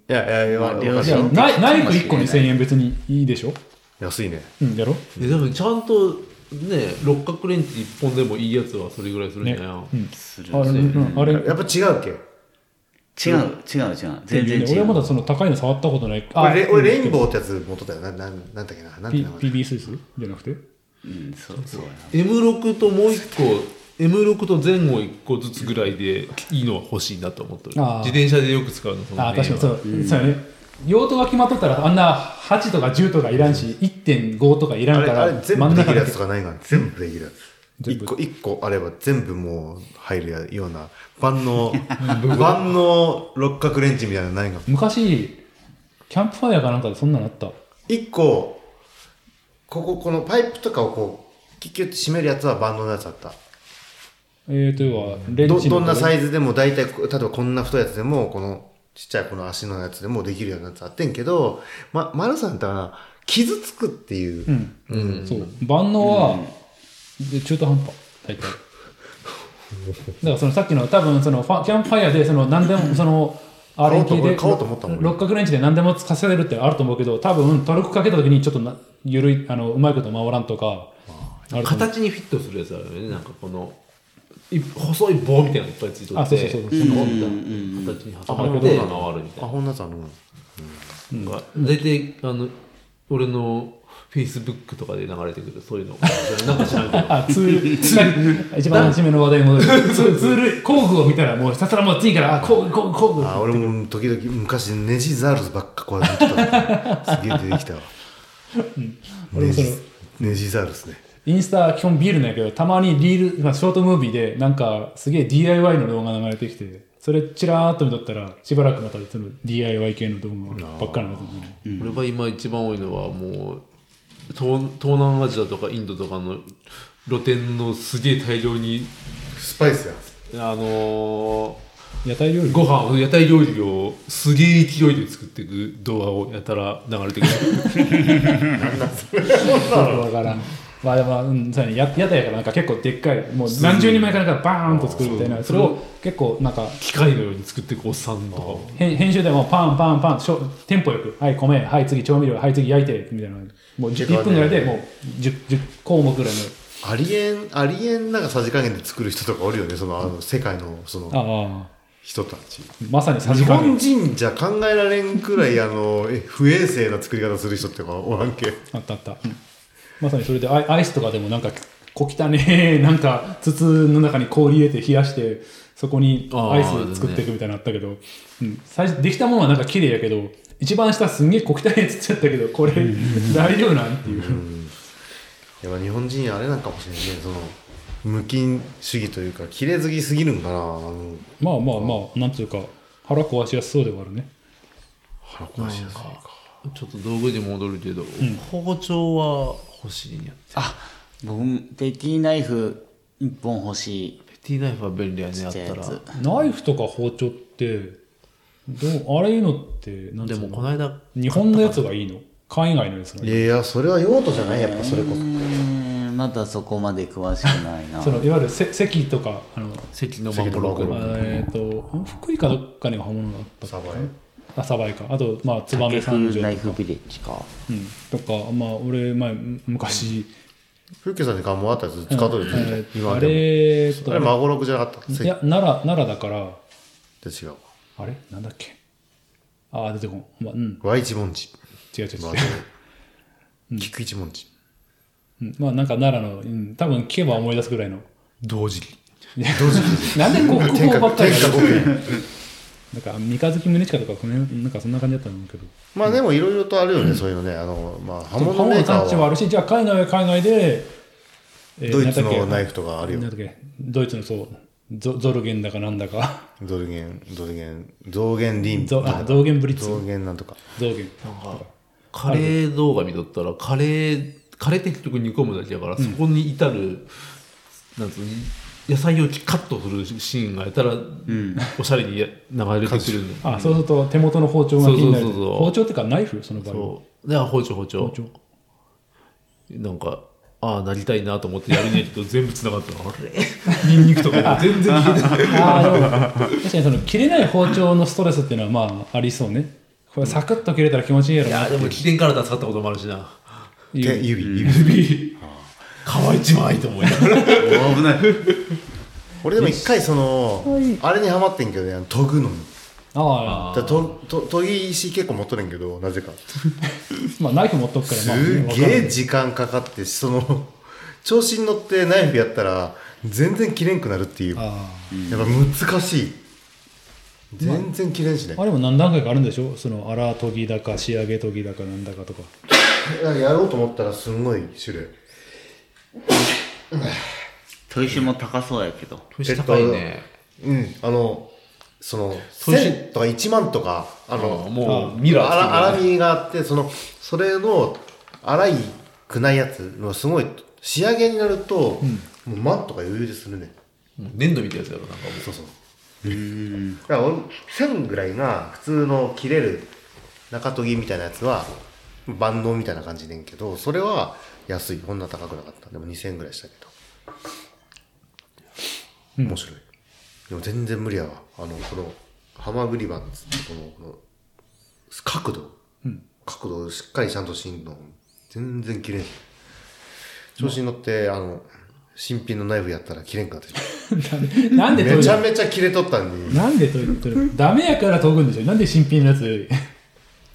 [SPEAKER 3] や、いや、いや、
[SPEAKER 4] まあ
[SPEAKER 3] わか
[SPEAKER 4] 両
[SPEAKER 3] る
[SPEAKER 1] じゃあ
[SPEAKER 4] 親的
[SPEAKER 1] ナイナイフ
[SPEAKER 4] かもしれ
[SPEAKER 1] 1個
[SPEAKER 4] ない
[SPEAKER 1] 2000円別にいいでしょ
[SPEAKER 3] 安いね。
[SPEAKER 1] うんやろ
[SPEAKER 2] えでもちゃんとね六角レンチ一本でもいいやつはそれぐらいするんじゃないの
[SPEAKER 1] うん
[SPEAKER 4] する
[SPEAKER 1] あれ,、うん、あれ
[SPEAKER 3] やっぱ違うっけ
[SPEAKER 4] 違う違う違う全然違
[SPEAKER 1] 俺
[SPEAKER 4] う
[SPEAKER 1] はまだその高いの触ったことない
[SPEAKER 3] 俺レ、俺レインボーってやつ持っとったよ。な、なん、なんだっけな。なんて
[SPEAKER 1] P-
[SPEAKER 3] 名前
[SPEAKER 1] PB スイスじゃなくて
[SPEAKER 4] うんそうそうや
[SPEAKER 2] M6 ともう一個 M6 と前後一個ずつぐらいでいいのは欲しいなと思ってる
[SPEAKER 1] あー
[SPEAKER 2] 自転車でよく使うのその
[SPEAKER 1] ああ確
[SPEAKER 2] 辺
[SPEAKER 1] か
[SPEAKER 2] は
[SPEAKER 1] にそう、そうやね用途が決まっとったらあんな8とか10とかいらんし1.5とかいら
[SPEAKER 3] あ
[SPEAKER 1] ん
[SPEAKER 3] れ、
[SPEAKER 1] から
[SPEAKER 3] あれ全部できるやつ
[SPEAKER 1] 真
[SPEAKER 3] とかないが全部できるやつ。
[SPEAKER 1] 全
[SPEAKER 3] 一
[SPEAKER 1] 部
[SPEAKER 3] 個、一個あれば全部もう入るやような、万能、万能六角レンチみたいなのないが。
[SPEAKER 1] 昔キャンプファイヤーかなんかでそんなのあった
[SPEAKER 3] 一個、ここ、このパイプとかをこう、キュッキュッて締めるやつは万能のやつだった。
[SPEAKER 1] えー、と要はレン
[SPEAKER 3] ど
[SPEAKER 1] チ
[SPEAKER 3] ど
[SPEAKER 1] の
[SPEAKER 3] んなサ
[SPEAKER 1] イ
[SPEAKER 3] イズでも大体こう例えばこんな太いやつでもこのちっちゃいこの足のやつでもできるようなやつあってんけど、ま、マルさんってな傷つくっていう、
[SPEAKER 1] うん、そう万能は、で中途半端大体だからそのさっきの多分そのファキャンプファイヤーでその何で もそのあれ系で
[SPEAKER 3] 買おうと思ったもん俺
[SPEAKER 1] 六角レンチで何でもつかせれるってあると思うけど多分トルクかけた時にちょっとな緩いあのうまいこと回らんとかあると思う
[SPEAKER 2] 形にフィットするやつあるよねなんかこのい細い棒みたいなのいっぱいついとって
[SPEAKER 1] あそうそうそう
[SPEAKER 2] こみたいな形に挟まって回るみたい
[SPEAKER 3] あ
[SPEAKER 2] な
[SPEAKER 3] ほんなやつあるの
[SPEAKER 2] が大体あの俺のフェイスブックとかで流れてくるそういうのなんか知らんけ ど
[SPEAKER 1] あツールさっき一番初めの話題に 戻るツーツール工具を見たらもうひたすらもう次からあ工具工具工具
[SPEAKER 3] あ俺も時々昔ネジザウルスばっかこうやって見てたすげえ出てきたわ
[SPEAKER 1] 俺
[SPEAKER 3] ネ
[SPEAKER 1] もその
[SPEAKER 3] ジネジザウルスね
[SPEAKER 1] インスタ基本ビールなんやけどたまにリール、まあ、ショートムービーでなんかすげえ DIY の動画流れてきてそれチラーっと見とったらしばらくまたその DIY 系の動画ばっかりなんですね
[SPEAKER 2] 俺は今一番多いのはもう東東南アジアとかインドとかの露店のすげえ大量に
[SPEAKER 3] スパイスや
[SPEAKER 2] あのー
[SPEAKER 1] 屋台料理
[SPEAKER 2] ご飯を屋台料理をすげえ勢いで作っていく動画をやたら流れてくる
[SPEAKER 1] わからんまあでも、うん、そうやねや屋台やからなんか結構でっかいもう何十人前かなんかバーンと作るみたいなそれを結構なんか
[SPEAKER 2] 機械のように作っていくおっさんとかを
[SPEAKER 1] 編編集でもパンパンパンしょテンポよくはい米はい次調味料はい次焼いてみたいなもう
[SPEAKER 3] 違う
[SPEAKER 1] 1
[SPEAKER 3] ね
[SPEAKER 1] 分ぐらいでもう 10, 10項目ぐらい
[SPEAKER 3] ありえんありえんなんかさじ加減で作る人とかおるよねそのあの世界のその
[SPEAKER 1] のああ
[SPEAKER 3] 人たち
[SPEAKER 1] まさに3
[SPEAKER 3] 日
[SPEAKER 1] 時間
[SPEAKER 3] 本人じゃ考えられんくらいあのえ不衛生な作り方する人っておらんけ
[SPEAKER 1] あったあった、まさにそれでアイアイスとかでもなんか小汚ねえ なんか筒の中に氷入れて冷やしてそこに
[SPEAKER 2] あー
[SPEAKER 1] アイス作っていくみたいなのあったけど、うん、最初できたものはなんか綺麗やけど一番下すんげえ小汚ねえ筒やったけど これ大丈夫なんっていう
[SPEAKER 3] やっぱ日本人あれなんかもしれないねその無菌主義というか切れずぎすぎるんかなあの
[SPEAKER 1] まあまあまあなんていうか腹壊しやすそうではあるね
[SPEAKER 3] 腹壊しやすいか
[SPEAKER 2] ちょっと道具に戻るけど、包丁は欲しいんやって
[SPEAKER 4] あ僕もペティナイフ一本欲しい
[SPEAKER 2] ペティナイフは便利やねあ
[SPEAKER 4] ちっ
[SPEAKER 2] った
[SPEAKER 4] ちゃいやつ
[SPEAKER 2] ら
[SPEAKER 1] ナイフとか包丁ってどうあれいうのってなんて
[SPEAKER 2] で
[SPEAKER 1] いう
[SPEAKER 2] もこ
[SPEAKER 1] の
[SPEAKER 2] の間
[SPEAKER 1] 日本のやつがいいの海外のやつがいいの
[SPEAKER 3] いやいやそれは用途じゃないやっぱそれこ
[SPEAKER 4] うーんまだそこまで詳しくない な
[SPEAKER 1] そのいわゆるせ席とかあの
[SPEAKER 2] 関の守
[SPEAKER 3] 関の
[SPEAKER 2] 六
[SPEAKER 3] 守
[SPEAKER 1] えっ、と、福井かどっかに刃物があった
[SPEAKER 3] そサバ
[SPEAKER 1] あ、サバイか。あと、まあ、ツバメ
[SPEAKER 4] 竹
[SPEAKER 1] 三
[SPEAKER 4] 風
[SPEAKER 1] 条
[SPEAKER 4] ナイフビレッジか
[SPEAKER 1] うん、とか、まあ、俺、前、昔、
[SPEAKER 3] フッケさんに願望あったやつ使っとるよ
[SPEAKER 1] え
[SPEAKER 3] 全然
[SPEAKER 1] ー
[SPEAKER 3] 今
[SPEAKER 1] あ
[SPEAKER 3] で
[SPEAKER 1] れ
[SPEAKER 3] も
[SPEAKER 1] と
[SPEAKER 3] あれ孫六じゃなかった
[SPEAKER 1] い
[SPEAKER 3] せっ
[SPEAKER 1] や、奈良、奈良だから、
[SPEAKER 3] て違うわ
[SPEAKER 1] あれなんだっけあー、出てこん。まあ、うん、
[SPEAKER 3] 和一文字
[SPEAKER 1] 違う違う違う。
[SPEAKER 3] まあ菊一文字
[SPEAKER 1] うんまあ、なんか奈良の、うん、多分聞けば思い出すぐらいの。
[SPEAKER 2] 同時期
[SPEAKER 1] なんで国
[SPEAKER 3] 天
[SPEAKER 1] 宝
[SPEAKER 3] 下
[SPEAKER 1] ばっかり
[SPEAKER 3] 天下五剣
[SPEAKER 1] なんか、三日月宗近とか、この辺、なんかそんな感じだったんだけど。
[SPEAKER 3] まあでもいろいろとあるよねそういうのねあのまあ刃
[SPEAKER 1] 刃
[SPEAKER 3] 物
[SPEAKER 1] 物
[SPEAKER 3] メ
[SPEAKER 1] の
[SPEAKER 3] ーカ
[SPEAKER 1] 産地
[SPEAKER 3] ー
[SPEAKER 1] もあ
[SPEAKER 3] は
[SPEAKER 1] るし、じゃあ海外は海外で、えー
[SPEAKER 3] ドイツ
[SPEAKER 1] なんだ
[SPEAKER 3] の
[SPEAKER 1] っけ
[SPEAKER 3] ナイフとかあるよ
[SPEAKER 1] なんだっけドイツのそうゾゾルゲンだかなんだか
[SPEAKER 3] ドルゲンドルゲン増減リン
[SPEAKER 1] ゾあ増減ブリッツ
[SPEAKER 3] 増減なんとか
[SPEAKER 1] 増減
[SPEAKER 2] カレー動画見とったらカレーカレーって結局煮込むだけだから、そこに至るなんつうの野菜をカットするシーンがやたら、おしゃれにや流れてくるの
[SPEAKER 1] あそうすると手元の包丁が気になる
[SPEAKER 2] そうそうそうそう
[SPEAKER 1] 包丁っていうかナイフその場合は
[SPEAKER 2] そうであ包丁包丁
[SPEAKER 1] 包丁
[SPEAKER 2] なんかああなりたいなと思ってやるねけど全部繋がったのあれニンニクとかも全然消えてない
[SPEAKER 1] あーでも確かにその切れない包丁のストレスっていうのはまあありそうねこれサクッと切れたら気持ちいいやろ
[SPEAKER 2] い
[SPEAKER 1] な
[SPEAKER 2] やでも起点から助かったこともあるしな
[SPEAKER 3] 手指指
[SPEAKER 2] 指皮一枚と思いな がら
[SPEAKER 4] 危ない
[SPEAKER 3] 俺でも一回そのあれにハマってんけどねあの研ぐのに
[SPEAKER 1] あ
[SPEAKER 3] だからとと研ぎ石結構持っとるんやけどなぜか
[SPEAKER 1] あまあナイフ持っとくからまあ
[SPEAKER 3] す
[SPEAKER 1] わか
[SPEAKER 3] げえ
[SPEAKER 1] る
[SPEAKER 3] 時間かかってその 調子に乗ってナイフやったら全然切れんくなるっていうやっ
[SPEAKER 1] あ
[SPEAKER 3] ぱ難しい全然切れんしね
[SPEAKER 1] ーあれも何段階かあるんでしょその荒研ぎだか仕上げ研ぎだかなんだかとか
[SPEAKER 3] なんかやろうと思ったらすんごい種類
[SPEAKER 4] 砥石も高そうやけど
[SPEAKER 2] 年高いね、
[SPEAKER 3] うんあのその
[SPEAKER 2] そういう
[SPEAKER 3] 1000とか1万とかあの
[SPEAKER 2] もうミラーつ
[SPEAKER 3] 粗
[SPEAKER 2] けて
[SPEAKER 3] 粗みがあってそのそれの粗いくないやつはすごい仕上げになると、もうマットが余裕でするね
[SPEAKER 2] もう粘土みたいなやつやろなんかもう
[SPEAKER 3] そうそうだから俺線ぐらいが普通の切れる中研ぎみたいなやつは万能みたいな感じねんけどそれは安いこんな高くなかったでも2000ぐらいしたけど面白い、でも全然無理やわあのこのハマグリバンっつってこのこの角度、角度をしっかりちゃんとしんの全然切れん調子に乗ってあの新品のナイフやったら切れんかってしま
[SPEAKER 1] な
[SPEAKER 3] う
[SPEAKER 1] んで研
[SPEAKER 3] め
[SPEAKER 1] い
[SPEAKER 3] ち
[SPEAKER 1] だ
[SPEAKER 3] ゃめちゃ切れとったんに
[SPEAKER 1] なんで研いだそれダメやから研ぐんでしょなんで新品のやつ より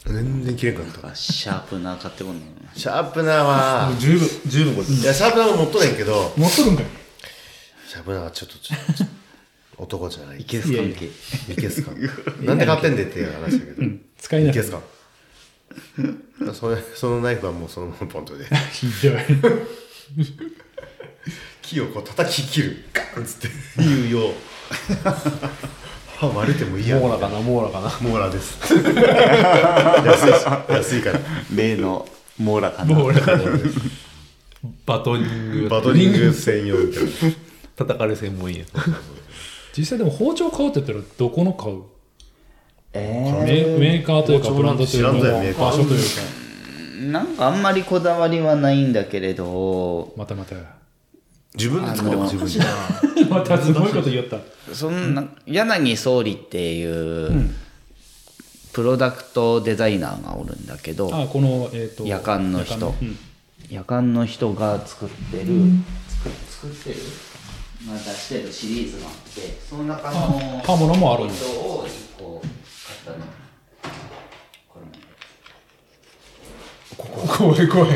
[SPEAKER 3] 全然切れんかった
[SPEAKER 4] シャープな買ってこないな
[SPEAKER 3] シャープナーは
[SPEAKER 2] 十分十分これ
[SPEAKER 3] いやシャープナーも持っとるんやけど
[SPEAKER 1] 持っとるんかい
[SPEAKER 3] シャープナーはちょっとちょっとちょっと男じゃない
[SPEAKER 4] いけす関係
[SPEAKER 3] いけすかなんで買ってんでっていう話だけどい
[SPEAKER 1] 使いな
[SPEAKER 3] け
[SPEAKER 1] い
[SPEAKER 3] すかそれそのナイフはもうそのままポンとで
[SPEAKER 1] ひどい
[SPEAKER 3] 木をこう叩き切るガンっつって言うよう歯割れてもいいや
[SPEAKER 2] モーラかなモーラかな
[SPEAKER 3] モーラです安いし安いから
[SPEAKER 4] 例の網羅かな
[SPEAKER 1] もう俺ら
[SPEAKER 2] バトニング
[SPEAKER 3] バトニング専用みたいな
[SPEAKER 2] 叩かれ専門や
[SPEAKER 1] 実際でも包丁買うって言ったらどこの買う
[SPEAKER 4] え
[SPEAKER 1] メーメーカーというか
[SPEAKER 3] 包丁
[SPEAKER 1] ブランドというか
[SPEAKER 3] 知らんぞよメーカー
[SPEAKER 1] 場所というか
[SPEAKER 4] ーなんかあんまりこだわりはないんだけれど
[SPEAKER 1] またまた
[SPEAKER 3] 自分で作れば自分で
[SPEAKER 1] またすごいこと言った
[SPEAKER 4] そんな柳総理っていうプロダクトデザイナーがおるんだけど、
[SPEAKER 1] あこの、えー、と
[SPEAKER 4] 夜間の人
[SPEAKER 1] 夜間うん
[SPEAKER 4] 夜間の人が作ってる、作作ってる、まあ、出してるシリーズがあってその中の
[SPEAKER 1] あ刃物もあるんだ
[SPEAKER 4] 人を1個買ったのこれも
[SPEAKER 2] 怖い怖い
[SPEAKER 3] 怖い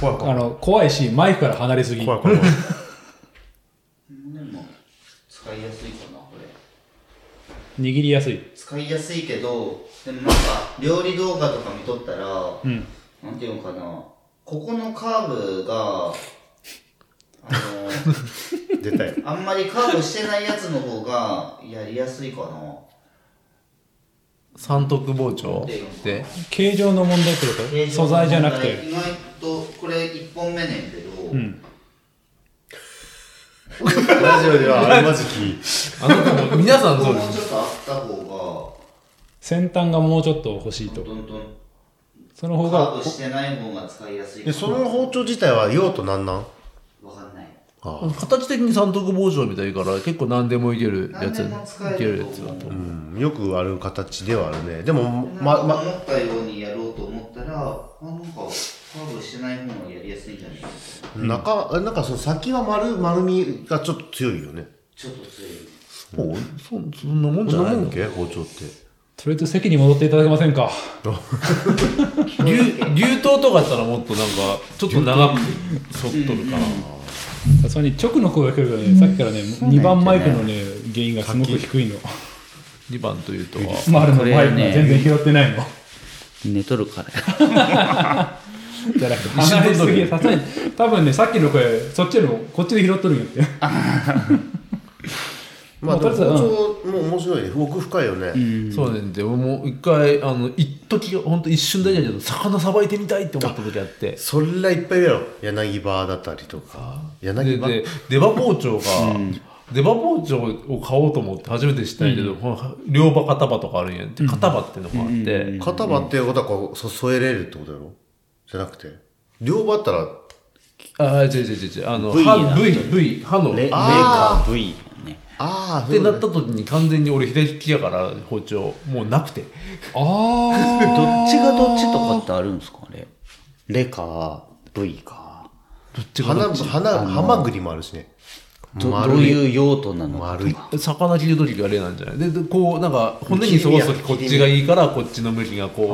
[SPEAKER 3] 怖い
[SPEAKER 1] あの怖いしマイクから離れすぎ
[SPEAKER 3] 怖い怖い怖い
[SPEAKER 4] でも使いやすいかなこれ
[SPEAKER 1] 握りやすい
[SPEAKER 4] 使いやすいけどでもなんか料理動画とか見とったら、
[SPEAKER 1] うん
[SPEAKER 4] なんていうのかなここのカーブが あの
[SPEAKER 3] 出たよ
[SPEAKER 4] あんまりカーブしてないやつの方がやりやすいかな。
[SPEAKER 2] 三徳包丁で
[SPEAKER 1] 形状の問題ってこと素材じゃなくて
[SPEAKER 4] 意外とこれ1本目ねんけど、
[SPEAKER 1] ん
[SPEAKER 3] ラジオではあるまじき
[SPEAKER 2] あの子も皆さん
[SPEAKER 4] ここ
[SPEAKER 2] そう
[SPEAKER 4] も
[SPEAKER 2] で
[SPEAKER 4] うち
[SPEAKER 2] す
[SPEAKER 4] ょっとあった方
[SPEAKER 1] 先端がもうちょっと欲しい
[SPEAKER 4] が、
[SPEAKER 1] と
[SPEAKER 4] どんどん
[SPEAKER 1] その方
[SPEAKER 4] カー
[SPEAKER 1] が
[SPEAKER 4] ブしてない方が使いやすいか
[SPEAKER 3] で
[SPEAKER 4] な。
[SPEAKER 3] その包丁自体は用途なんなん
[SPEAKER 4] わかんない。
[SPEAKER 3] あ
[SPEAKER 2] 形的に三徳包丁みたいから結構何でもいけるやつ
[SPEAKER 4] 何でも使える
[SPEAKER 2] いけるやつだと思
[SPEAKER 3] う
[SPEAKER 2] うん
[SPEAKER 3] よくある形ではあるねでも
[SPEAKER 4] ま
[SPEAKER 3] ま
[SPEAKER 4] ま、
[SPEAKER 3] ま
[SPEAKER 4] 思ったようにやろうと思ったら、あ、なんかカーブしてない方がやりやすいんじゃないですか。
[SPEAKER 3] 中えなんかその先は丸丸みがちょっと強いよね
[SPEAKER 4] ちょっと強い。
[SPEAKER 2] そうそそんなもん
[SPEAKER 3] そ
[SPEAKER 2] じゃ
[SPEAKER 3] ん
[SPEAKER 2] な
[SPEAKER 3] ないもん
[SPEAKER 2] の
[SPEAKER 3] け包丁って
[SPEAKER 1] とりあえず席に戻っていただけませんか
[SPEAKER 2] 牛牛刀とかやったらもっとなんかちょっと長く沿っとるかな
[SPEAKER 1] さすがに直の声が来るからねさっきからね2番マイクのね原因がすごく低いの
[SPEAKER 2] 2番というとは
[SPEAKER 1] 丸の
[SPEAKER 4] こ
[SPEAKER 1] マイ
[SPEAKER 4] れ
[SPEAKER 1] ク
[SPEAKER 4] はね
[SPEAKER 1] が全然拾ってないの
[SPEAKER 4] 寝とるから。
[SPEAKER 1] じゃなくて離れすぎるさすがに多分ねさっきの声そっちよりもこっちで拾っとるんやって
[SPEAKER 3] まあ
[SPEAKER 1] ま
[SPEAKER 3] で
[SPEAKER 1] あ
[SPEAKER 3] も
[SPEAKER 1] とりあえず
[SPEAKER 3] 包丁も面白いね奥深いよね
[SPEAKER 2] そうねでももう一回あの一時本当一瞬だけだけど魚さばいてみたいって思った時あって
[SPEAKER 3] それらいっぱいいるやろ柳葉だったりとか柳
[SPEAKER 2] で
[SPEAKER 3] 葉
[SPEAKER 2] で出刃包丁が、出刃包丁を買おうと思って初めて知ったんやけど、この両刃片刃とかあるんやって片刃っていうのがあって、
[SPEAKER 3] 片刃っていうことはこうそ添えれるってことやろじゃなくて両刃あったら
[SPEAKER 2] ああ違う違う違う違うあの
[SPEAKER 4] V
[SPEAKER 2] 刃
[SPEAKER 4] な
[SPEAKER 2] V V 刃の
[SPEAKER 4] レレー
[SPEAKER 2] っ
[SPEAKER 4] カー V ね。
[SPEAKER 3] ああ
[SPEAKER 2] てなった時に完全に俺左利きやから包丁もうなくて
[SPEAKER 1] ああ
[SPEAKER 4] どっちがどっちとかってあるんですかあれレか V か
[SPEAKER 2] どっちがど
[SPEAKER 3] 花
[SPEAKER 2] っち
[SPEAKER 3] 花ハマグリもあるしね
[SPEAKER 4] どど
[SPEAKER 3] 丸
[SPEAKER 4] う
[SPEAKER 3] い
[SPEAKER 4] いう用途なのか
[SPEAKER 3] 丸い
[SPEAKER 2] 魚切る時があれなんじゃないででこうなんか骨に沿わす時こっちがいいからこっちの向きがこ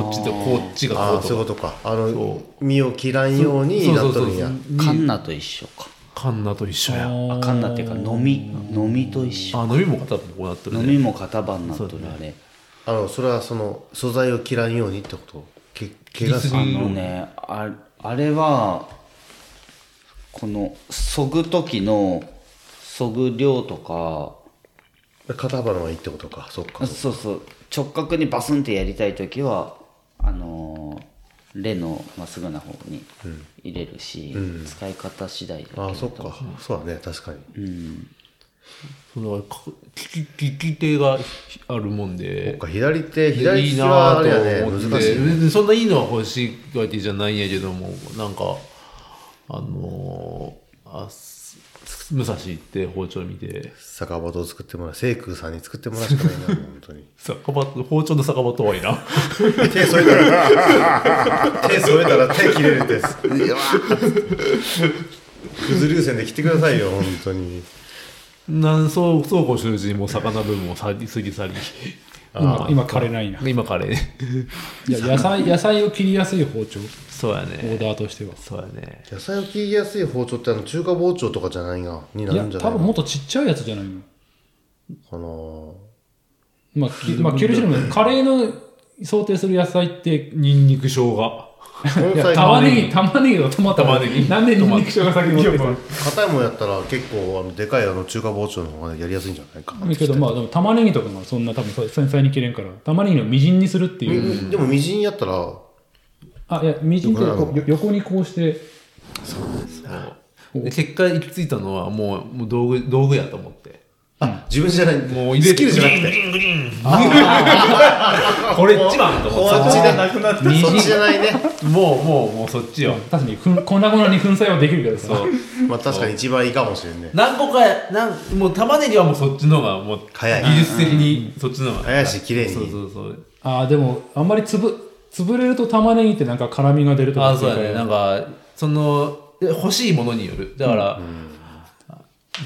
[SPEAKER 2] うこっちとこっちが
[SPEAKER 3] あ
[SPEAKER 2] こ
[SPEAKER 3] あ
[SPEAKER 2] う
[SPEAKER 3] そういう
[SPEAKER 2] とか
[SPEAKER 3] ことかあの身を切らんようになっとるんや
[SPEAKER 4] カンナと一緒か
[SPEAKER 2] カンナと一緒や
[SPEAKER 4] あカンナっていうか飲み飲みと一緒
[SPEAKER 2] あ飲みも片方こうなってる
[SPEAKER 4] 飲
[SPEAKER 2] ね
[SPEAKER 4] みも型番になっとるあれ
[SPEAKER 3] あのそれはその素材を切らんようにってことけ怪我す
[SPEAKER 4] あ
[SPEAKER 3] る
[SPEAKER 4] のねああれはこのそぐ時のそぐ量とか
[SPEAKER 3] 肩幅の方がいいってことかそっか
[SPEAKER 4] そうそう直角にバスンってやりたい時はあのレのまっすぐな方に入れるし、使い方次第だけ
[SPEAKER 3] ああ、そ
[SPEAKER 4] ど
[SPEAKER 3] っか。そうだね、確かに。
[SPEAKER 2] そのか利き利き手があるもんで
[SPEAKER 3] そっか左手、左
[SPEAKER 2] い
[SPEAKER 3] 利
[SPEAKER 2] い
[SPEAKER 3] き
[SPEAKER 2] な
[SPEAKER 3] はあ
[SPEAKER 2] ぁ
[SPEAKER 3] れ
[SPEAKER 2] と
[SPEAKER 3] や
[SPEAKER 2] 思
[SPEAKER 3] ね、
[SPEAKER 2] って
[SPEAKER 3] 難しいね。
[SPEAKER 2] 別にそんないいのは欲しいわけじゃないんやけどもなんかあのーあす武蔵行って包丁見て
[SPEAKER 3] 酒場と作ってもらう、セイクさんに作ってもらうしかない な、本当に。
[SPEAKER 2] 酒場包丁の酒場とはいな
[SPEAKER 3] 手添えたら、手添えたら手切れるです。うわくず流線で切ってくださいよ、本当に。
[SPEAKER 2] なんそうそうこうしてるうちにもう魚ブームも去り過ぎ去り
[SPEAKER 1] 今今枯れないな
[SPEAKER 2] 今カレー
[SPEAKER 1] いや野菜野菜を切りやすい包丁
[SPEAKER 2] そうや
[SPEAKER 1] オ
[SPEAKER 2] ね
[SPEAKER 1] ーダーとしては
[SPEAKER 2] そうやね
[SPEAKER 3] 野菜を切りやすい包丁ってあの中華包丁とかじゃないな、にないる
[SPEAKER 1] や
[SPEAKER 3] んじゃな
[SPEAKER 1] 多
[SPEAKER 3] い
[SPEAKER 1] 分もっとちっちゃいやつじゃないの
[SPEAKER 3] かな。
[SPEAKER 1] まあ、きまあ、切る種類もカレーの想定する野菜って
[SPEAKER 2] ニンニク生姜
[SPEAKER 1] い
[SPEAKER 3] 根
[SPEAKER 1] や
[SPEAKER 3] 菜
[SPEAKER 1] 玉ね
[SPEAKER 3] の
[SPEAKER 1] ぎ玉ねぎとトマト
[SPEAKER 2] 玉ねぎ
[SPEAKER 1] なんでニンニク生姜先に持ってきたの
[SPEAKER 3] 硬いもんやったら結構あのでかいあの中華包丁の方がやりやすいんじゃないかな
[SPEAKER 1] だけどまあでも玉ねぎとかがそんな多分そう繊細に切れんから玉ねぎのみじんにするっていう、
[SPEAKER 3] みでもみじんやったら
[SPEAKER 1] あいやみじんって
[SPEAKER 3] どこなの
[SPEAKER 1] こうよ横にこうして
[SPEAKER 2] で結果行き着いたのはもうもう道具道具やと思って
[SPEAKER 3] あ自分じゃない
[SPEAKER 2] もう入れて
[SPEAKER 3] スキルじゃなくて
[SPEAKER 2] これ一番と思
[SPEAKER 3] こっ
[SPEAKER 2] って
[SPEAKER 3] ちでなくなったそっちじゃないね
[SPEAKER 2] もうもうもうそっちよ
[SPEAKER 1] 確かにふん粉々に粉砕はできるけどさ
[SPEAKER 3] まあ確かに一番いいかもしれんね
[SPEAKER 2] 何個かなんもう玉ねぎはもうそっちの方がもう
[SPEAKER 3] 早い
[SPEAKER 2] 技術的にそっちの方が
[SPEAKER 3] 早いし綺麗に
[SPEAKER 2] そうそうそう
[SPEAKER 1] あーでもあんまりつぶ潰れると玉ねぎってなんか辛みが出るとか
[SPEAKER 2] あそうや
[SPEAKER 1] ってい
[SPEAKER 2] ね
[SPEAKER 1] うか
[SPEAKER 2] なんかそのえ欲しいものによるだから、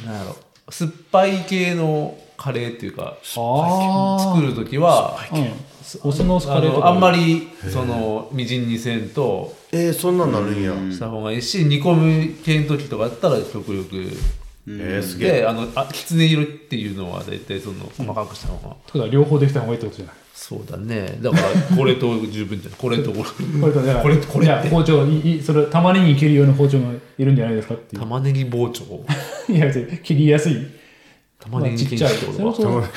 [SPEAKER 2] なんやろ酸っぱい系のカレーっていうか
[SPEAKER 1] あ
[SPEAKER 2] 作る時は
[SPEAKER 1] ーうんすお酢のカ
[SPEAKER 2] あ
[SPEAKER 1] レーと
[SPEAKER 2] の
[SPEAKER 1] か
[SPEAKER 2] あんまりそのみじんにせんと
[SPEAKER 3] えー、そんなんなるんや
[SPEAKER 2] した方がいいし煮込む系の時とかだったら極力
[SPEAKER 3] えー、すげえ
[SPEAKER 2] であのあきつね色っていうのは大体その細かくした方が、
[SPEAKER 1] ただ両方できた方がいいってことじゃない
[SPEAKER 2] そうだねだからこれと十分じゃないこれとこれ
[SPEAKER 1] これとね
[SPEAKER 2] これこれ
[SPEAKER 1] じゃあ包丁いいそれ玉ねぎ切るような包丁がいるんじゃないですかっていう
[SPEAKER 2] 玉ねぎ包丁
[SPEAKER 1] いや別に切りやすい
[SPEAKER 2] 玉ねぎ
[SPEAKER 1] まあち
[SPEAKER 2] 剣
[SPEAKER 1] っちゃい
[SPEAKER 2] 士ってこと
[SPEAKER 1] それこ
[SPEAKER 2] か、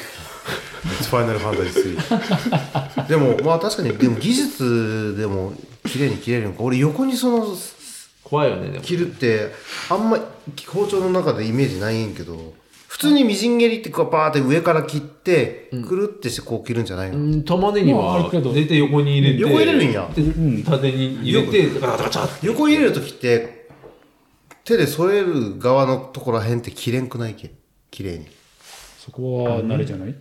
[SPEAKER 1] そ
[SPEAKER 3] ファイナルファンタジー3 でもまあ確かにでも技術でも綺麗に切れるのか俺横にその
[SPEAKER 2] 怖いよねでも
[SPEAKER 3] 切るってあんま包丁の中でイメージないんやけど普通にみじん切りってこうバーって上から切ってくるってしてこう切るんじゃないの、
[SPEAKER 2] うん玉ねぎ
[SPEAKER 1] まああ
[SPEAKER 2] は
[SPEAKER 1] るけど
[SPEAKER 2] 大体横に入れて
[SPEAKER 3] 横入れるんや
[SPEAKER 2] で縦に入れてガチャガチャガチャって
[SPEAKER 3] 横入れる時って手で添える側のところらへんって切れんくないけ綺麗に
[SPEAKER 1] そこは慣れじゃない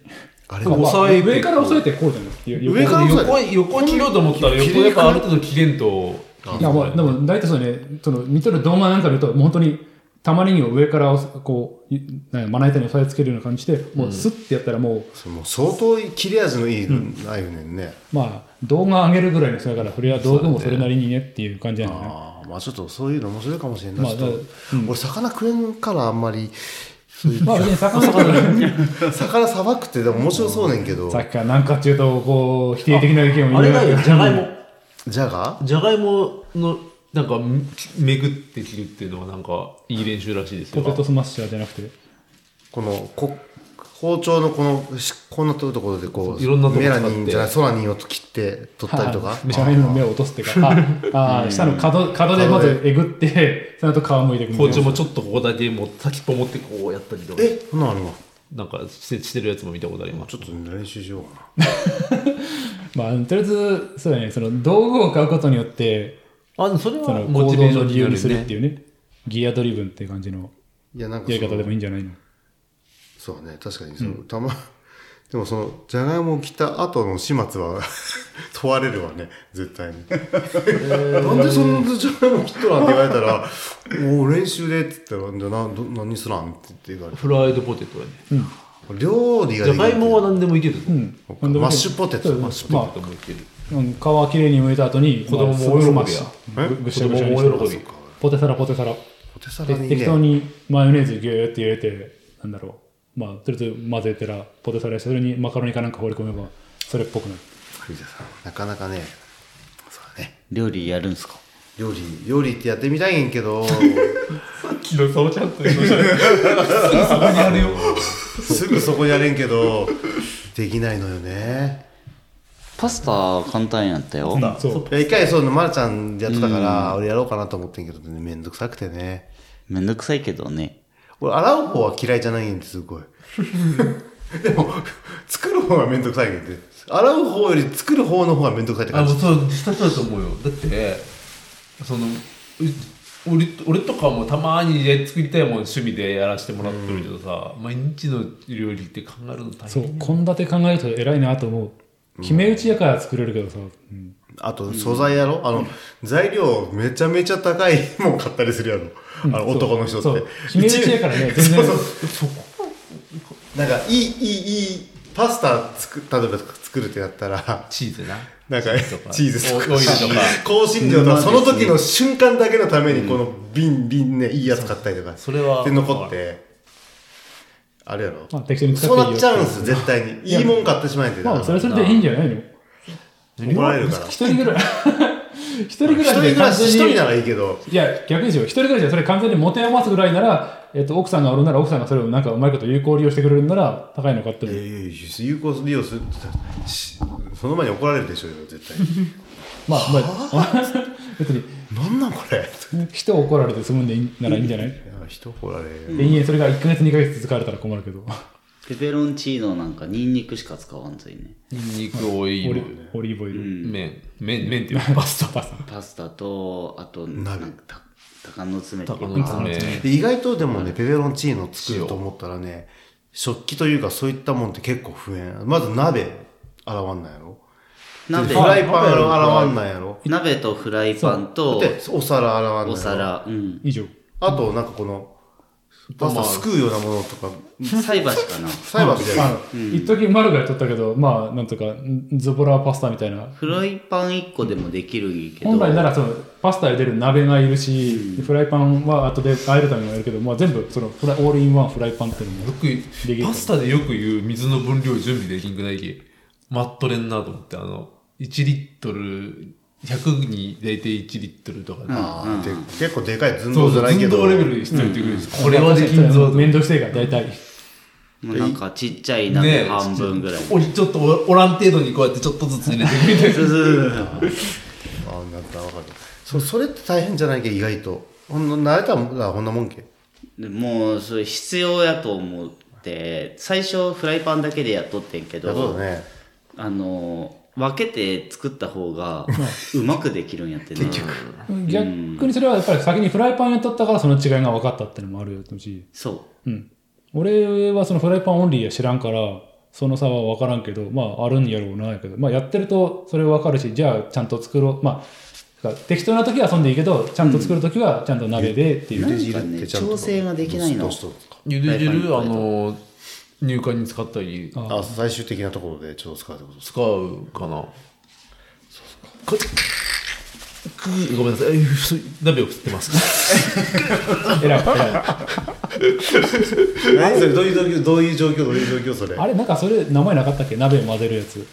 [SPEAKER 3] あれ
[SPEAKER 1] まあ
[SPEAKER 2] 押さえて
[SPEAKER 1] 上から押さえてこうじゃない
[SPEAKER 3] 上から
[SPEAKER 1] 横に
[SPEAKER 2] 横横切ろうと思ったら
[SPEAKER 3] 切
[SPEAKER 2] 横
[SPEAKER 3] れ
[SPEAKER 2] やっぱある程度切れんと
[SPEAKER 1] いやまあでも大体そうねその見とる動画なんか見るともう本当に玉ねぎを上から押すこういなんかまな板に押さえつけるような感じでもうスッてやったらもう、
[SPEAKER 3] その相当切れ味のいいナイフねんね、
[SPEAKER 1] まあ動画上げるぐらいの人だからそれは道具もそれなりにねっていう感じなんだね
[SPEAKER 3] ああまあちょっとそういうの面白いかもしれんない、
[SPEAKER 1] まあ
[SPEAKER 3] ちょっと
[SPEAKER 1] だか
[SPEAKER 3] 俺魚食えんからあんまりそういう
[SPEAKER 1] まあ別に魚と か
[SPEAKER 3] 魚さばくってでも面白そうねんけど
[SPEAKER 1] さっきからなんかっていうとこう否定的な意見を言
[SPEAKER 2] あれだよ じゃがいも
[SPEAKER 3] じゃが
[SPEAKER 2] じゃがいものなんかめぐって切るっていうのはなんかいい練習らしいです
[SPEAKER 1] ポ
[SPEAKER 2] よ
[SPEAKER 1] テトスマッシャーじゃなくて
[SPEAKER 3] このこ包丁のこのしこんなところでこう
[SPEAKER 2] いろんなとこ
[SPEAKER 3] メ
[SPEAKER 2] 使っ
[SPEAKER 3] ラ
[SPEAKER 2] て
[SPEAKER 3] ニンじゃないソラニンを切って取ったりとか
[SPEAKER 1] はいじゃがいもの目を落とすっていうかああー下の角角でまずえぐって その後皮むいていくみたい
[SPEAKER 2] 包
[SPEAKER 1] な
[SPEAKER 2] 丁もちょっとここだけもう先っぽ持ってこうやったりとか
[SPEAKER 3] えそんなんあるの
[SPEAKER 2] なんかしてしてるやつも見たことあります
[SPEAKER 3] ちょっと練習しようか
[SPEAKER 1] まあとりあえずそうだねその道具を買うことによって
[SPEAKER 2] あでもそれ
[SPEAKER 1] そ
[SPEAKER 2] は
[SPEAKER 1] の
[SPEAKER 2] モ
[SPEAKER 1] 行
[SPEAKER 2] チベ
[SPEAKER 1] 動
[SPEAKER 2] ーショ
[SPEAKER 1] の
[SPEAKER 2] ン
[SPEAKER 1] 理
[SPEAKER 2] に
[SPEAKER 1] 由
[SPEAKER 2] な
[SPEAKER 1] に
[SPEAKER 2] る
[SPEAKER 1] する
[SPEAKER 2] よ
[SPEAKER 1] ってい
[SPEAKER 2] ね
[SPEAKER 1] うねギアドリブンっていう感じの
[SPEAKER 3] ないやなんか
[SPEAKER 1] や
[SPEAKER 3] そ
[SPEAKER 1] り方でも
[SPEAKER 3] の
[SPEAKER 1] いいんじゃないの
[SPEAKER 3] そうだね確かにその、たま でもそのじゃがいもを切った後の始末は 問われるわね絶対に、なんでそんなじゃがいも切っとらんって言われたら「おー練習で」って言ったら「じゃあなど何すらん?」って言って言われ
[SPEAKER 2] フライドポテトはね
[SPEAKER 3] た料理が
[SPEAKER 2] じ
[SPEAKER 3] で
[SPEAKER 2] ゃ
[SPEAKER 3] き
[SPEAKER 2] が
[SPEAKER 3] ない
[SPEAKER 2] いもは何でもいけるぞ
[SPEAKER 3] そっかマッシュポテト
[SPEAKER 1] マ
[SPEAKER 3] マ
[SPEAKER 1] ッ
[SPEAKER 3] ッ
[SPEAKER 1] シ
[SPEAKER 3] シ
[SPEAKER 1] ュポテ
[SPEAKER 3] ュ
[SPEAKER 2] ポテトもいける
[SPEAKER 1] ト、まあ、皮切れに剥いた後に
[SPEAKER 2] 子供も
[SPEAKER 1] まあ
[SPEAKER 2] 大喜びや
[SPEAKER 1] マッシュぐぐしゃぐしゃにして
[SPEAKER 2] 子供も喜び
[SPEAKER 1] ポテサラポテサラ
[SPEAKER 3] ポテサラ
[SPEAKER 1] で
[SPEAKER 3] に
[SPEAKER 1] 適当
[SPEAKER 3] ね
[SPEAKER 1] にマヨネーズギューって入れてなんだろうまあとりあえず混ぜてらポテサラしてそれにマカロニかなんか放り込めばそれっぽくなる
[SPEAKER 3] 藤田さんなかなかねそうだね
[SPEAKER 4] 料理やるんすか
[SPEAKER 3] 料理料理ってやってみたいんやけど
[SPEAKER 2] 昨日そのちゃんと言いましたねすぐそこにある よ
[SPEAKER 3] すぐそこやれんけどできないのよね
[SPEAKER 4] パスタ簡単やったよ。
[SPEAKER 1] うんそう
[SPEAKER 3] いや一回そういうのまるちゃんでやってたから、俺やろうかなと思ってんけどねめんどくさくてね
[SPEAKER 4] めんどくさいけどね。
[SPEAKER 3] 俺洗う方は嫌いじゃないんですすごい でも作る方がめんどくさいけどね洗う方より作る方の方がめんどくさいって
[SPEAKER 2] あ
[SPEAKER 3] 感
[SPEAKER 2] も
[SPEAKER 3] じ
[SPEAKER 2] うそう実際そうだと思うよだってそのう俺俺とかもたまにね作りたいもん趣味でやらせてもらってるけどさ、毎日の料理って考えるの大
[SPEAKER 1] そう献
[SPEAKER 2] 変
[SPEAKER 1] 立考えると偉いなと思う決め打ちやから作れるけどさ、うん
[SPEAKER 3] あと素材やろあの材料めちゃめちゃ高い もん買ったりするやろあの男の人っ
[SPEAKER 1] そう
[SPEAKER 3] て
[SPEAKER 1] 決め打ちやからね全然
[SPEAKER 3] そうなんかいいいいいいパスタ作例えば作るってやったら
[SPEAKER 2] チーズな
[SPEAKER 3] なんかチ
[SPEAKER 2] チ
[SPEAKER 3] ー
[SPEAKER 2] ー
[SPEAKER 3] ズ
[SPEAKER 2] ズと
[SPEAKER 3] とか
[SPEAKER 2] かオイルと か
[SPEAKER 3] 香辛料とかその時の瞬間だけのためにこの瓶瓶ねいいやつ買ったりとか
[SPEAKER 2] それは
[SPEAKER 3] で残ってあれやろ
[SPEAKER 1] まあ適当に使って
[SPEAKER 3] そ
[SPEAKER 1] いういよ
[SPEAKER 3] なっちゃうんです絶対にいいもん買ってしまえんで
[SPEAKER 1] まあそれはそれでいいんじゃないの
[SPEAKER 3] 怒られるから
[SPEAKER 1] 一人ぐ らい一人ぐ
[SPEAKER 3] 一
[SPEAKER 1] ら
[SPEAKER 3] 人
[SPEAKER 1] いで
[SPEAKER 3] 暮ら
[SPEAKER 1] 完
[SPEAKER 3] し
[SPEAKER 1] 全
[SPEAKER 3] 一
[SPEAKER 1] に
[SPEAKER 3] 人ならいいけど
[SPEAKER 1] いや逆にしよう一人暮らしでそれ完全に持て余すぐらいなら、えっと、奥さんがおるなら奥さんがそれをなんかうまいこと有効利用してくれるんなら高いの買って
[SPEAKER 3] いや
[SPEAKER 1] も
[SPEAKER 3] いやいや有効利用するってしその前に怒られるでしょうよ絶 対
[SPEAKER 1] まあまあ 別に
[SPEAKER 3] なんなんこれい
[SPEAKER 1] 人怒られて済むんでいいならいいんじゃない、
[SPEAKER 3] や人怒られる
[SPEAKER 1] 永遠それが1か月2か月使われたら困るけど
[SPEAKER 4] ペペロンチーノなんかニンニクしか使わんといね。
[SPEAKER 2] ニンニクオイ
[SPEAKER 1] オリ
[SPEAKER 2] ル
[SPEAKER 1] オリーブオイル、
[SPEAKER 2] 麺麺麺ってい うかパスタパス
[SPEAKER 4] パスタと、あと、なん
[SPEAKER 3] 鍋
[SPEAKER 4] か、た鷹の爪ってい
[SPEAKER 2] タこ
[SPEAKER 4] う
[SPEAKER 2] の
[SPEAKER 4] か。
[SPEAKER 2] 爪
[SPEAKER 3] で意外とでもねペペロンチーノ作ると思ったらね食器というかそういったもんって結構不縁まず鍋洗わんないやろで
[SPEAKER 4] 鍋
[SPEAKER 3] フ、ライパン洗わんないやろ
[SPEAKER 4] 鍋とフライパンと、
[SPEAKER 3] でお皿洗わんない
[SPEAKER 4] お
[SPEAKER 3] やろ
[SPEAKER 4] 皿、うん。
[SPEAKER 1] 以上
[SPEAKER 3] あとなんかこのパスタすくうようなものとか
[SPEAKER 4] 菜箸かな。
[SPEAKER 3] 菜箸で
[SPEAKER 1] まあ一時マルがやっとったけどまあなんとかんズボラパスタみたいな
[SPEAKER 4] フライパン1個でもできるけど、
[SPEAKER 1] 本来ならそのパスタ茹でる鍋がいるし、フライパンは後で和えるためにもいるけど、まあ、全部そのフライオールインワンフライパンっていうのも
[SPEAKER 2] よくパスタでよく言う水の分量準備できんくないきマットレンなと思ってあの1リットル100に大体1リットルとかで、
[SPEAKER 3] で結構でかい寸
[SPEAKER 2] そ
[SPEAKER 3] 胴
[SPEAKER 2] う
[SPEAKER 3] じ
[SPEAKER 2] そ
[SPEAKER 3] ゃ
[SPEAKER 2] う
[SPEAKER 3] ないけ
[SPEAKER 2] 運
[SPEAKER 3] ど
[SPEAKER 2] 動レベルで必要ってくるんです、これはできんぞと
[SPEAKER 1] 面倒くせえから大体
[SPEAKER 4] もうなんかちっちゃい
[SPEAKER 2] ね
[SPEAKER 4] 鍋半分ぐらい。
[SPEAKER 2] おちょっとおおらん程度にこうやってちょっとずつ入れてくれ て
[SPEAKER 4] そうそうそう
[SPEAKER 3] あなんかわかるそそれって大変じゃないけ意外とほんの慣れたらこんなもんけ
[SPEAKER 4] でもう、それ必要やと思って、最初フライパンだけでやっとってんけど、
[SPEAKER 3] そうだね
[SPEAKER 4] あの、分けて作った方がうまくできるんやってね。
[SPEAKER 1] 逆にそれはやっぱり先にフライパンやっとったからその違いが分かったっていうのもあるよし、
[SPEAKER 4] そ
[SPEAKER 1] うん、俺はそのフライパンオンリーや知らんからその差は分からんけどまああるんやろうなやけど、まあ、やってるとそれ分かるしじゃあちゃんと作ろうまあだから適当な時は遊んでいいけどちゃんと作る時はちゃんと鍋でっていう、
[SPEAKER 4] う。
[SPEAKER 3] ゆ
[SPEAKER 4] な
[SPEAKER 3] で
[SPEAKER 4] ん
[SPEAKER 3] 汁
[SPEAKER 4] か
[SPEAKER 3] って
[SPEAKER 4] ね、
[SPEAKER 3] ちゃんと
[SPEAKER 4] 調整ができないの。
[SPEAKER 3] どうしとるんですか
[SPEAKER 2] ゆで汁あの入管に使ったり
[SPEAKER 1] あ
[SPEAKER 3] あ最終的なところでちょっと使うってことです
[SPEAKER 2] 使うかなこうやってくーごめんなさいふ鍋を振ってます
[SPEAKER 1] 偉い偉い
[SPEAKER 3] 何それどういう状況どういう状況どういう状況それ
[SPEAKER 1] あれなんかそれ名前なかったっけ鍋混ぜるやつ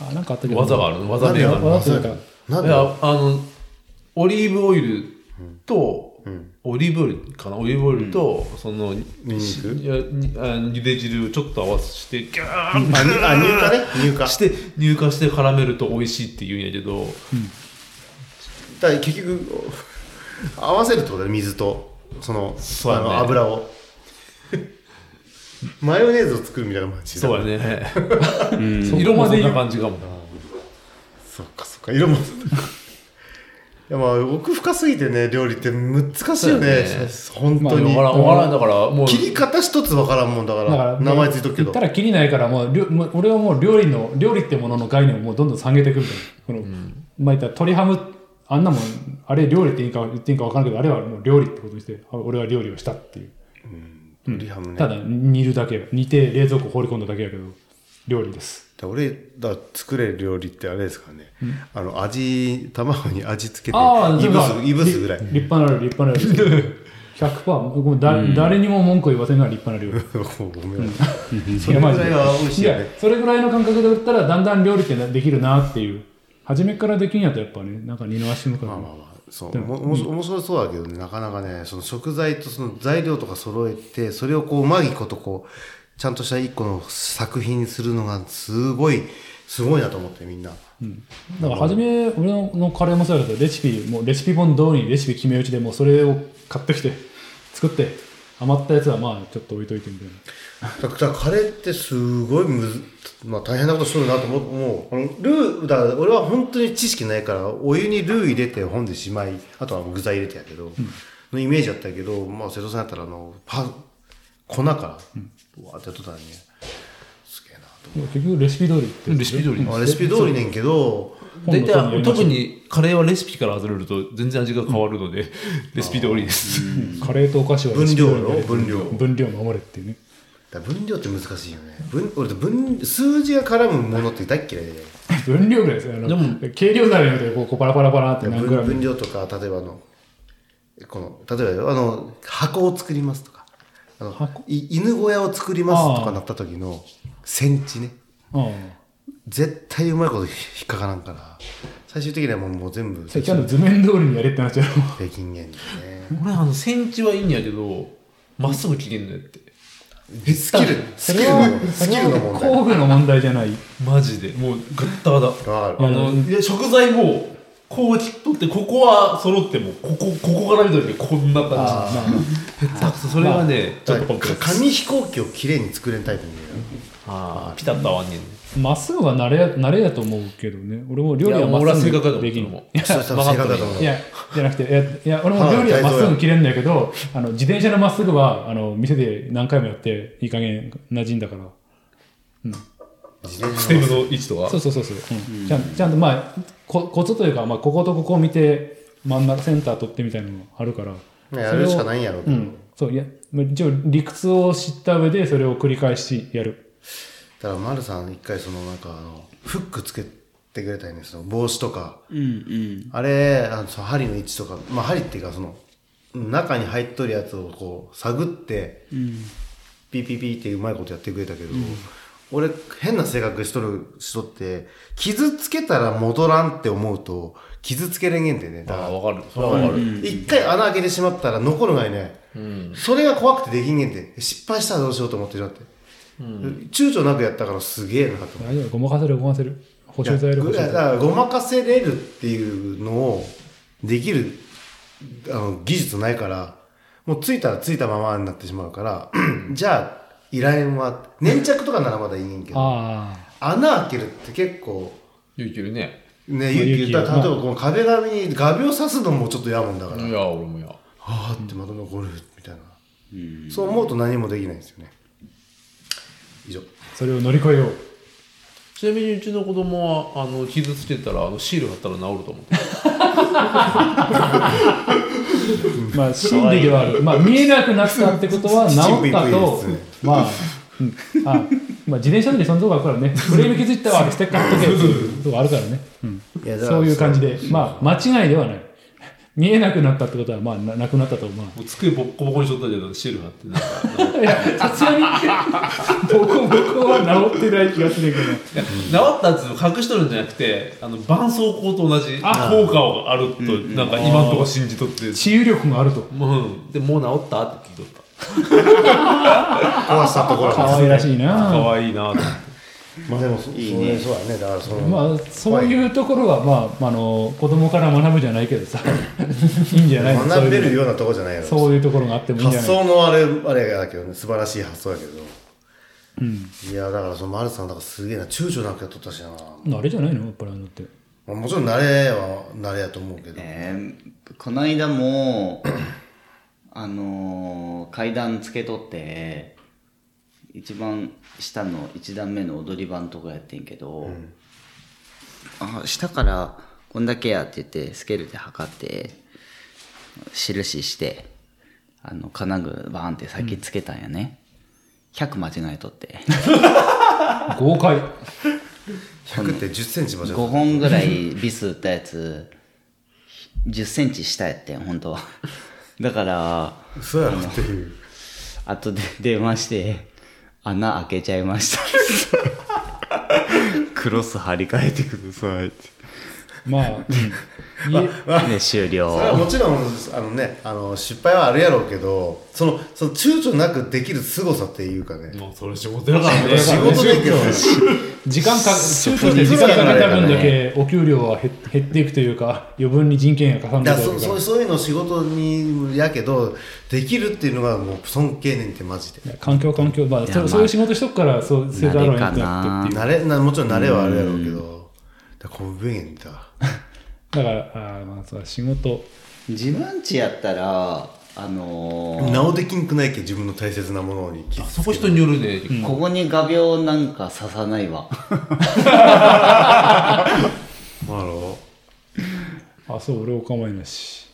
[SPEAKER 1] あなんかあったけど
[SPEAKER 2] 技があるの技名がある
[SPEAKER 1] 技というか
[SPEAKER 3] ないんで
[SPEAKER 2] やあのオリーブオイルと、オリーブオイルかなオリーブオイルと、そのに
[SPEAKER 3] ニンニク
[SPEAKER 2] いやにあゆで汁をちょっと合わせてギャーン
[SPEAKER 3] あにあ入荷ね入荷だ
[SPEAKER 2] して乳化して絡めると美味しいって言うんやけど、
[SPEAKER 3] から結局合わせるってことだね水とその
[SPEAKER 2] そうだね
[SPEAKER 3] あの油を マヨネーズを作るみたいな感じ
[SPEAKER 2] そうやね、 色もそんな感じかも
[SPEAKER 3] そっかそっか色も いやまあ奥深すぎてね料理って難しいよね
[SPEAKER 2] そうだね
[SPEAKER 3] 本当
[SPEAKER 2] わ
[SPEAKER 3] に、
[SPEAKER 2] からんわからんだからもう
[SPEAKER 3] 切り方一つわからんもんだから
[SPEAKER 1] だから
[SPEAKER 3] 名前ついとくけ
[SPEAKER 1] 言
[SPEAKER 3] ど
[SPEAKER 1] ったらきりないからもうりょもう俺はもう料理の料理ってものの概念をもうどんどん下げていくみたいなこの、まあ言ったら鶏ハムあんなもんあれ料理っていいか言っていいか分からんけどあれはもう料理ってことにしてあ俺は料理をしたっていう
[SPEAKER 3] リハムね
[SPEAKER 1] ただ煮るだけ煮て冷蔵庫放り込んだだけやけど料理です
[SPEAKER 3] だ俺だ作れる料理ってあれですからね、あの味卵に味付けて
[SPEAKER 1] ああ
[SPEAKER 3] い
[SPEAKER 1] そう
[SPEAKER 3] ぶ
[SPEAKER 1] か
[SPEAKER 3] すいぶすぐらい
[SPEAKER 1] 立派な料理立派な料理 です100%もうだ、誰にも文句言わせんが立派な料理
[SPEAKER 3] ごめん
[SPEAKER 1] それぐ
[SPEAKER 3] それは美味しいよね
[SPEAKER 1] それぐらいの感覚で売ったらだんだん料理ってなできるなっていう初めからできんやとやっぱねなんか二の足向かう、
[SPEAKER 3] まあまあまあそうもも面白そうだけどねなかなかねその食材とその材料とか揃えてそれをこううまいことこうちゃんとした一個の作品にするのがすごいすごいなと思ってみんな
[SPEAKER 1] だから初め俺のカレーもそうだけどレシピもうレシピ本通りにレシピ決め打ちでもうそれを買ってきて作って余ったやつはまあちょっと置いといてみたいな
[SPEAKER 3] だからカレーってすごいむず、まあ、大変なことするなと思う思うあのルーだから俺は本当に知識ないからお湯にルー入れて本でしまいあとは具材入れてやけど、のイメージだったけど、まあ、瀬戸さんやったらあのパ粉から、うわーってやっとったのにすげえなと
[SPEAKER 1] でも結局レシピ通りって
[SPEAKER 2] レシピ通り
[SPEAKER 3] 思うあレシピ通りねんけど
[SPEAKER 1] 本
[SPEAKER 2] 大
[SPEAKER 1] の本によります
[SPEAKER 2] 体特にカレーはレシピから外れると全然味が変わるので、レシピ通りです、
[SPEAKER 1] カレーとお菓子はレシピ
[SPEAKER 3] 分
[SPEAKER 1] 通
[SPEAKER 3] 量
[SPEAKER 1] り
[SPEAKER 3] よ分量
[SPEAKER 1] 分量守れっていうね
[SPEAKER 3] だから分量って難しいよね分俺って分数字が絡むものって大っ嫌いで
[SPEAKER 1] 分量ぐらいですよあの
[SPEAKER 2] でも
[SPEAKER 1] 計量ならみたいにこうこうパラパラパラって何グラ
[SPEAKER 3] 分
[SPEAKER 1] ム
[SPEAKER 3] 分量とか例えばあのこの例えばよあの箱を作りますとかあのい犬小屋を作りますとかなった時のセンチね
[SPEAKER 1] あ
[SPEAKER 3] 絶対うまいこと引っかからんから最終的にはもうもう全部
[SPEAKER 1] あ
[SPEAKER 3] 北
[SPEAKER 1] ちゃんと図面通りにやれってなっちゃう
[SPEAKER 3] 京原理ね
[SPEAKER 2] 俺あのセンチはいいんやけどまっすぐ切れんのやって
[SPEAKER 3] スキルスキルのスキルの問題
[SPEAKER 1] 工具の問題じゃない
[SPEAKER 2] マジでもうガッタガタ
[SPEAKER 3] がある
[SPEAKER 2] あのいや食材もこう切っとってここは揃ってもここここから見た時こんな感
[SPEAKER 1] まあまあ
[SPEAKER 2] じ下手くそそれはね、ちょっとコンプレックス
[SPEAKER 3] 紙飛行機をきれいに作れんタイプに
[SPEAKER 2] あーピタッと合わんねんね
[SPEAKER 1] まっすぐは慣れや慣れやと思うけどね俺も料
[SPEAKER 2] い
[SPEAKER 1] 理
[SPEAKER 2] や
[SPEAKER 1] は
[SPEAKER 2] もう
[SPEAKER 1] ま
[SPEAKER 2] 俺
[SPEAKER 1] っ
[SPEAKER 2] は
[SPEAKER 1] す
[SPEAKER 2] 正確だと
[SPEAKER 1] ぐ
[SPEAKER 2] 思
[SPEAKER 1] で
[SPEAKER 2] う
[SPEAKER 1] き
[SPEAKER 2] それ
[SPEAKER 1] ん
[SPEAKER 2] も
[SPEAKER 3] それ多分正解だと思う
[SPEAKER 1] いやじゃなくていやいや俺も料理はまっすぐ切れんだけどあの自転車のまっすぐはあの店で何回もやっていい加減馴染んだから
[SPEAKER 2] ステムの位置とか
[SPEAKER 1] そうそうそうそう、うんちゃんちゃんとまあこコツというか、まあ、こことここを見て真ん中センター取ってみたいなのがあるから
[SPEAKER 3] ねやるしかないいんやろうけ
[SPEAKER 1] う
[SPEAKER 3] ど、
[SPEAKER 1] んそういやまあ一応理屈を知った上でそれを繰り返しやる
[SPEAKER 3] だから丸さん一回そのなんかあのフックつけてくれたよねその帽子とか
[SPEAKER 4] うんうん
[SPEAKER 3] あれあのその針の位置とか、まあ、針っていうかその中に入っとるやつをこう探って、ピーピーピーってうまいことやってくれたけど、俺変な性格しとる人って傷つけたら戻らんって思うと傷つけれんげんってねだ
[SPEAKER 2] あ
[SPEAKER 3] か
[SPEAKER 2] あ
[SPEAKER 3] ら
[SPEAKER 2] わかるそれはわかる、
[SPEAKER 3] 一回穴開けてしまったら残るがいね、それが怖くてできんげんって失敗したらどうしようと思ってるなって、躊躇なくやったからすげえなと思って
[SPEAKER 1] 大丈夫ごまかせるごまかせる補
[SPEAKER 3] いや
[SPEAKER 1] 修材料補
[SPEAKER 3] ぐ
[SPEAKER 1] 修
[SPEAKER 3] だ
[SPEAKER 1] 材料
[SPEAKER 3] からごまかせれるっていうのをできるあの技術ないからもうついたらついたままになってしまうから じゃあ依頼は粘着とかならまだいいんけど
[SPEAKER 1] ああ
[SPEAKER 3] 穴開けるって結構
[SPEAKER 2] ゆうきゅうね
[SPEAKER 3] ね
[SPEAKER 1] まあ
[SPEAKER 3] 勇気言ったら
[SPEAKER 1] 勇気
[SPEAKER 3] 例えばこの壁紙に画鋲刺すのもちょっとやもんだから、
[SPEAKER 2] い
[SPEAKER 3] は
[SPEAKER 2] や俺もや
[SPEAKER 3] あってまた残るみたいな、そう思うと何もできないんですよね以上
[SPEAKER 1] それを乗り越えよう
[SPEAKER 2] ちなみにうちの子供はあの傷つけたらあのシール貼ったら治ると 思って
[SPEAKER 1] まあ真理ではある、まあ、見えなくなったってこと は治ったと
[SPEAKER 3] 秩父 VV ですね、
[SPEAKER 1] まあ、うんあまあ、自転車の時存在があるから ね、フレーム気づいたわ、ステッカー貼っとけっていうとこあるからね、うん
[SPEAKER 3] いやだから
[SPEAKER 1] そういう感じで、まあ、間違いではない、見えなくなったってことは、まあ、ななくなったと、ま
[SPEAKER 2] もう机ボッコボコにしとったけどシール貼ってなんか
[SPEAKER 1] あ、いや、さすがに、 ボコボコは治ってない気がするけど、
[SPEAKER 2] いや治ったやつを隠しとるんじゃなくてあの絆創膏と同じ効果があるとなんか今んとこ信じとって
[SPEAKER 1] 治癒力もあると、
[SPEAKER 2] もうでもう治ったって聞いとっ
[SPEAKER 3] 壊したところなんで
[SPEAKER 1] 可
[SPEAKER 3] す
[SPEAKER 1] 愛らしい
[SPEAKER 2] た
[SPEAKER 1] な。
[SPEAKER 2] 可愛いなと思って
[SPEAKER 3] まあでもそ
[SPEAKER 4] いいね
[SPEAKER 3] そうだねだからその、
[SPEAKER 1] まあ、そういうところは、まあ、あの子供から学ぶじゃないけどさいいんじゃないの
[SPEAKER 3] 学
[SPEAKER 1] そうい
[SPEAKER 3] べ
[SPEAKER 1] う
[SPEAKER 3] る
[SPEAKER 1] の
[SPEAKER 3] ようなとこじゃないよ
[SPEAKER 1] そういうところがあってもいいんじゃ
[SPEAKER 3] 発
[SPEAKER 1] ない
[SPEAKER 3] 想のあれあれだけどね素晴らしい発想だけど
[SPEAKER 1] うん、
[SPEAKER 3] いやだからその丸さんだからすげえな躊躇なくやっとったしな、
[SPEAKER 1] あれじゃないのやっぱりあのって。
[SPEAKER 3] まあ、もちろん慣れは慣れやと思うけど、
[SPEAKER 4] えーこの間も あのー階段つけとって一番下の1段目の踊り場のとこやってんけど、あ下からこんだけやって言ってスケールで測って印してあの金具バーンって先つけたんやね、100間違えとって
[SPEAKER 1] 豪快。
[SPEAKER 3] 100って1 0ンチまで
[SPEAKER 4] 5本ぐらいビス打ったやつ10センチ下やってん本当はだから
[SPEAKER 3] そうやろっていう
[SPEAKER 4] 後で電話して穴開けちゃいました クロス張り替えてくださいって
[SPEAKER 1] まあ、うんいえ
[SPEAKER 4] で終
[SPEAKER 3] それは
[SPEAKER 4] 了
[SPEAKER 3] もちろんあのねあの失敗はあるやろうけどそのその躊躇なくできる凄さっていうかね
[SPEAKER 2] もうそれ仕事だからね
[SPEAKER 3] 仕事できる
[SPEAKER 1] 時間か、中長で時間かけた分だけお給料は減減っていくというか、余分に人件費がかさんでい
[SPEAKER 3] だ
[SPEAKER 1] く
[SPEAKER 3] から
[SPEAKER 1] わ
[SPEAKER 3] そ
[SPEAKER 1] け
[SPEAKER 3] そう
[SPEAKER 1] だ
[SPEAKER 3] そういうの仕事にやけどできるっていうのがもう尊敬ねんってマジで
[SPEAKER 1] から環境環境、まあ、
[SPEAKER 4] や
[SPEAKER 1] そ
[SPEAKER 4] ま
[SPEAKER 1] う
[SPEAKER 4] あ
[SPEAKER 1] そういう仕事しとくから、そう、せざるを得なくなってっていう。
[SPEAKER 3] 慣れなもちろん慣れはあるやろうけどだから不便だ
[SPEAKER 1] だから、あーまあ、そう仕事、
[SPEAKER 4] 自分家やったらあのー
[SPEAKER 3] なおできんくないけ自分の大切なものに気づ
[SPEAKER 2] そこ人によるね、
[SPEAKER 4] ここに画鋲なんか刺さないわ
[SPEAKER 3] まあろ
[SPEAKER 1] あ、そう、俺お構いなし。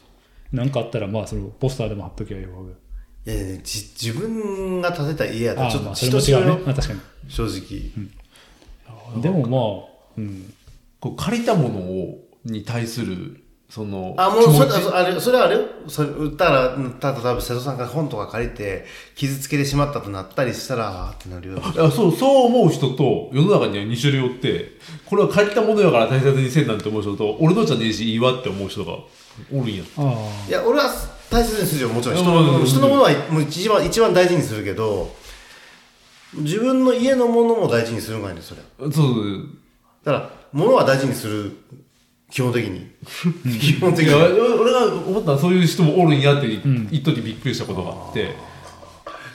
[SPEAKER 1] なんかあったら、まあ、それをポスターでも貼っときゃよ。
[SPEAKER 3] いやいやじ自分が建てた家やった
[SPEAKER 1] あ
[SPEAKER 3] らちょ
[SPEAKER 1] ー
[SPEAKER 3] っ
[SPEAKER 1] ま
[SPEAKER 3] と
[SPEAKER 1] あ、それも
[SPEAKER 3] 人
[SPEAKER 1] 違
[SPEAKER 3] 違うよ
[SPEAKER 1] うね。あ確かに。
[SPEAKER 3] 正直、
[SPEAKER 1] でもまあ、うん。
[SPEAKER 2] こう借りたものをに対するその
[SPEAKER 3] あもう
[SPEAKER 2] 気持
[SPEAKER 3] それ
[SPEAKER 2] ち
[SPEAKER 3] あそあれそれはあれよそれ売ったらただ多分瀬戸さんから本とか借りて傷つけてしまったとなったりしたらあーってなるよ
[SPEAKER 2] あそうそう思う人と世の中には2種類おってこれは借りたものやから大切にせんなんて思う人と俺のじゃねえしいいわって思う人がおるんや
[SPEAKER 1] あ
[SPEAKER 3] いや俺は大切にするよもちろん人
[SPEAKER 2] うんうんうんう
[SPEAKER 3] の
[SPEAKER 2] ん
[SPEAKER 3] 人のものはもう一番一番大事にするけど自分の家のものも大事にするんかいねそれ
[SPEAKER 2] そうそう
[SPEAKER 3] だから物は大事にする基本的 に基本的
[SPEAKER 2] いや
[SPEAKER 3] に
[SPEAKER 2] 俺が思ったのはそういう人もおるんやって一時びっくりしたことがあって、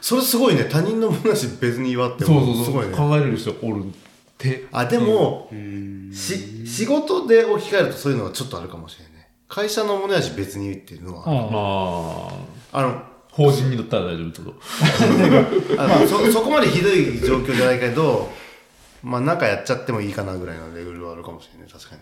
[SPEAKER 3] それすごいね他人のものだし別に言わって
[SPEAKER 2] そうそ
[SPEAKER 3] も
[SPEAKER 2] う
[SPEAKER 3] す
[SPEAKER 2] そ
[SPEAKER 3] ご
[SPEAKER 2] う、
[SPEAKER 3] いね
[SPEAKER 2] 考えれる人がおるって
[SPEAKER 3] あでも、し仕事で置き換えるとそういうのはちょっとあるかもしれないね会社のものやし別にっていうの
[SPEAKER 1] あ。
[SPEAKER 3] は
[SPEAKER 1] ああ。
[SPEAKER 2] まあ
[SPEAKER 3] あの
[SPEAKER 2] 法人になったら大丈夫ってこと
[SPEAKER 3] あのそそこまでひどい状況じゃないけどまあなんかやっちゃってもいいかなぐらいのレベルはあるかもしれない確かに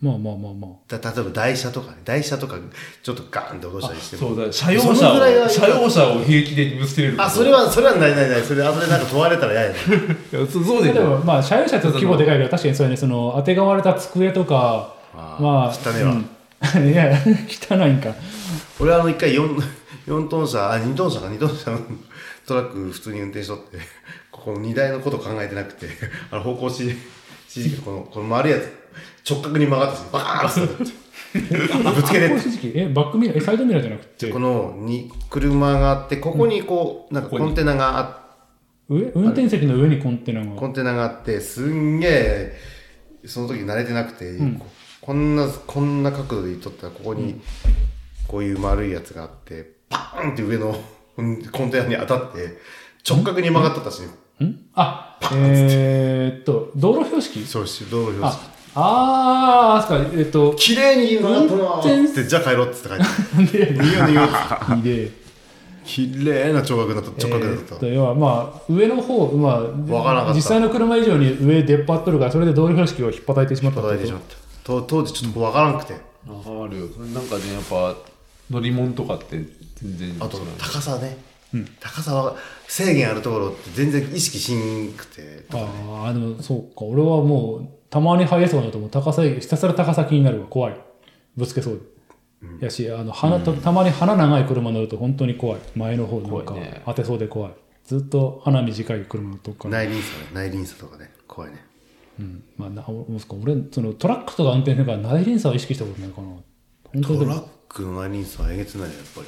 [SPEAKER 1] まあまあまあまあ。
[SPEAKER 3] だ例えば台車とかね台車とかちょっとガーンって落としたりしても
[SPEAKER 2] そうだ車用
[SPEAKER 3] その
[SPEAKER 2] 車
[SPEAKER 3] ぐらいは
[SPEAKER 2] を車用車を平気でぶつけれること
[SPEAKER 3] あそれはそれはないないないそれ後でなんか問われたら嫌やね
[SPEAKER 2] いやそうそうでし
[SPEAKER 1] でも
[SPEAKER 2] ょ
[SPEAKER 1] まあ社用車って規模でかいけど確かにそうやねその当てがわれた机とか
[SPEAKER 3] あー
[SPEAKER 1] まあ
[SPEAKER 3] 汚ねえわ
[SPEAKER 1] うんいや汚いんか
[SPEAKER 3] 俺はあの一回 4, 4トン車あ2トン車か2トン車の トラック普通に運転しとって ここの荷台のこと考えてなくて あの方向指示がこのこの丸いやつ直角に曲がってバーンってぶつけてって
[SPEAKER 1] これ正直えバックミラーえサイドミラーじゃなく て
[SPEAKER 3] このに車があってここにこうなんかコンテナがあ
[SPEAKER 1] 上運転席の上にコンテナ
[SPEAKER 3] コ
[SPEAKER 1] が
[SPEAKER 3] ンテナがあってすんげえその時慣れてなくて、ここんなこんな角度でいっとったらここにこういう丸いやつがあってパーンって上の うんコンテナに当たって直角に曲がっとったし、
[SPEAKER 1] んあえー、っと道路標識
[SPEAKER 3] そうし道路標識
[SPEAKER 1] ああーあそっかえっと
[SPEAKER 3] 綺麗に曲がったな
[SPEAKER 1] 運
[SPEAKER 3] ー
[SPEAKER 1] 転
[SPEAKER 3] ってじゃあ帰ろうっつって書いて
[SPEAKER 1] なんでやねん
[SPEAKER 3] 逃げよう逃げようっつって
[SPEAKER 1] いいで
[SPEAKER 3] 綺麗な直角になった直角になっ
[SPEAKER 1] えー
[SPEAKER 3] た
[SPEAKER 1] っと、要はまあ上の方、ま
[SPEAKER 3] わからなか
[SPEAKER 1] あ、
[SPEAKER 3] った
[SPEAKER 1] 実際の車以上に上出っ張っとるからそれで道路標識を引っ叩いてしまったってこと
[SPEAKER 3] 叩いてしまったと当時ちょっと分からんくて、
[SPEAKER 2] わかるよなんかねやっぱ乗り物とかって全然
[SPEAKER 3] あと
[SPEAKER 2] 違う
[SPEAKER 3] 高さね、高さは制限あるところって全然意識しんくて
[SPEAKER 1] ああでもそうか俺はもうたまに速そうになるともう高さひたすら高さ気になるわ怖いぶつけそうで、やしあの鼻とたまに鼻長い車乗ると本当に怖い前の方なんか
[SPEAKER 2] 怖いね
[SPEAKER 1] 当てそうで怖いずっと鼻短い車のとこから、
[SPEAKER 3] 内輪差ね内輪差とかね怖いね
[SPEAKER 1] うんまあ、なおもうすか俺そのトラックとか運転するから内輪差を意識したことないかな本
[SPEAKER 3] ト
[SPEAKER 1] 当で
[SPEAKER 3] ラ
[SPEAKER 1] も
[SPEAKER 3] ックの内輪差はえげつないねやっぱり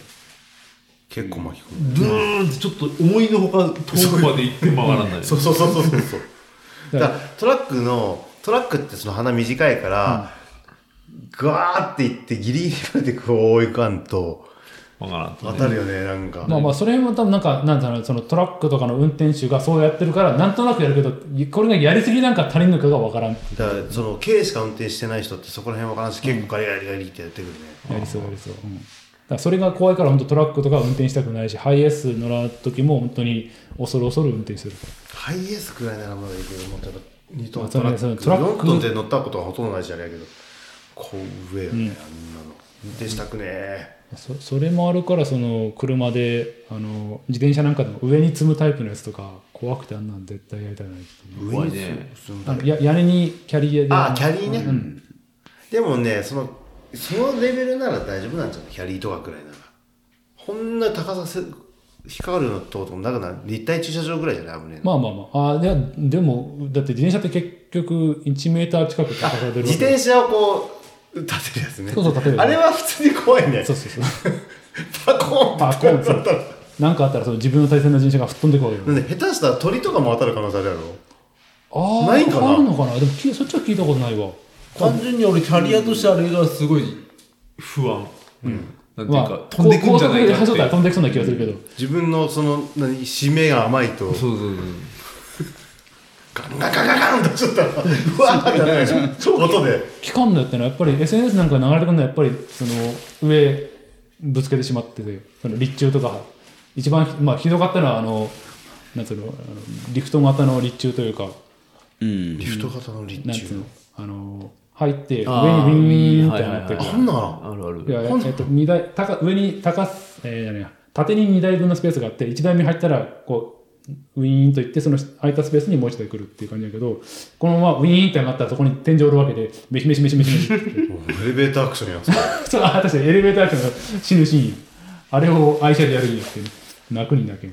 [SPEAKER 3] 結構巻き込む、
[SPEAKER 2] ドゥーンってちょっと思いのほか遠くまで行って曲がらない
[SPEAKER 3] そうそうそうそうそうそう だ
[SPEAKER 1] だ
[SPEAKER 3] か
[SPEAKER 1] から
[SPEAKER 3] トラックのトラックってその鼻短いから、ガーっていってギリギリまでこう行かんと
[SPEAKER 2] 曲がらんと
[SPEAKER 3] 当
[SPEAKER 2] ね
[SPEAKER 3] たるよねなんか、
[SPEAKER 1] まあまあそれ辺も多分なんかなんだろうそのトラックとかの運転手がそうやってるからなんとなくやるけどこれがやりすぎなんか足りんのかがわからん
[SPEAKER 3] だからその軽しか運転してない人ってそこら辺分からんし結構ガリガリガリってやってくるね、
[SPEAKER 1] やりそうやりそう、うん、だからそれが怖いから本当トラックとか運転したくないしハイエース乗らん時も本当に恐る恐る運転する
[SPEAKER 3] ハイエースくらいならまだいいけど、もうただ2ト
[SPEAKER 1] ま
[SPEAKER 3] ン
[SPEAKER 1] あ
[SPEAKER 3] トラ
[SPEAKER 1] そ
[SPEAKER 3] ッ
[SPEAKER 1] の
[SPEAKER 3] ク、
[SPEAKER 1] トラック
[SPEAKER 3] 4トンで乗ったことはほとんどないし、あれやけど、こう上よね、あんなの。運転したくねえ。
[SPEAKER 1] そそれもあるからその車であの自転車なんかでも上に積むタイプのやつとか怖くてあんなん絶対やりたくないっていう
[SPEAKER 2] 怖いね
[SPEAKER 3] 上に
[SPEAKER 1] あのや屋根にキャリアで
[SPEAKER 3] ああ、キャリーね。でもね、その、そのレベルなら大丈夫なんじゃないキャリーとかくらいなら。こんな高させ、引っかかるようなとこともなくない立体駐車場ぐらいじゃない危ねえな
[SPEAKER 1] まあまあまああーではでもだって自転車って結局1メーター近く高さ出るわけ
[SPEAKER 3] 自転車をこう、立てるやつね。
[SPEAKER 1] そうそう立てるやつ
[SPEAKER 3] あれは普通に怖いね。
[SPEAKER 1] そうそうそう
[SPEAKER 3] パコーンって
[SPEAKER 1] パコンってなんかあったらその自分の大切な自転車が吹っ飛んでくわけよ
[SPEAKER 3] なんで下手したら鳥とかも当たる可能性あるやろ
[SPEAKER 1] ああ
[SPEAKER 3] ないかな
[SPEAKER 1] あるのかなでもきそっちは聞いたことないわ
[SPEAKER 2] 単純に俺キャリアとしてあれがすごい不安、なんていう
[SPEAKER 1] ま
[SPEAKER 2] か、
[SPEAKER 1] あ
[SPEAKER 2] 飛んでくんじゃない
[SPEAKER 1] こ
[SPEAKER 2] か
[SPEAKER 1] うこうそうだよ
[SPEAKER 2] って
[SPEAKER 1] 飛んできそうな気がするけど、
[SPEAKER 3] 自分のその何締めが甘いと
[SPEAKER 2] そうそうそう
[SPEAKER 3] ガンガンガンガンガンとちょっとうわーってなるでしょそう音で
[SPEAKER 1] 期間だってのはやっぱり SNS なんか流れてくるのはやっぱりその上ぶつけてしまっててその立中とか一番まあひどかったのはあのなんつうのあのリフト型の立中というか
[SPEAKER 4] うん
[SPEAKER 3] リフト型の立
[SPEAKER 1] なんつう
[SPEAKER 3] 中
[SPEAKER 1] のあの入って
[SPEAKER 2] あ
[SPEAKER 1] 上
[SPEAKER 2] ー
[SPEAKER 1] にウィンウィンってなってる
[SPEAKER 2] は
[SPEAKER 3] あんなの
[SPEAKER 2] あるある
[SPEAKER 1] いやえっと二台高上に高すえーじゃないや縦に2台分のスペースがあって1台目入ったらこうウィーンといってその空いたスペースにもう1台来るっていう感じだけどこのままウィーンって上がったらそこに天井おるわけでめしめしめしめしめし って
[SPEAKER 3] エレベーターアクションやつ
[SPEAKER 1] そう、あ、確かにエレベーターアクションが死ぬシーン。あれを愛車でやるんやって、泣くに泣けん。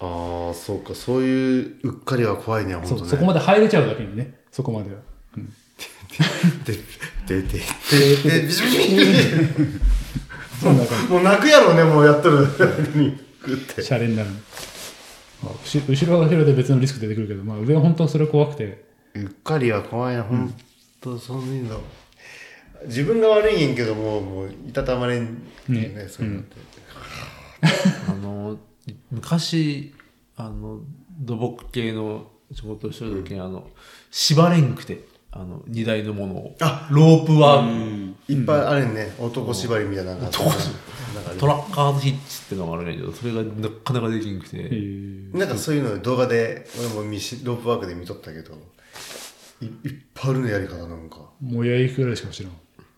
[SPEAKER 3] ああそうかそういううっかりは怖いね
[SPEAKER 1] そ
[SPEAKER 3] 本
[SPEAKER 1] う、
[SPEAKER 3] 当
[SPEAKER 1] そこ
[SPEAKER 3] ね
[SPEAKER 1] まで入れちゃうだけにね、そこまでは。
[SPEAKER 3] ででで
[SPEAKER 1] で
[SPEAKER 3] ででビシビシビシビシ
[SPEAKER 1] そんな感
[SPEAKER 3] もう泣くやろうねもうやっとるにグッ
[SPEAKER 1] じ。
[SPEAKER 3] て
[SPEAKER 1] シャレになる。まあ後後ろは後ろで別のリスク出てくるけど、まあ上は本当それ怖くて。
[SPEAKER 3] うっかりは怖いな本当そういうの自分が悪いんやけどももういたたまれんね
[SPEAKER 1] ね
[SPEAKER 3] そういうのって
[SPEAKER 2] あの昔あの土木系の仕事をしてる時に、あの縛れんくてあの荷台のものを
[SPEAKER 3] あ
[SPEAKER 2] ロープは、
[SPEAKER 3] いっぱいあるね男縛りみたいなのが
[SPEAKER 2] 男縛
[SPEAKER 3] なんかある
[SPEAKER 2] トラッカーのヒッチってのがあるんやけどそれがなかなかできんくて、
[SPEAKER 1] えー
[SPEAKER 3] なんかそういうの動画で俺も見しロープワークで見とったけどいいっぱいあるねやり方なんか
[SPEAKER 1] もやいくらいしか知らん。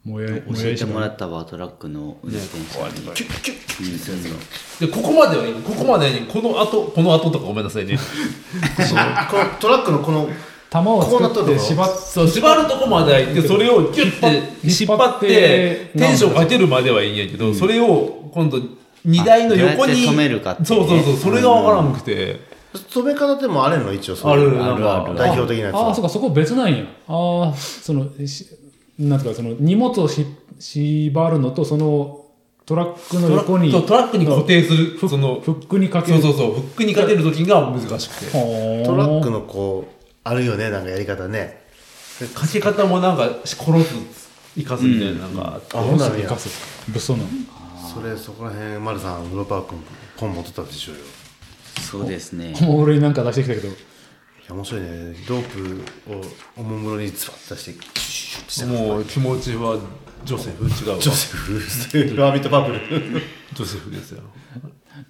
[SPEAKER 1] もやい、も
[SPEAKER 4] 教
[SPEAKER 1] や
[SPEAKER 4] え
[SPEAKER 1] い
[SPEAKER 4] て
[SPEAKER 1] し
[SPEAKER 4] もら
[SPEAKER 1] か。
[SPEAKER 4] ったわトラックの運転手に
[SPEAKER 3] キュッキュッ
[SPEAKER 4] うんそうそう
[SPEAKER 2] でここまではいいここまではいいこの後この後とかごめんなさいね
[SPEAKER 3] このトラックのこの
[SPEAKER 1] 玉を
[SPEAKER 3] こうなっと
[SPEAKER 1] 作っ
[SPEAKER 3] る
[SPEAKER 1] て
[SPEAKER 3] の
[SPEAKER 1] 縛っ
[SPEAKER 2] そう縛るとこまではいってそれをギュッて引
[SPEAKER 1] 引
[SPEAKER 2] っ
[SPEAKER 1] っ
[SPEAKER 2] 張
[SPEAKER 1] 張
[SPEAKER 2] っ
[SPEAKER 1] ってて
[SPEAKER 2] テンションかけるまではいいんやけど、それを今度荷台の横に
[SPEAKER 4] あどうやって止めるかってね
[SPEAKER 2] そうそうそうそれがわからんくて、
[SPEAKER 3] 止め方でもあれの一応
[SPEAKER 2] ある
[SPEAKER 4] あ
[SPEAKER 2] なん
[SPEAKER 4] る
[SPEAKER 2] か
[SPEAKER 4] ある
[SPEAKER 3] 代表的なやつ
[SPEAKER 1] ああ、
[SPEAKER 3] は
[SPEAKER 1] そうか、そこ別なんや。ああ、その、しなんていうか、その荷物をし縛るのと、そのトラックの
[SPEAKER 2] トラ
[SPEAKER 1] 横に、
[SPEAKER 2] そうトラックに固定する
[SPEAKER 1] フ
[SPEAKER 2] その
[SPEAKER 1] フックにかけ
[SPEAKER 2] そう
[SPEAKER 1] る。
[SPEAKER 2] そうそうフックにかける時が難しくて
[SPEAKER 1] ほー
[SPEAKER 3] トラックのこうあるよねなんかやり方ね
[SPEAKER 2] かけ方もなんか殺す生かすみたいななんか、
[SPEAKER 3] あほんなら
[SPEAKER 1] 生かす。物騒なの。
[SPEAKER 3] それそこら辺丸さん室パー君本持ってたでしょうよい
[SPEAKER 4] そうですね
[SPEAKER 1] おもむろになんか出してきたけど、
[SPEAKER 3] や面白いねドープをおもむろにズバッと出してキュッシュッとして
[SPEAKER 2] もう気持ちはジョセフ違うわ
[SPEAKER 3] ジョセフスラーミットパープル
[SPEAKER 2] ジョセフですよ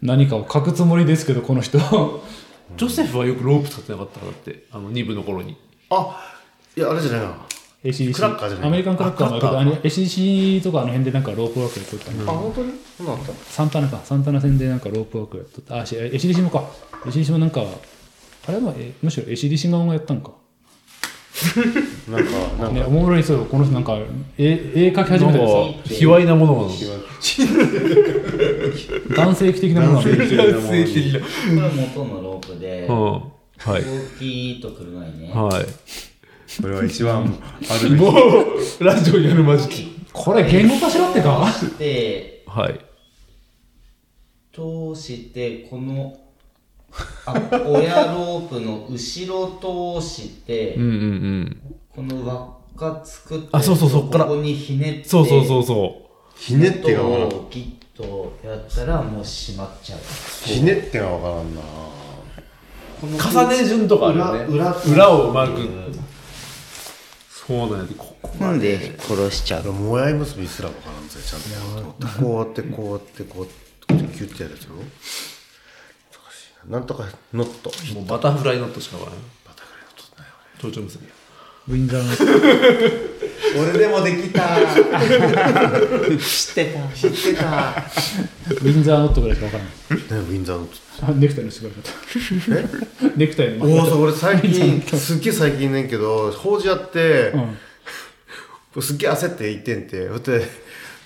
[SPEAKER 1] 何かを書くつもりですけど、この人。
[SPEAKER 2] ジョセフはよくロープ使ってなかっただってあの2部の頃に
[SPEAKER 3] あいやあれじゃないな
[SPEAKER 1] ACDC。
[SPEAKER 3] クラッカーじゃない
[SPEAKER 1] アメリカンクラッカーもやるけど、あの ACDC とかあの辺でなんかロープワークやっとったね。
[SPEAKER 3] あ本当にそうなんだった
[SPEAKER 1] サンタナか、サンタナ戦でなんかロープワークやっとった。あ、し ACDC もか。ACDC もなんか、あれはえむしろ ACDC 側がやったのか。
[SPEAKER 3] なんかなん
[SPEAKER 1] ね、
[SPEAKER 3] か
[SPEAKER 1] おもろいそう、この人なんか、絵絵描き始めたり
[SPEAKER 2] なんか卑猥なものが
[SPEAKER 1] さ、男性器的なものが。
[SPEAKER 3] 性
[SPEAKER 2] 男性的な
[SPEAKER 4] これは元のロープで
[SPEAKER 2] うん
[SPEAKER 4] こ
[SPEAKER 2] は
[SPEAKER 4] う
[SPEAKER 2] い
[SPEAKER 4] キーッと来る前にね
[SPEAKER 2] はい
[SPEAKER 3] これは一番ある
[SPEAKER 2] もうラジオやるまじき
[SPEAKER 1] これ言語化しろってか
[SPEAKER 4] で
[SPEAKER 2] はい
[SPEAKER 4] 通してこのあ親ロープの後ろ通して
[SPEAKER 2] うんうんうん
[SPEAKER 4] この輪っか作って
[SPEAKER 2] あそうそうそっから
[SPEAKER 4] ここにひねって
[SPEAKER 2] そうそうそうそ
[SPEAKER 3] ひねってがわから
[SPEAKER 4] 音
[SPEAKER 3] ん
[SPEAKER 4] をギッとやったらもう閉まっちゃう
[SPEAKER 3] ひねってがわからんな
[SPEAKER 4] こ
[SPEAKER 2] う
[SPEAKER 4] の
[SPEAKER 2] 重ね順とかあるよね
[SPEAKER 3] 裏裏
[SPEAKER 2] 裏をうまくそうなんやでここ
[SPEAKER 4] なんで殺しちゃ
[SPEAKER 3] あのもやい結びすらわからんぜちゃんとこうやってこうやってこうやってキュッてやるやつよ難しいななんとかノット
[SPEAKER 2] もうバタフライノットしかわからない
[SPEAKER 3] バタフライノットだよ
[SPEAKER 2] 蝶々結び
[SPEAKER 1] ウィンザー
[SPEAKER 3] 俺でもできた
[SPEAKER 4] 知ってた
[SPEAKER 3] 知ってた、ね、
[SPEAKER 1] ノウィンザーノットぐらいしかわからない。
[SPEAKER 3] ウィンザーノッ
[SPEAKER 1] あネクタイの縛り方。 ネクタイの
[SPEAKER 3] トおおそう俺最近すっげえ最近ねんけ ど法事やって、
[SPEAKER 1] うん
[SPEAKER 3] すっげえ焦って行ってんてそってそし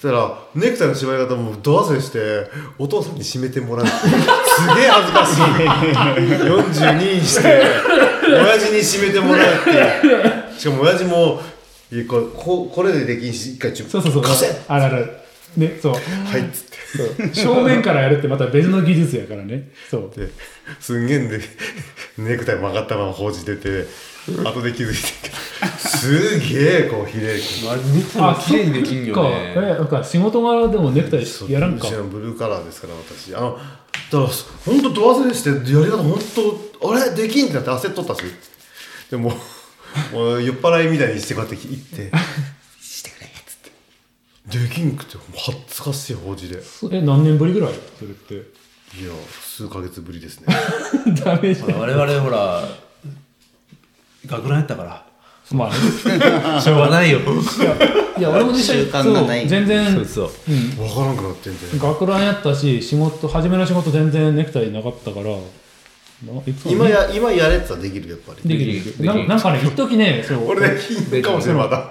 [SPEAKER 3] たらネクタイの縛り方もド忘れしてお父さんに締めてもらってすげえ恥ずかしい42にして親父に締めてもらうっていうしかも親父もいやこれここれでできんし一回ちょ
[SPEAKER 1] そうそうそう。
[SPEAKER 3] 貸せ
[SPEAKER 1] あらら。ね、そう。
[SPEAKER 3] はいっつって
[SPEAKER 1] そう正面からやるってまた別の技術やからね。そう。
[SPEAKER 3] ですんげえんでネクタイ曲がったまま放置出て後で気づいてすげえこうひれ
[SPEAKER 2] まあ、見たら綺麗にできんよね
[SPEAKER 1] そっかえなんか仕事柄でもネクタイやらんか
[SPEAKER 3] うちのブルーカラーですから私あのだから本当ド忘れしてやり方本当あれできんってなって焦っとったしでも もう酔っ払いみたいにしてこうやって行って「してくれ」っつってできんくて恥ずかしい法事でいや
[SPEAKER 1] え何年ぶりぐらいそれって
[SPEAKER 3] 数ヶ月ぶり ですね
[SPEAKER 1] ダメじゃん
[SPEAKER 2] 我々ほら学ランやったから
[SPEAKER 1] まあね
[SPEAKER 2] しょうがないよ
[SPEAKER 1] いや俺も実際
[SPEAKER 4] 習慣がない
[SPEAKER 1] そう全
[SPEAKER 2] そう
[SPEAKER 1] 然
[SPEAKER 2] そう
[SPEAKER 3] 分からんくなってんだよ
[SPEAKER 1] 学ランやったし仕事初めの仕事全然ネクタイなかったからないつも
[SPEAKER 3] 今や今やれってたらできるやっぱり
[SPEAKER 1] できる
[SPEAKER 2] でき
[SPEAKER 1] で
[SPEAKER 2] る
[SPEAKER 1] きるななんかね一時ねそう
[SPEAKER 3] 俺できんかもしれんまだ
[SPEAKER 1] い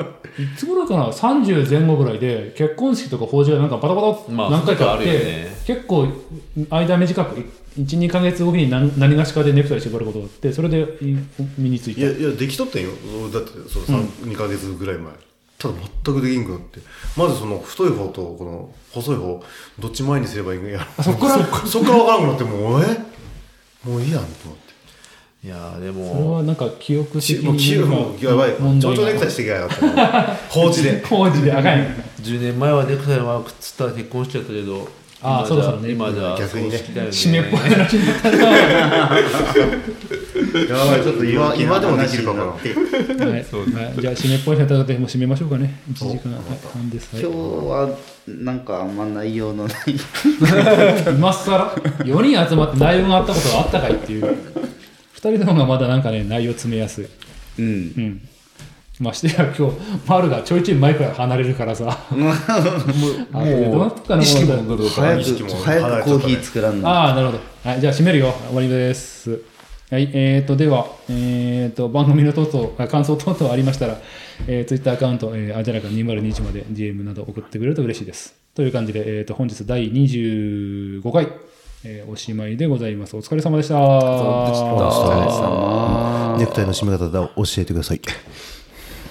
[SPEAKER 1] つ頃かな30前後ぐらいで結婚式とか法事がなんかバタバタって
[SPEAKER 2] まあ
[SPEAKER 1] 何回かあっ
[SPEAKER 2] そう
[SPEAKER 1] て、
[SPEAKER 2] いうことあるよね
[SPEAKER 1] 結構間短く12か月後に何何がしかでネクタイ縛ることがあってそれでい身につい
[SPEAKER 3] いや
[SPEAKER 1] た
[SPEAKER 3] いやできとったんよだってその三2か月ぐらい前ただ全くできんくなってまずその太い方とこの細い方どっち前にすればいいんや
[SPEAKER 1] そっから
[SPEAKER 3] そっからそっから分からんくなってもうえもういいやんと思って
[SPEAKER 2] いやーで
[SPEAKER 1] それ
[SPEAKER 2] も
[SPEAKER 1] はなんか記憶的
[SPEAKER 3] ちもう気分もやばい
[SPEAKER 1] 問
[SPEAKER 3] 蝶
[SPEAKER 1] 題
[SPEAKER 3] 々ネクタイしてきやがった放置で
[SPEAKER 1] 工事であかんよ
[SPEAKER 2] 10年前はネクタイはくっつったら結婚しちゃったけど
[SPEAKER 1] あー
[SPEAKER 2] 今
[SPEAKER 1] そ
[SPEAKER 2] じゃ
[SPEAKER 1] うだそうだね
[SPEAKER 2] 今じゃ
[SPEAKER 3] 逆にね
[SPEAKER 2] 葬式だよ
[SPEAKER 1] 締めっぽい
[SPEAKER 2] ね
[SPEAKER 1] 話になったな、
[SPEAKER 3] やばいちょっと今今でもできるかもな
[SPEAKER 1] はいはい、じゃあ締めっぽい話でもう締めましょうかね1時間半です、
[SPEAKER 4] 今
[SPEAKER 1] は
[SPEAKER 4] 日はなんかあんま内容のない
[SPEAKER 1] い、 今更4人集まって内容があったことがあったかいっていう2人の方がまだなんかね内容詰めやすい
[SPEAKER 4] うん
[SPEAKER 1] うん。ましてや今日、丸がちょいちょいマイクから離れるから さ。あれどうなったかな
[SPEAKER 2] 意識も
[SPEAKER 1] もう
[SPEAKER 3] 早
[SPEAKER 4] 早
[SPEAKER 3] く
[SPEAKER 4] く
[SPEAKER 3] 早
[SPEAKER 4] 早
[SPEAKER 3] く
[SPEAKER 4] く
[SPEAKER 3] コ
[SPEAKER 4] コ
[SPEAKER 3] ー
[SPEAKER 4] ーヒ
[SPEAKER 3] ヒー
[SPEAKER 4] ー作らんの
[SPEAKER 1] ああ、なるほど。はい、じゃあ閉めるよ。終わりです。はい、えーと、では、えーと、番組の等々、あ感想等々ありましたら、えー、Twitter アカウント、えー、あじゃらか2021まで DM など送ってくれると嬉しいです。という感じで、えーと、本日第25回、えーおしまいでございます。お疲れ様でした。
[SPEAKER 2] そうでした
[SPEAKER 4] お疲れ様
[SPEAKER 3] ネクタイの締め方だ教えてください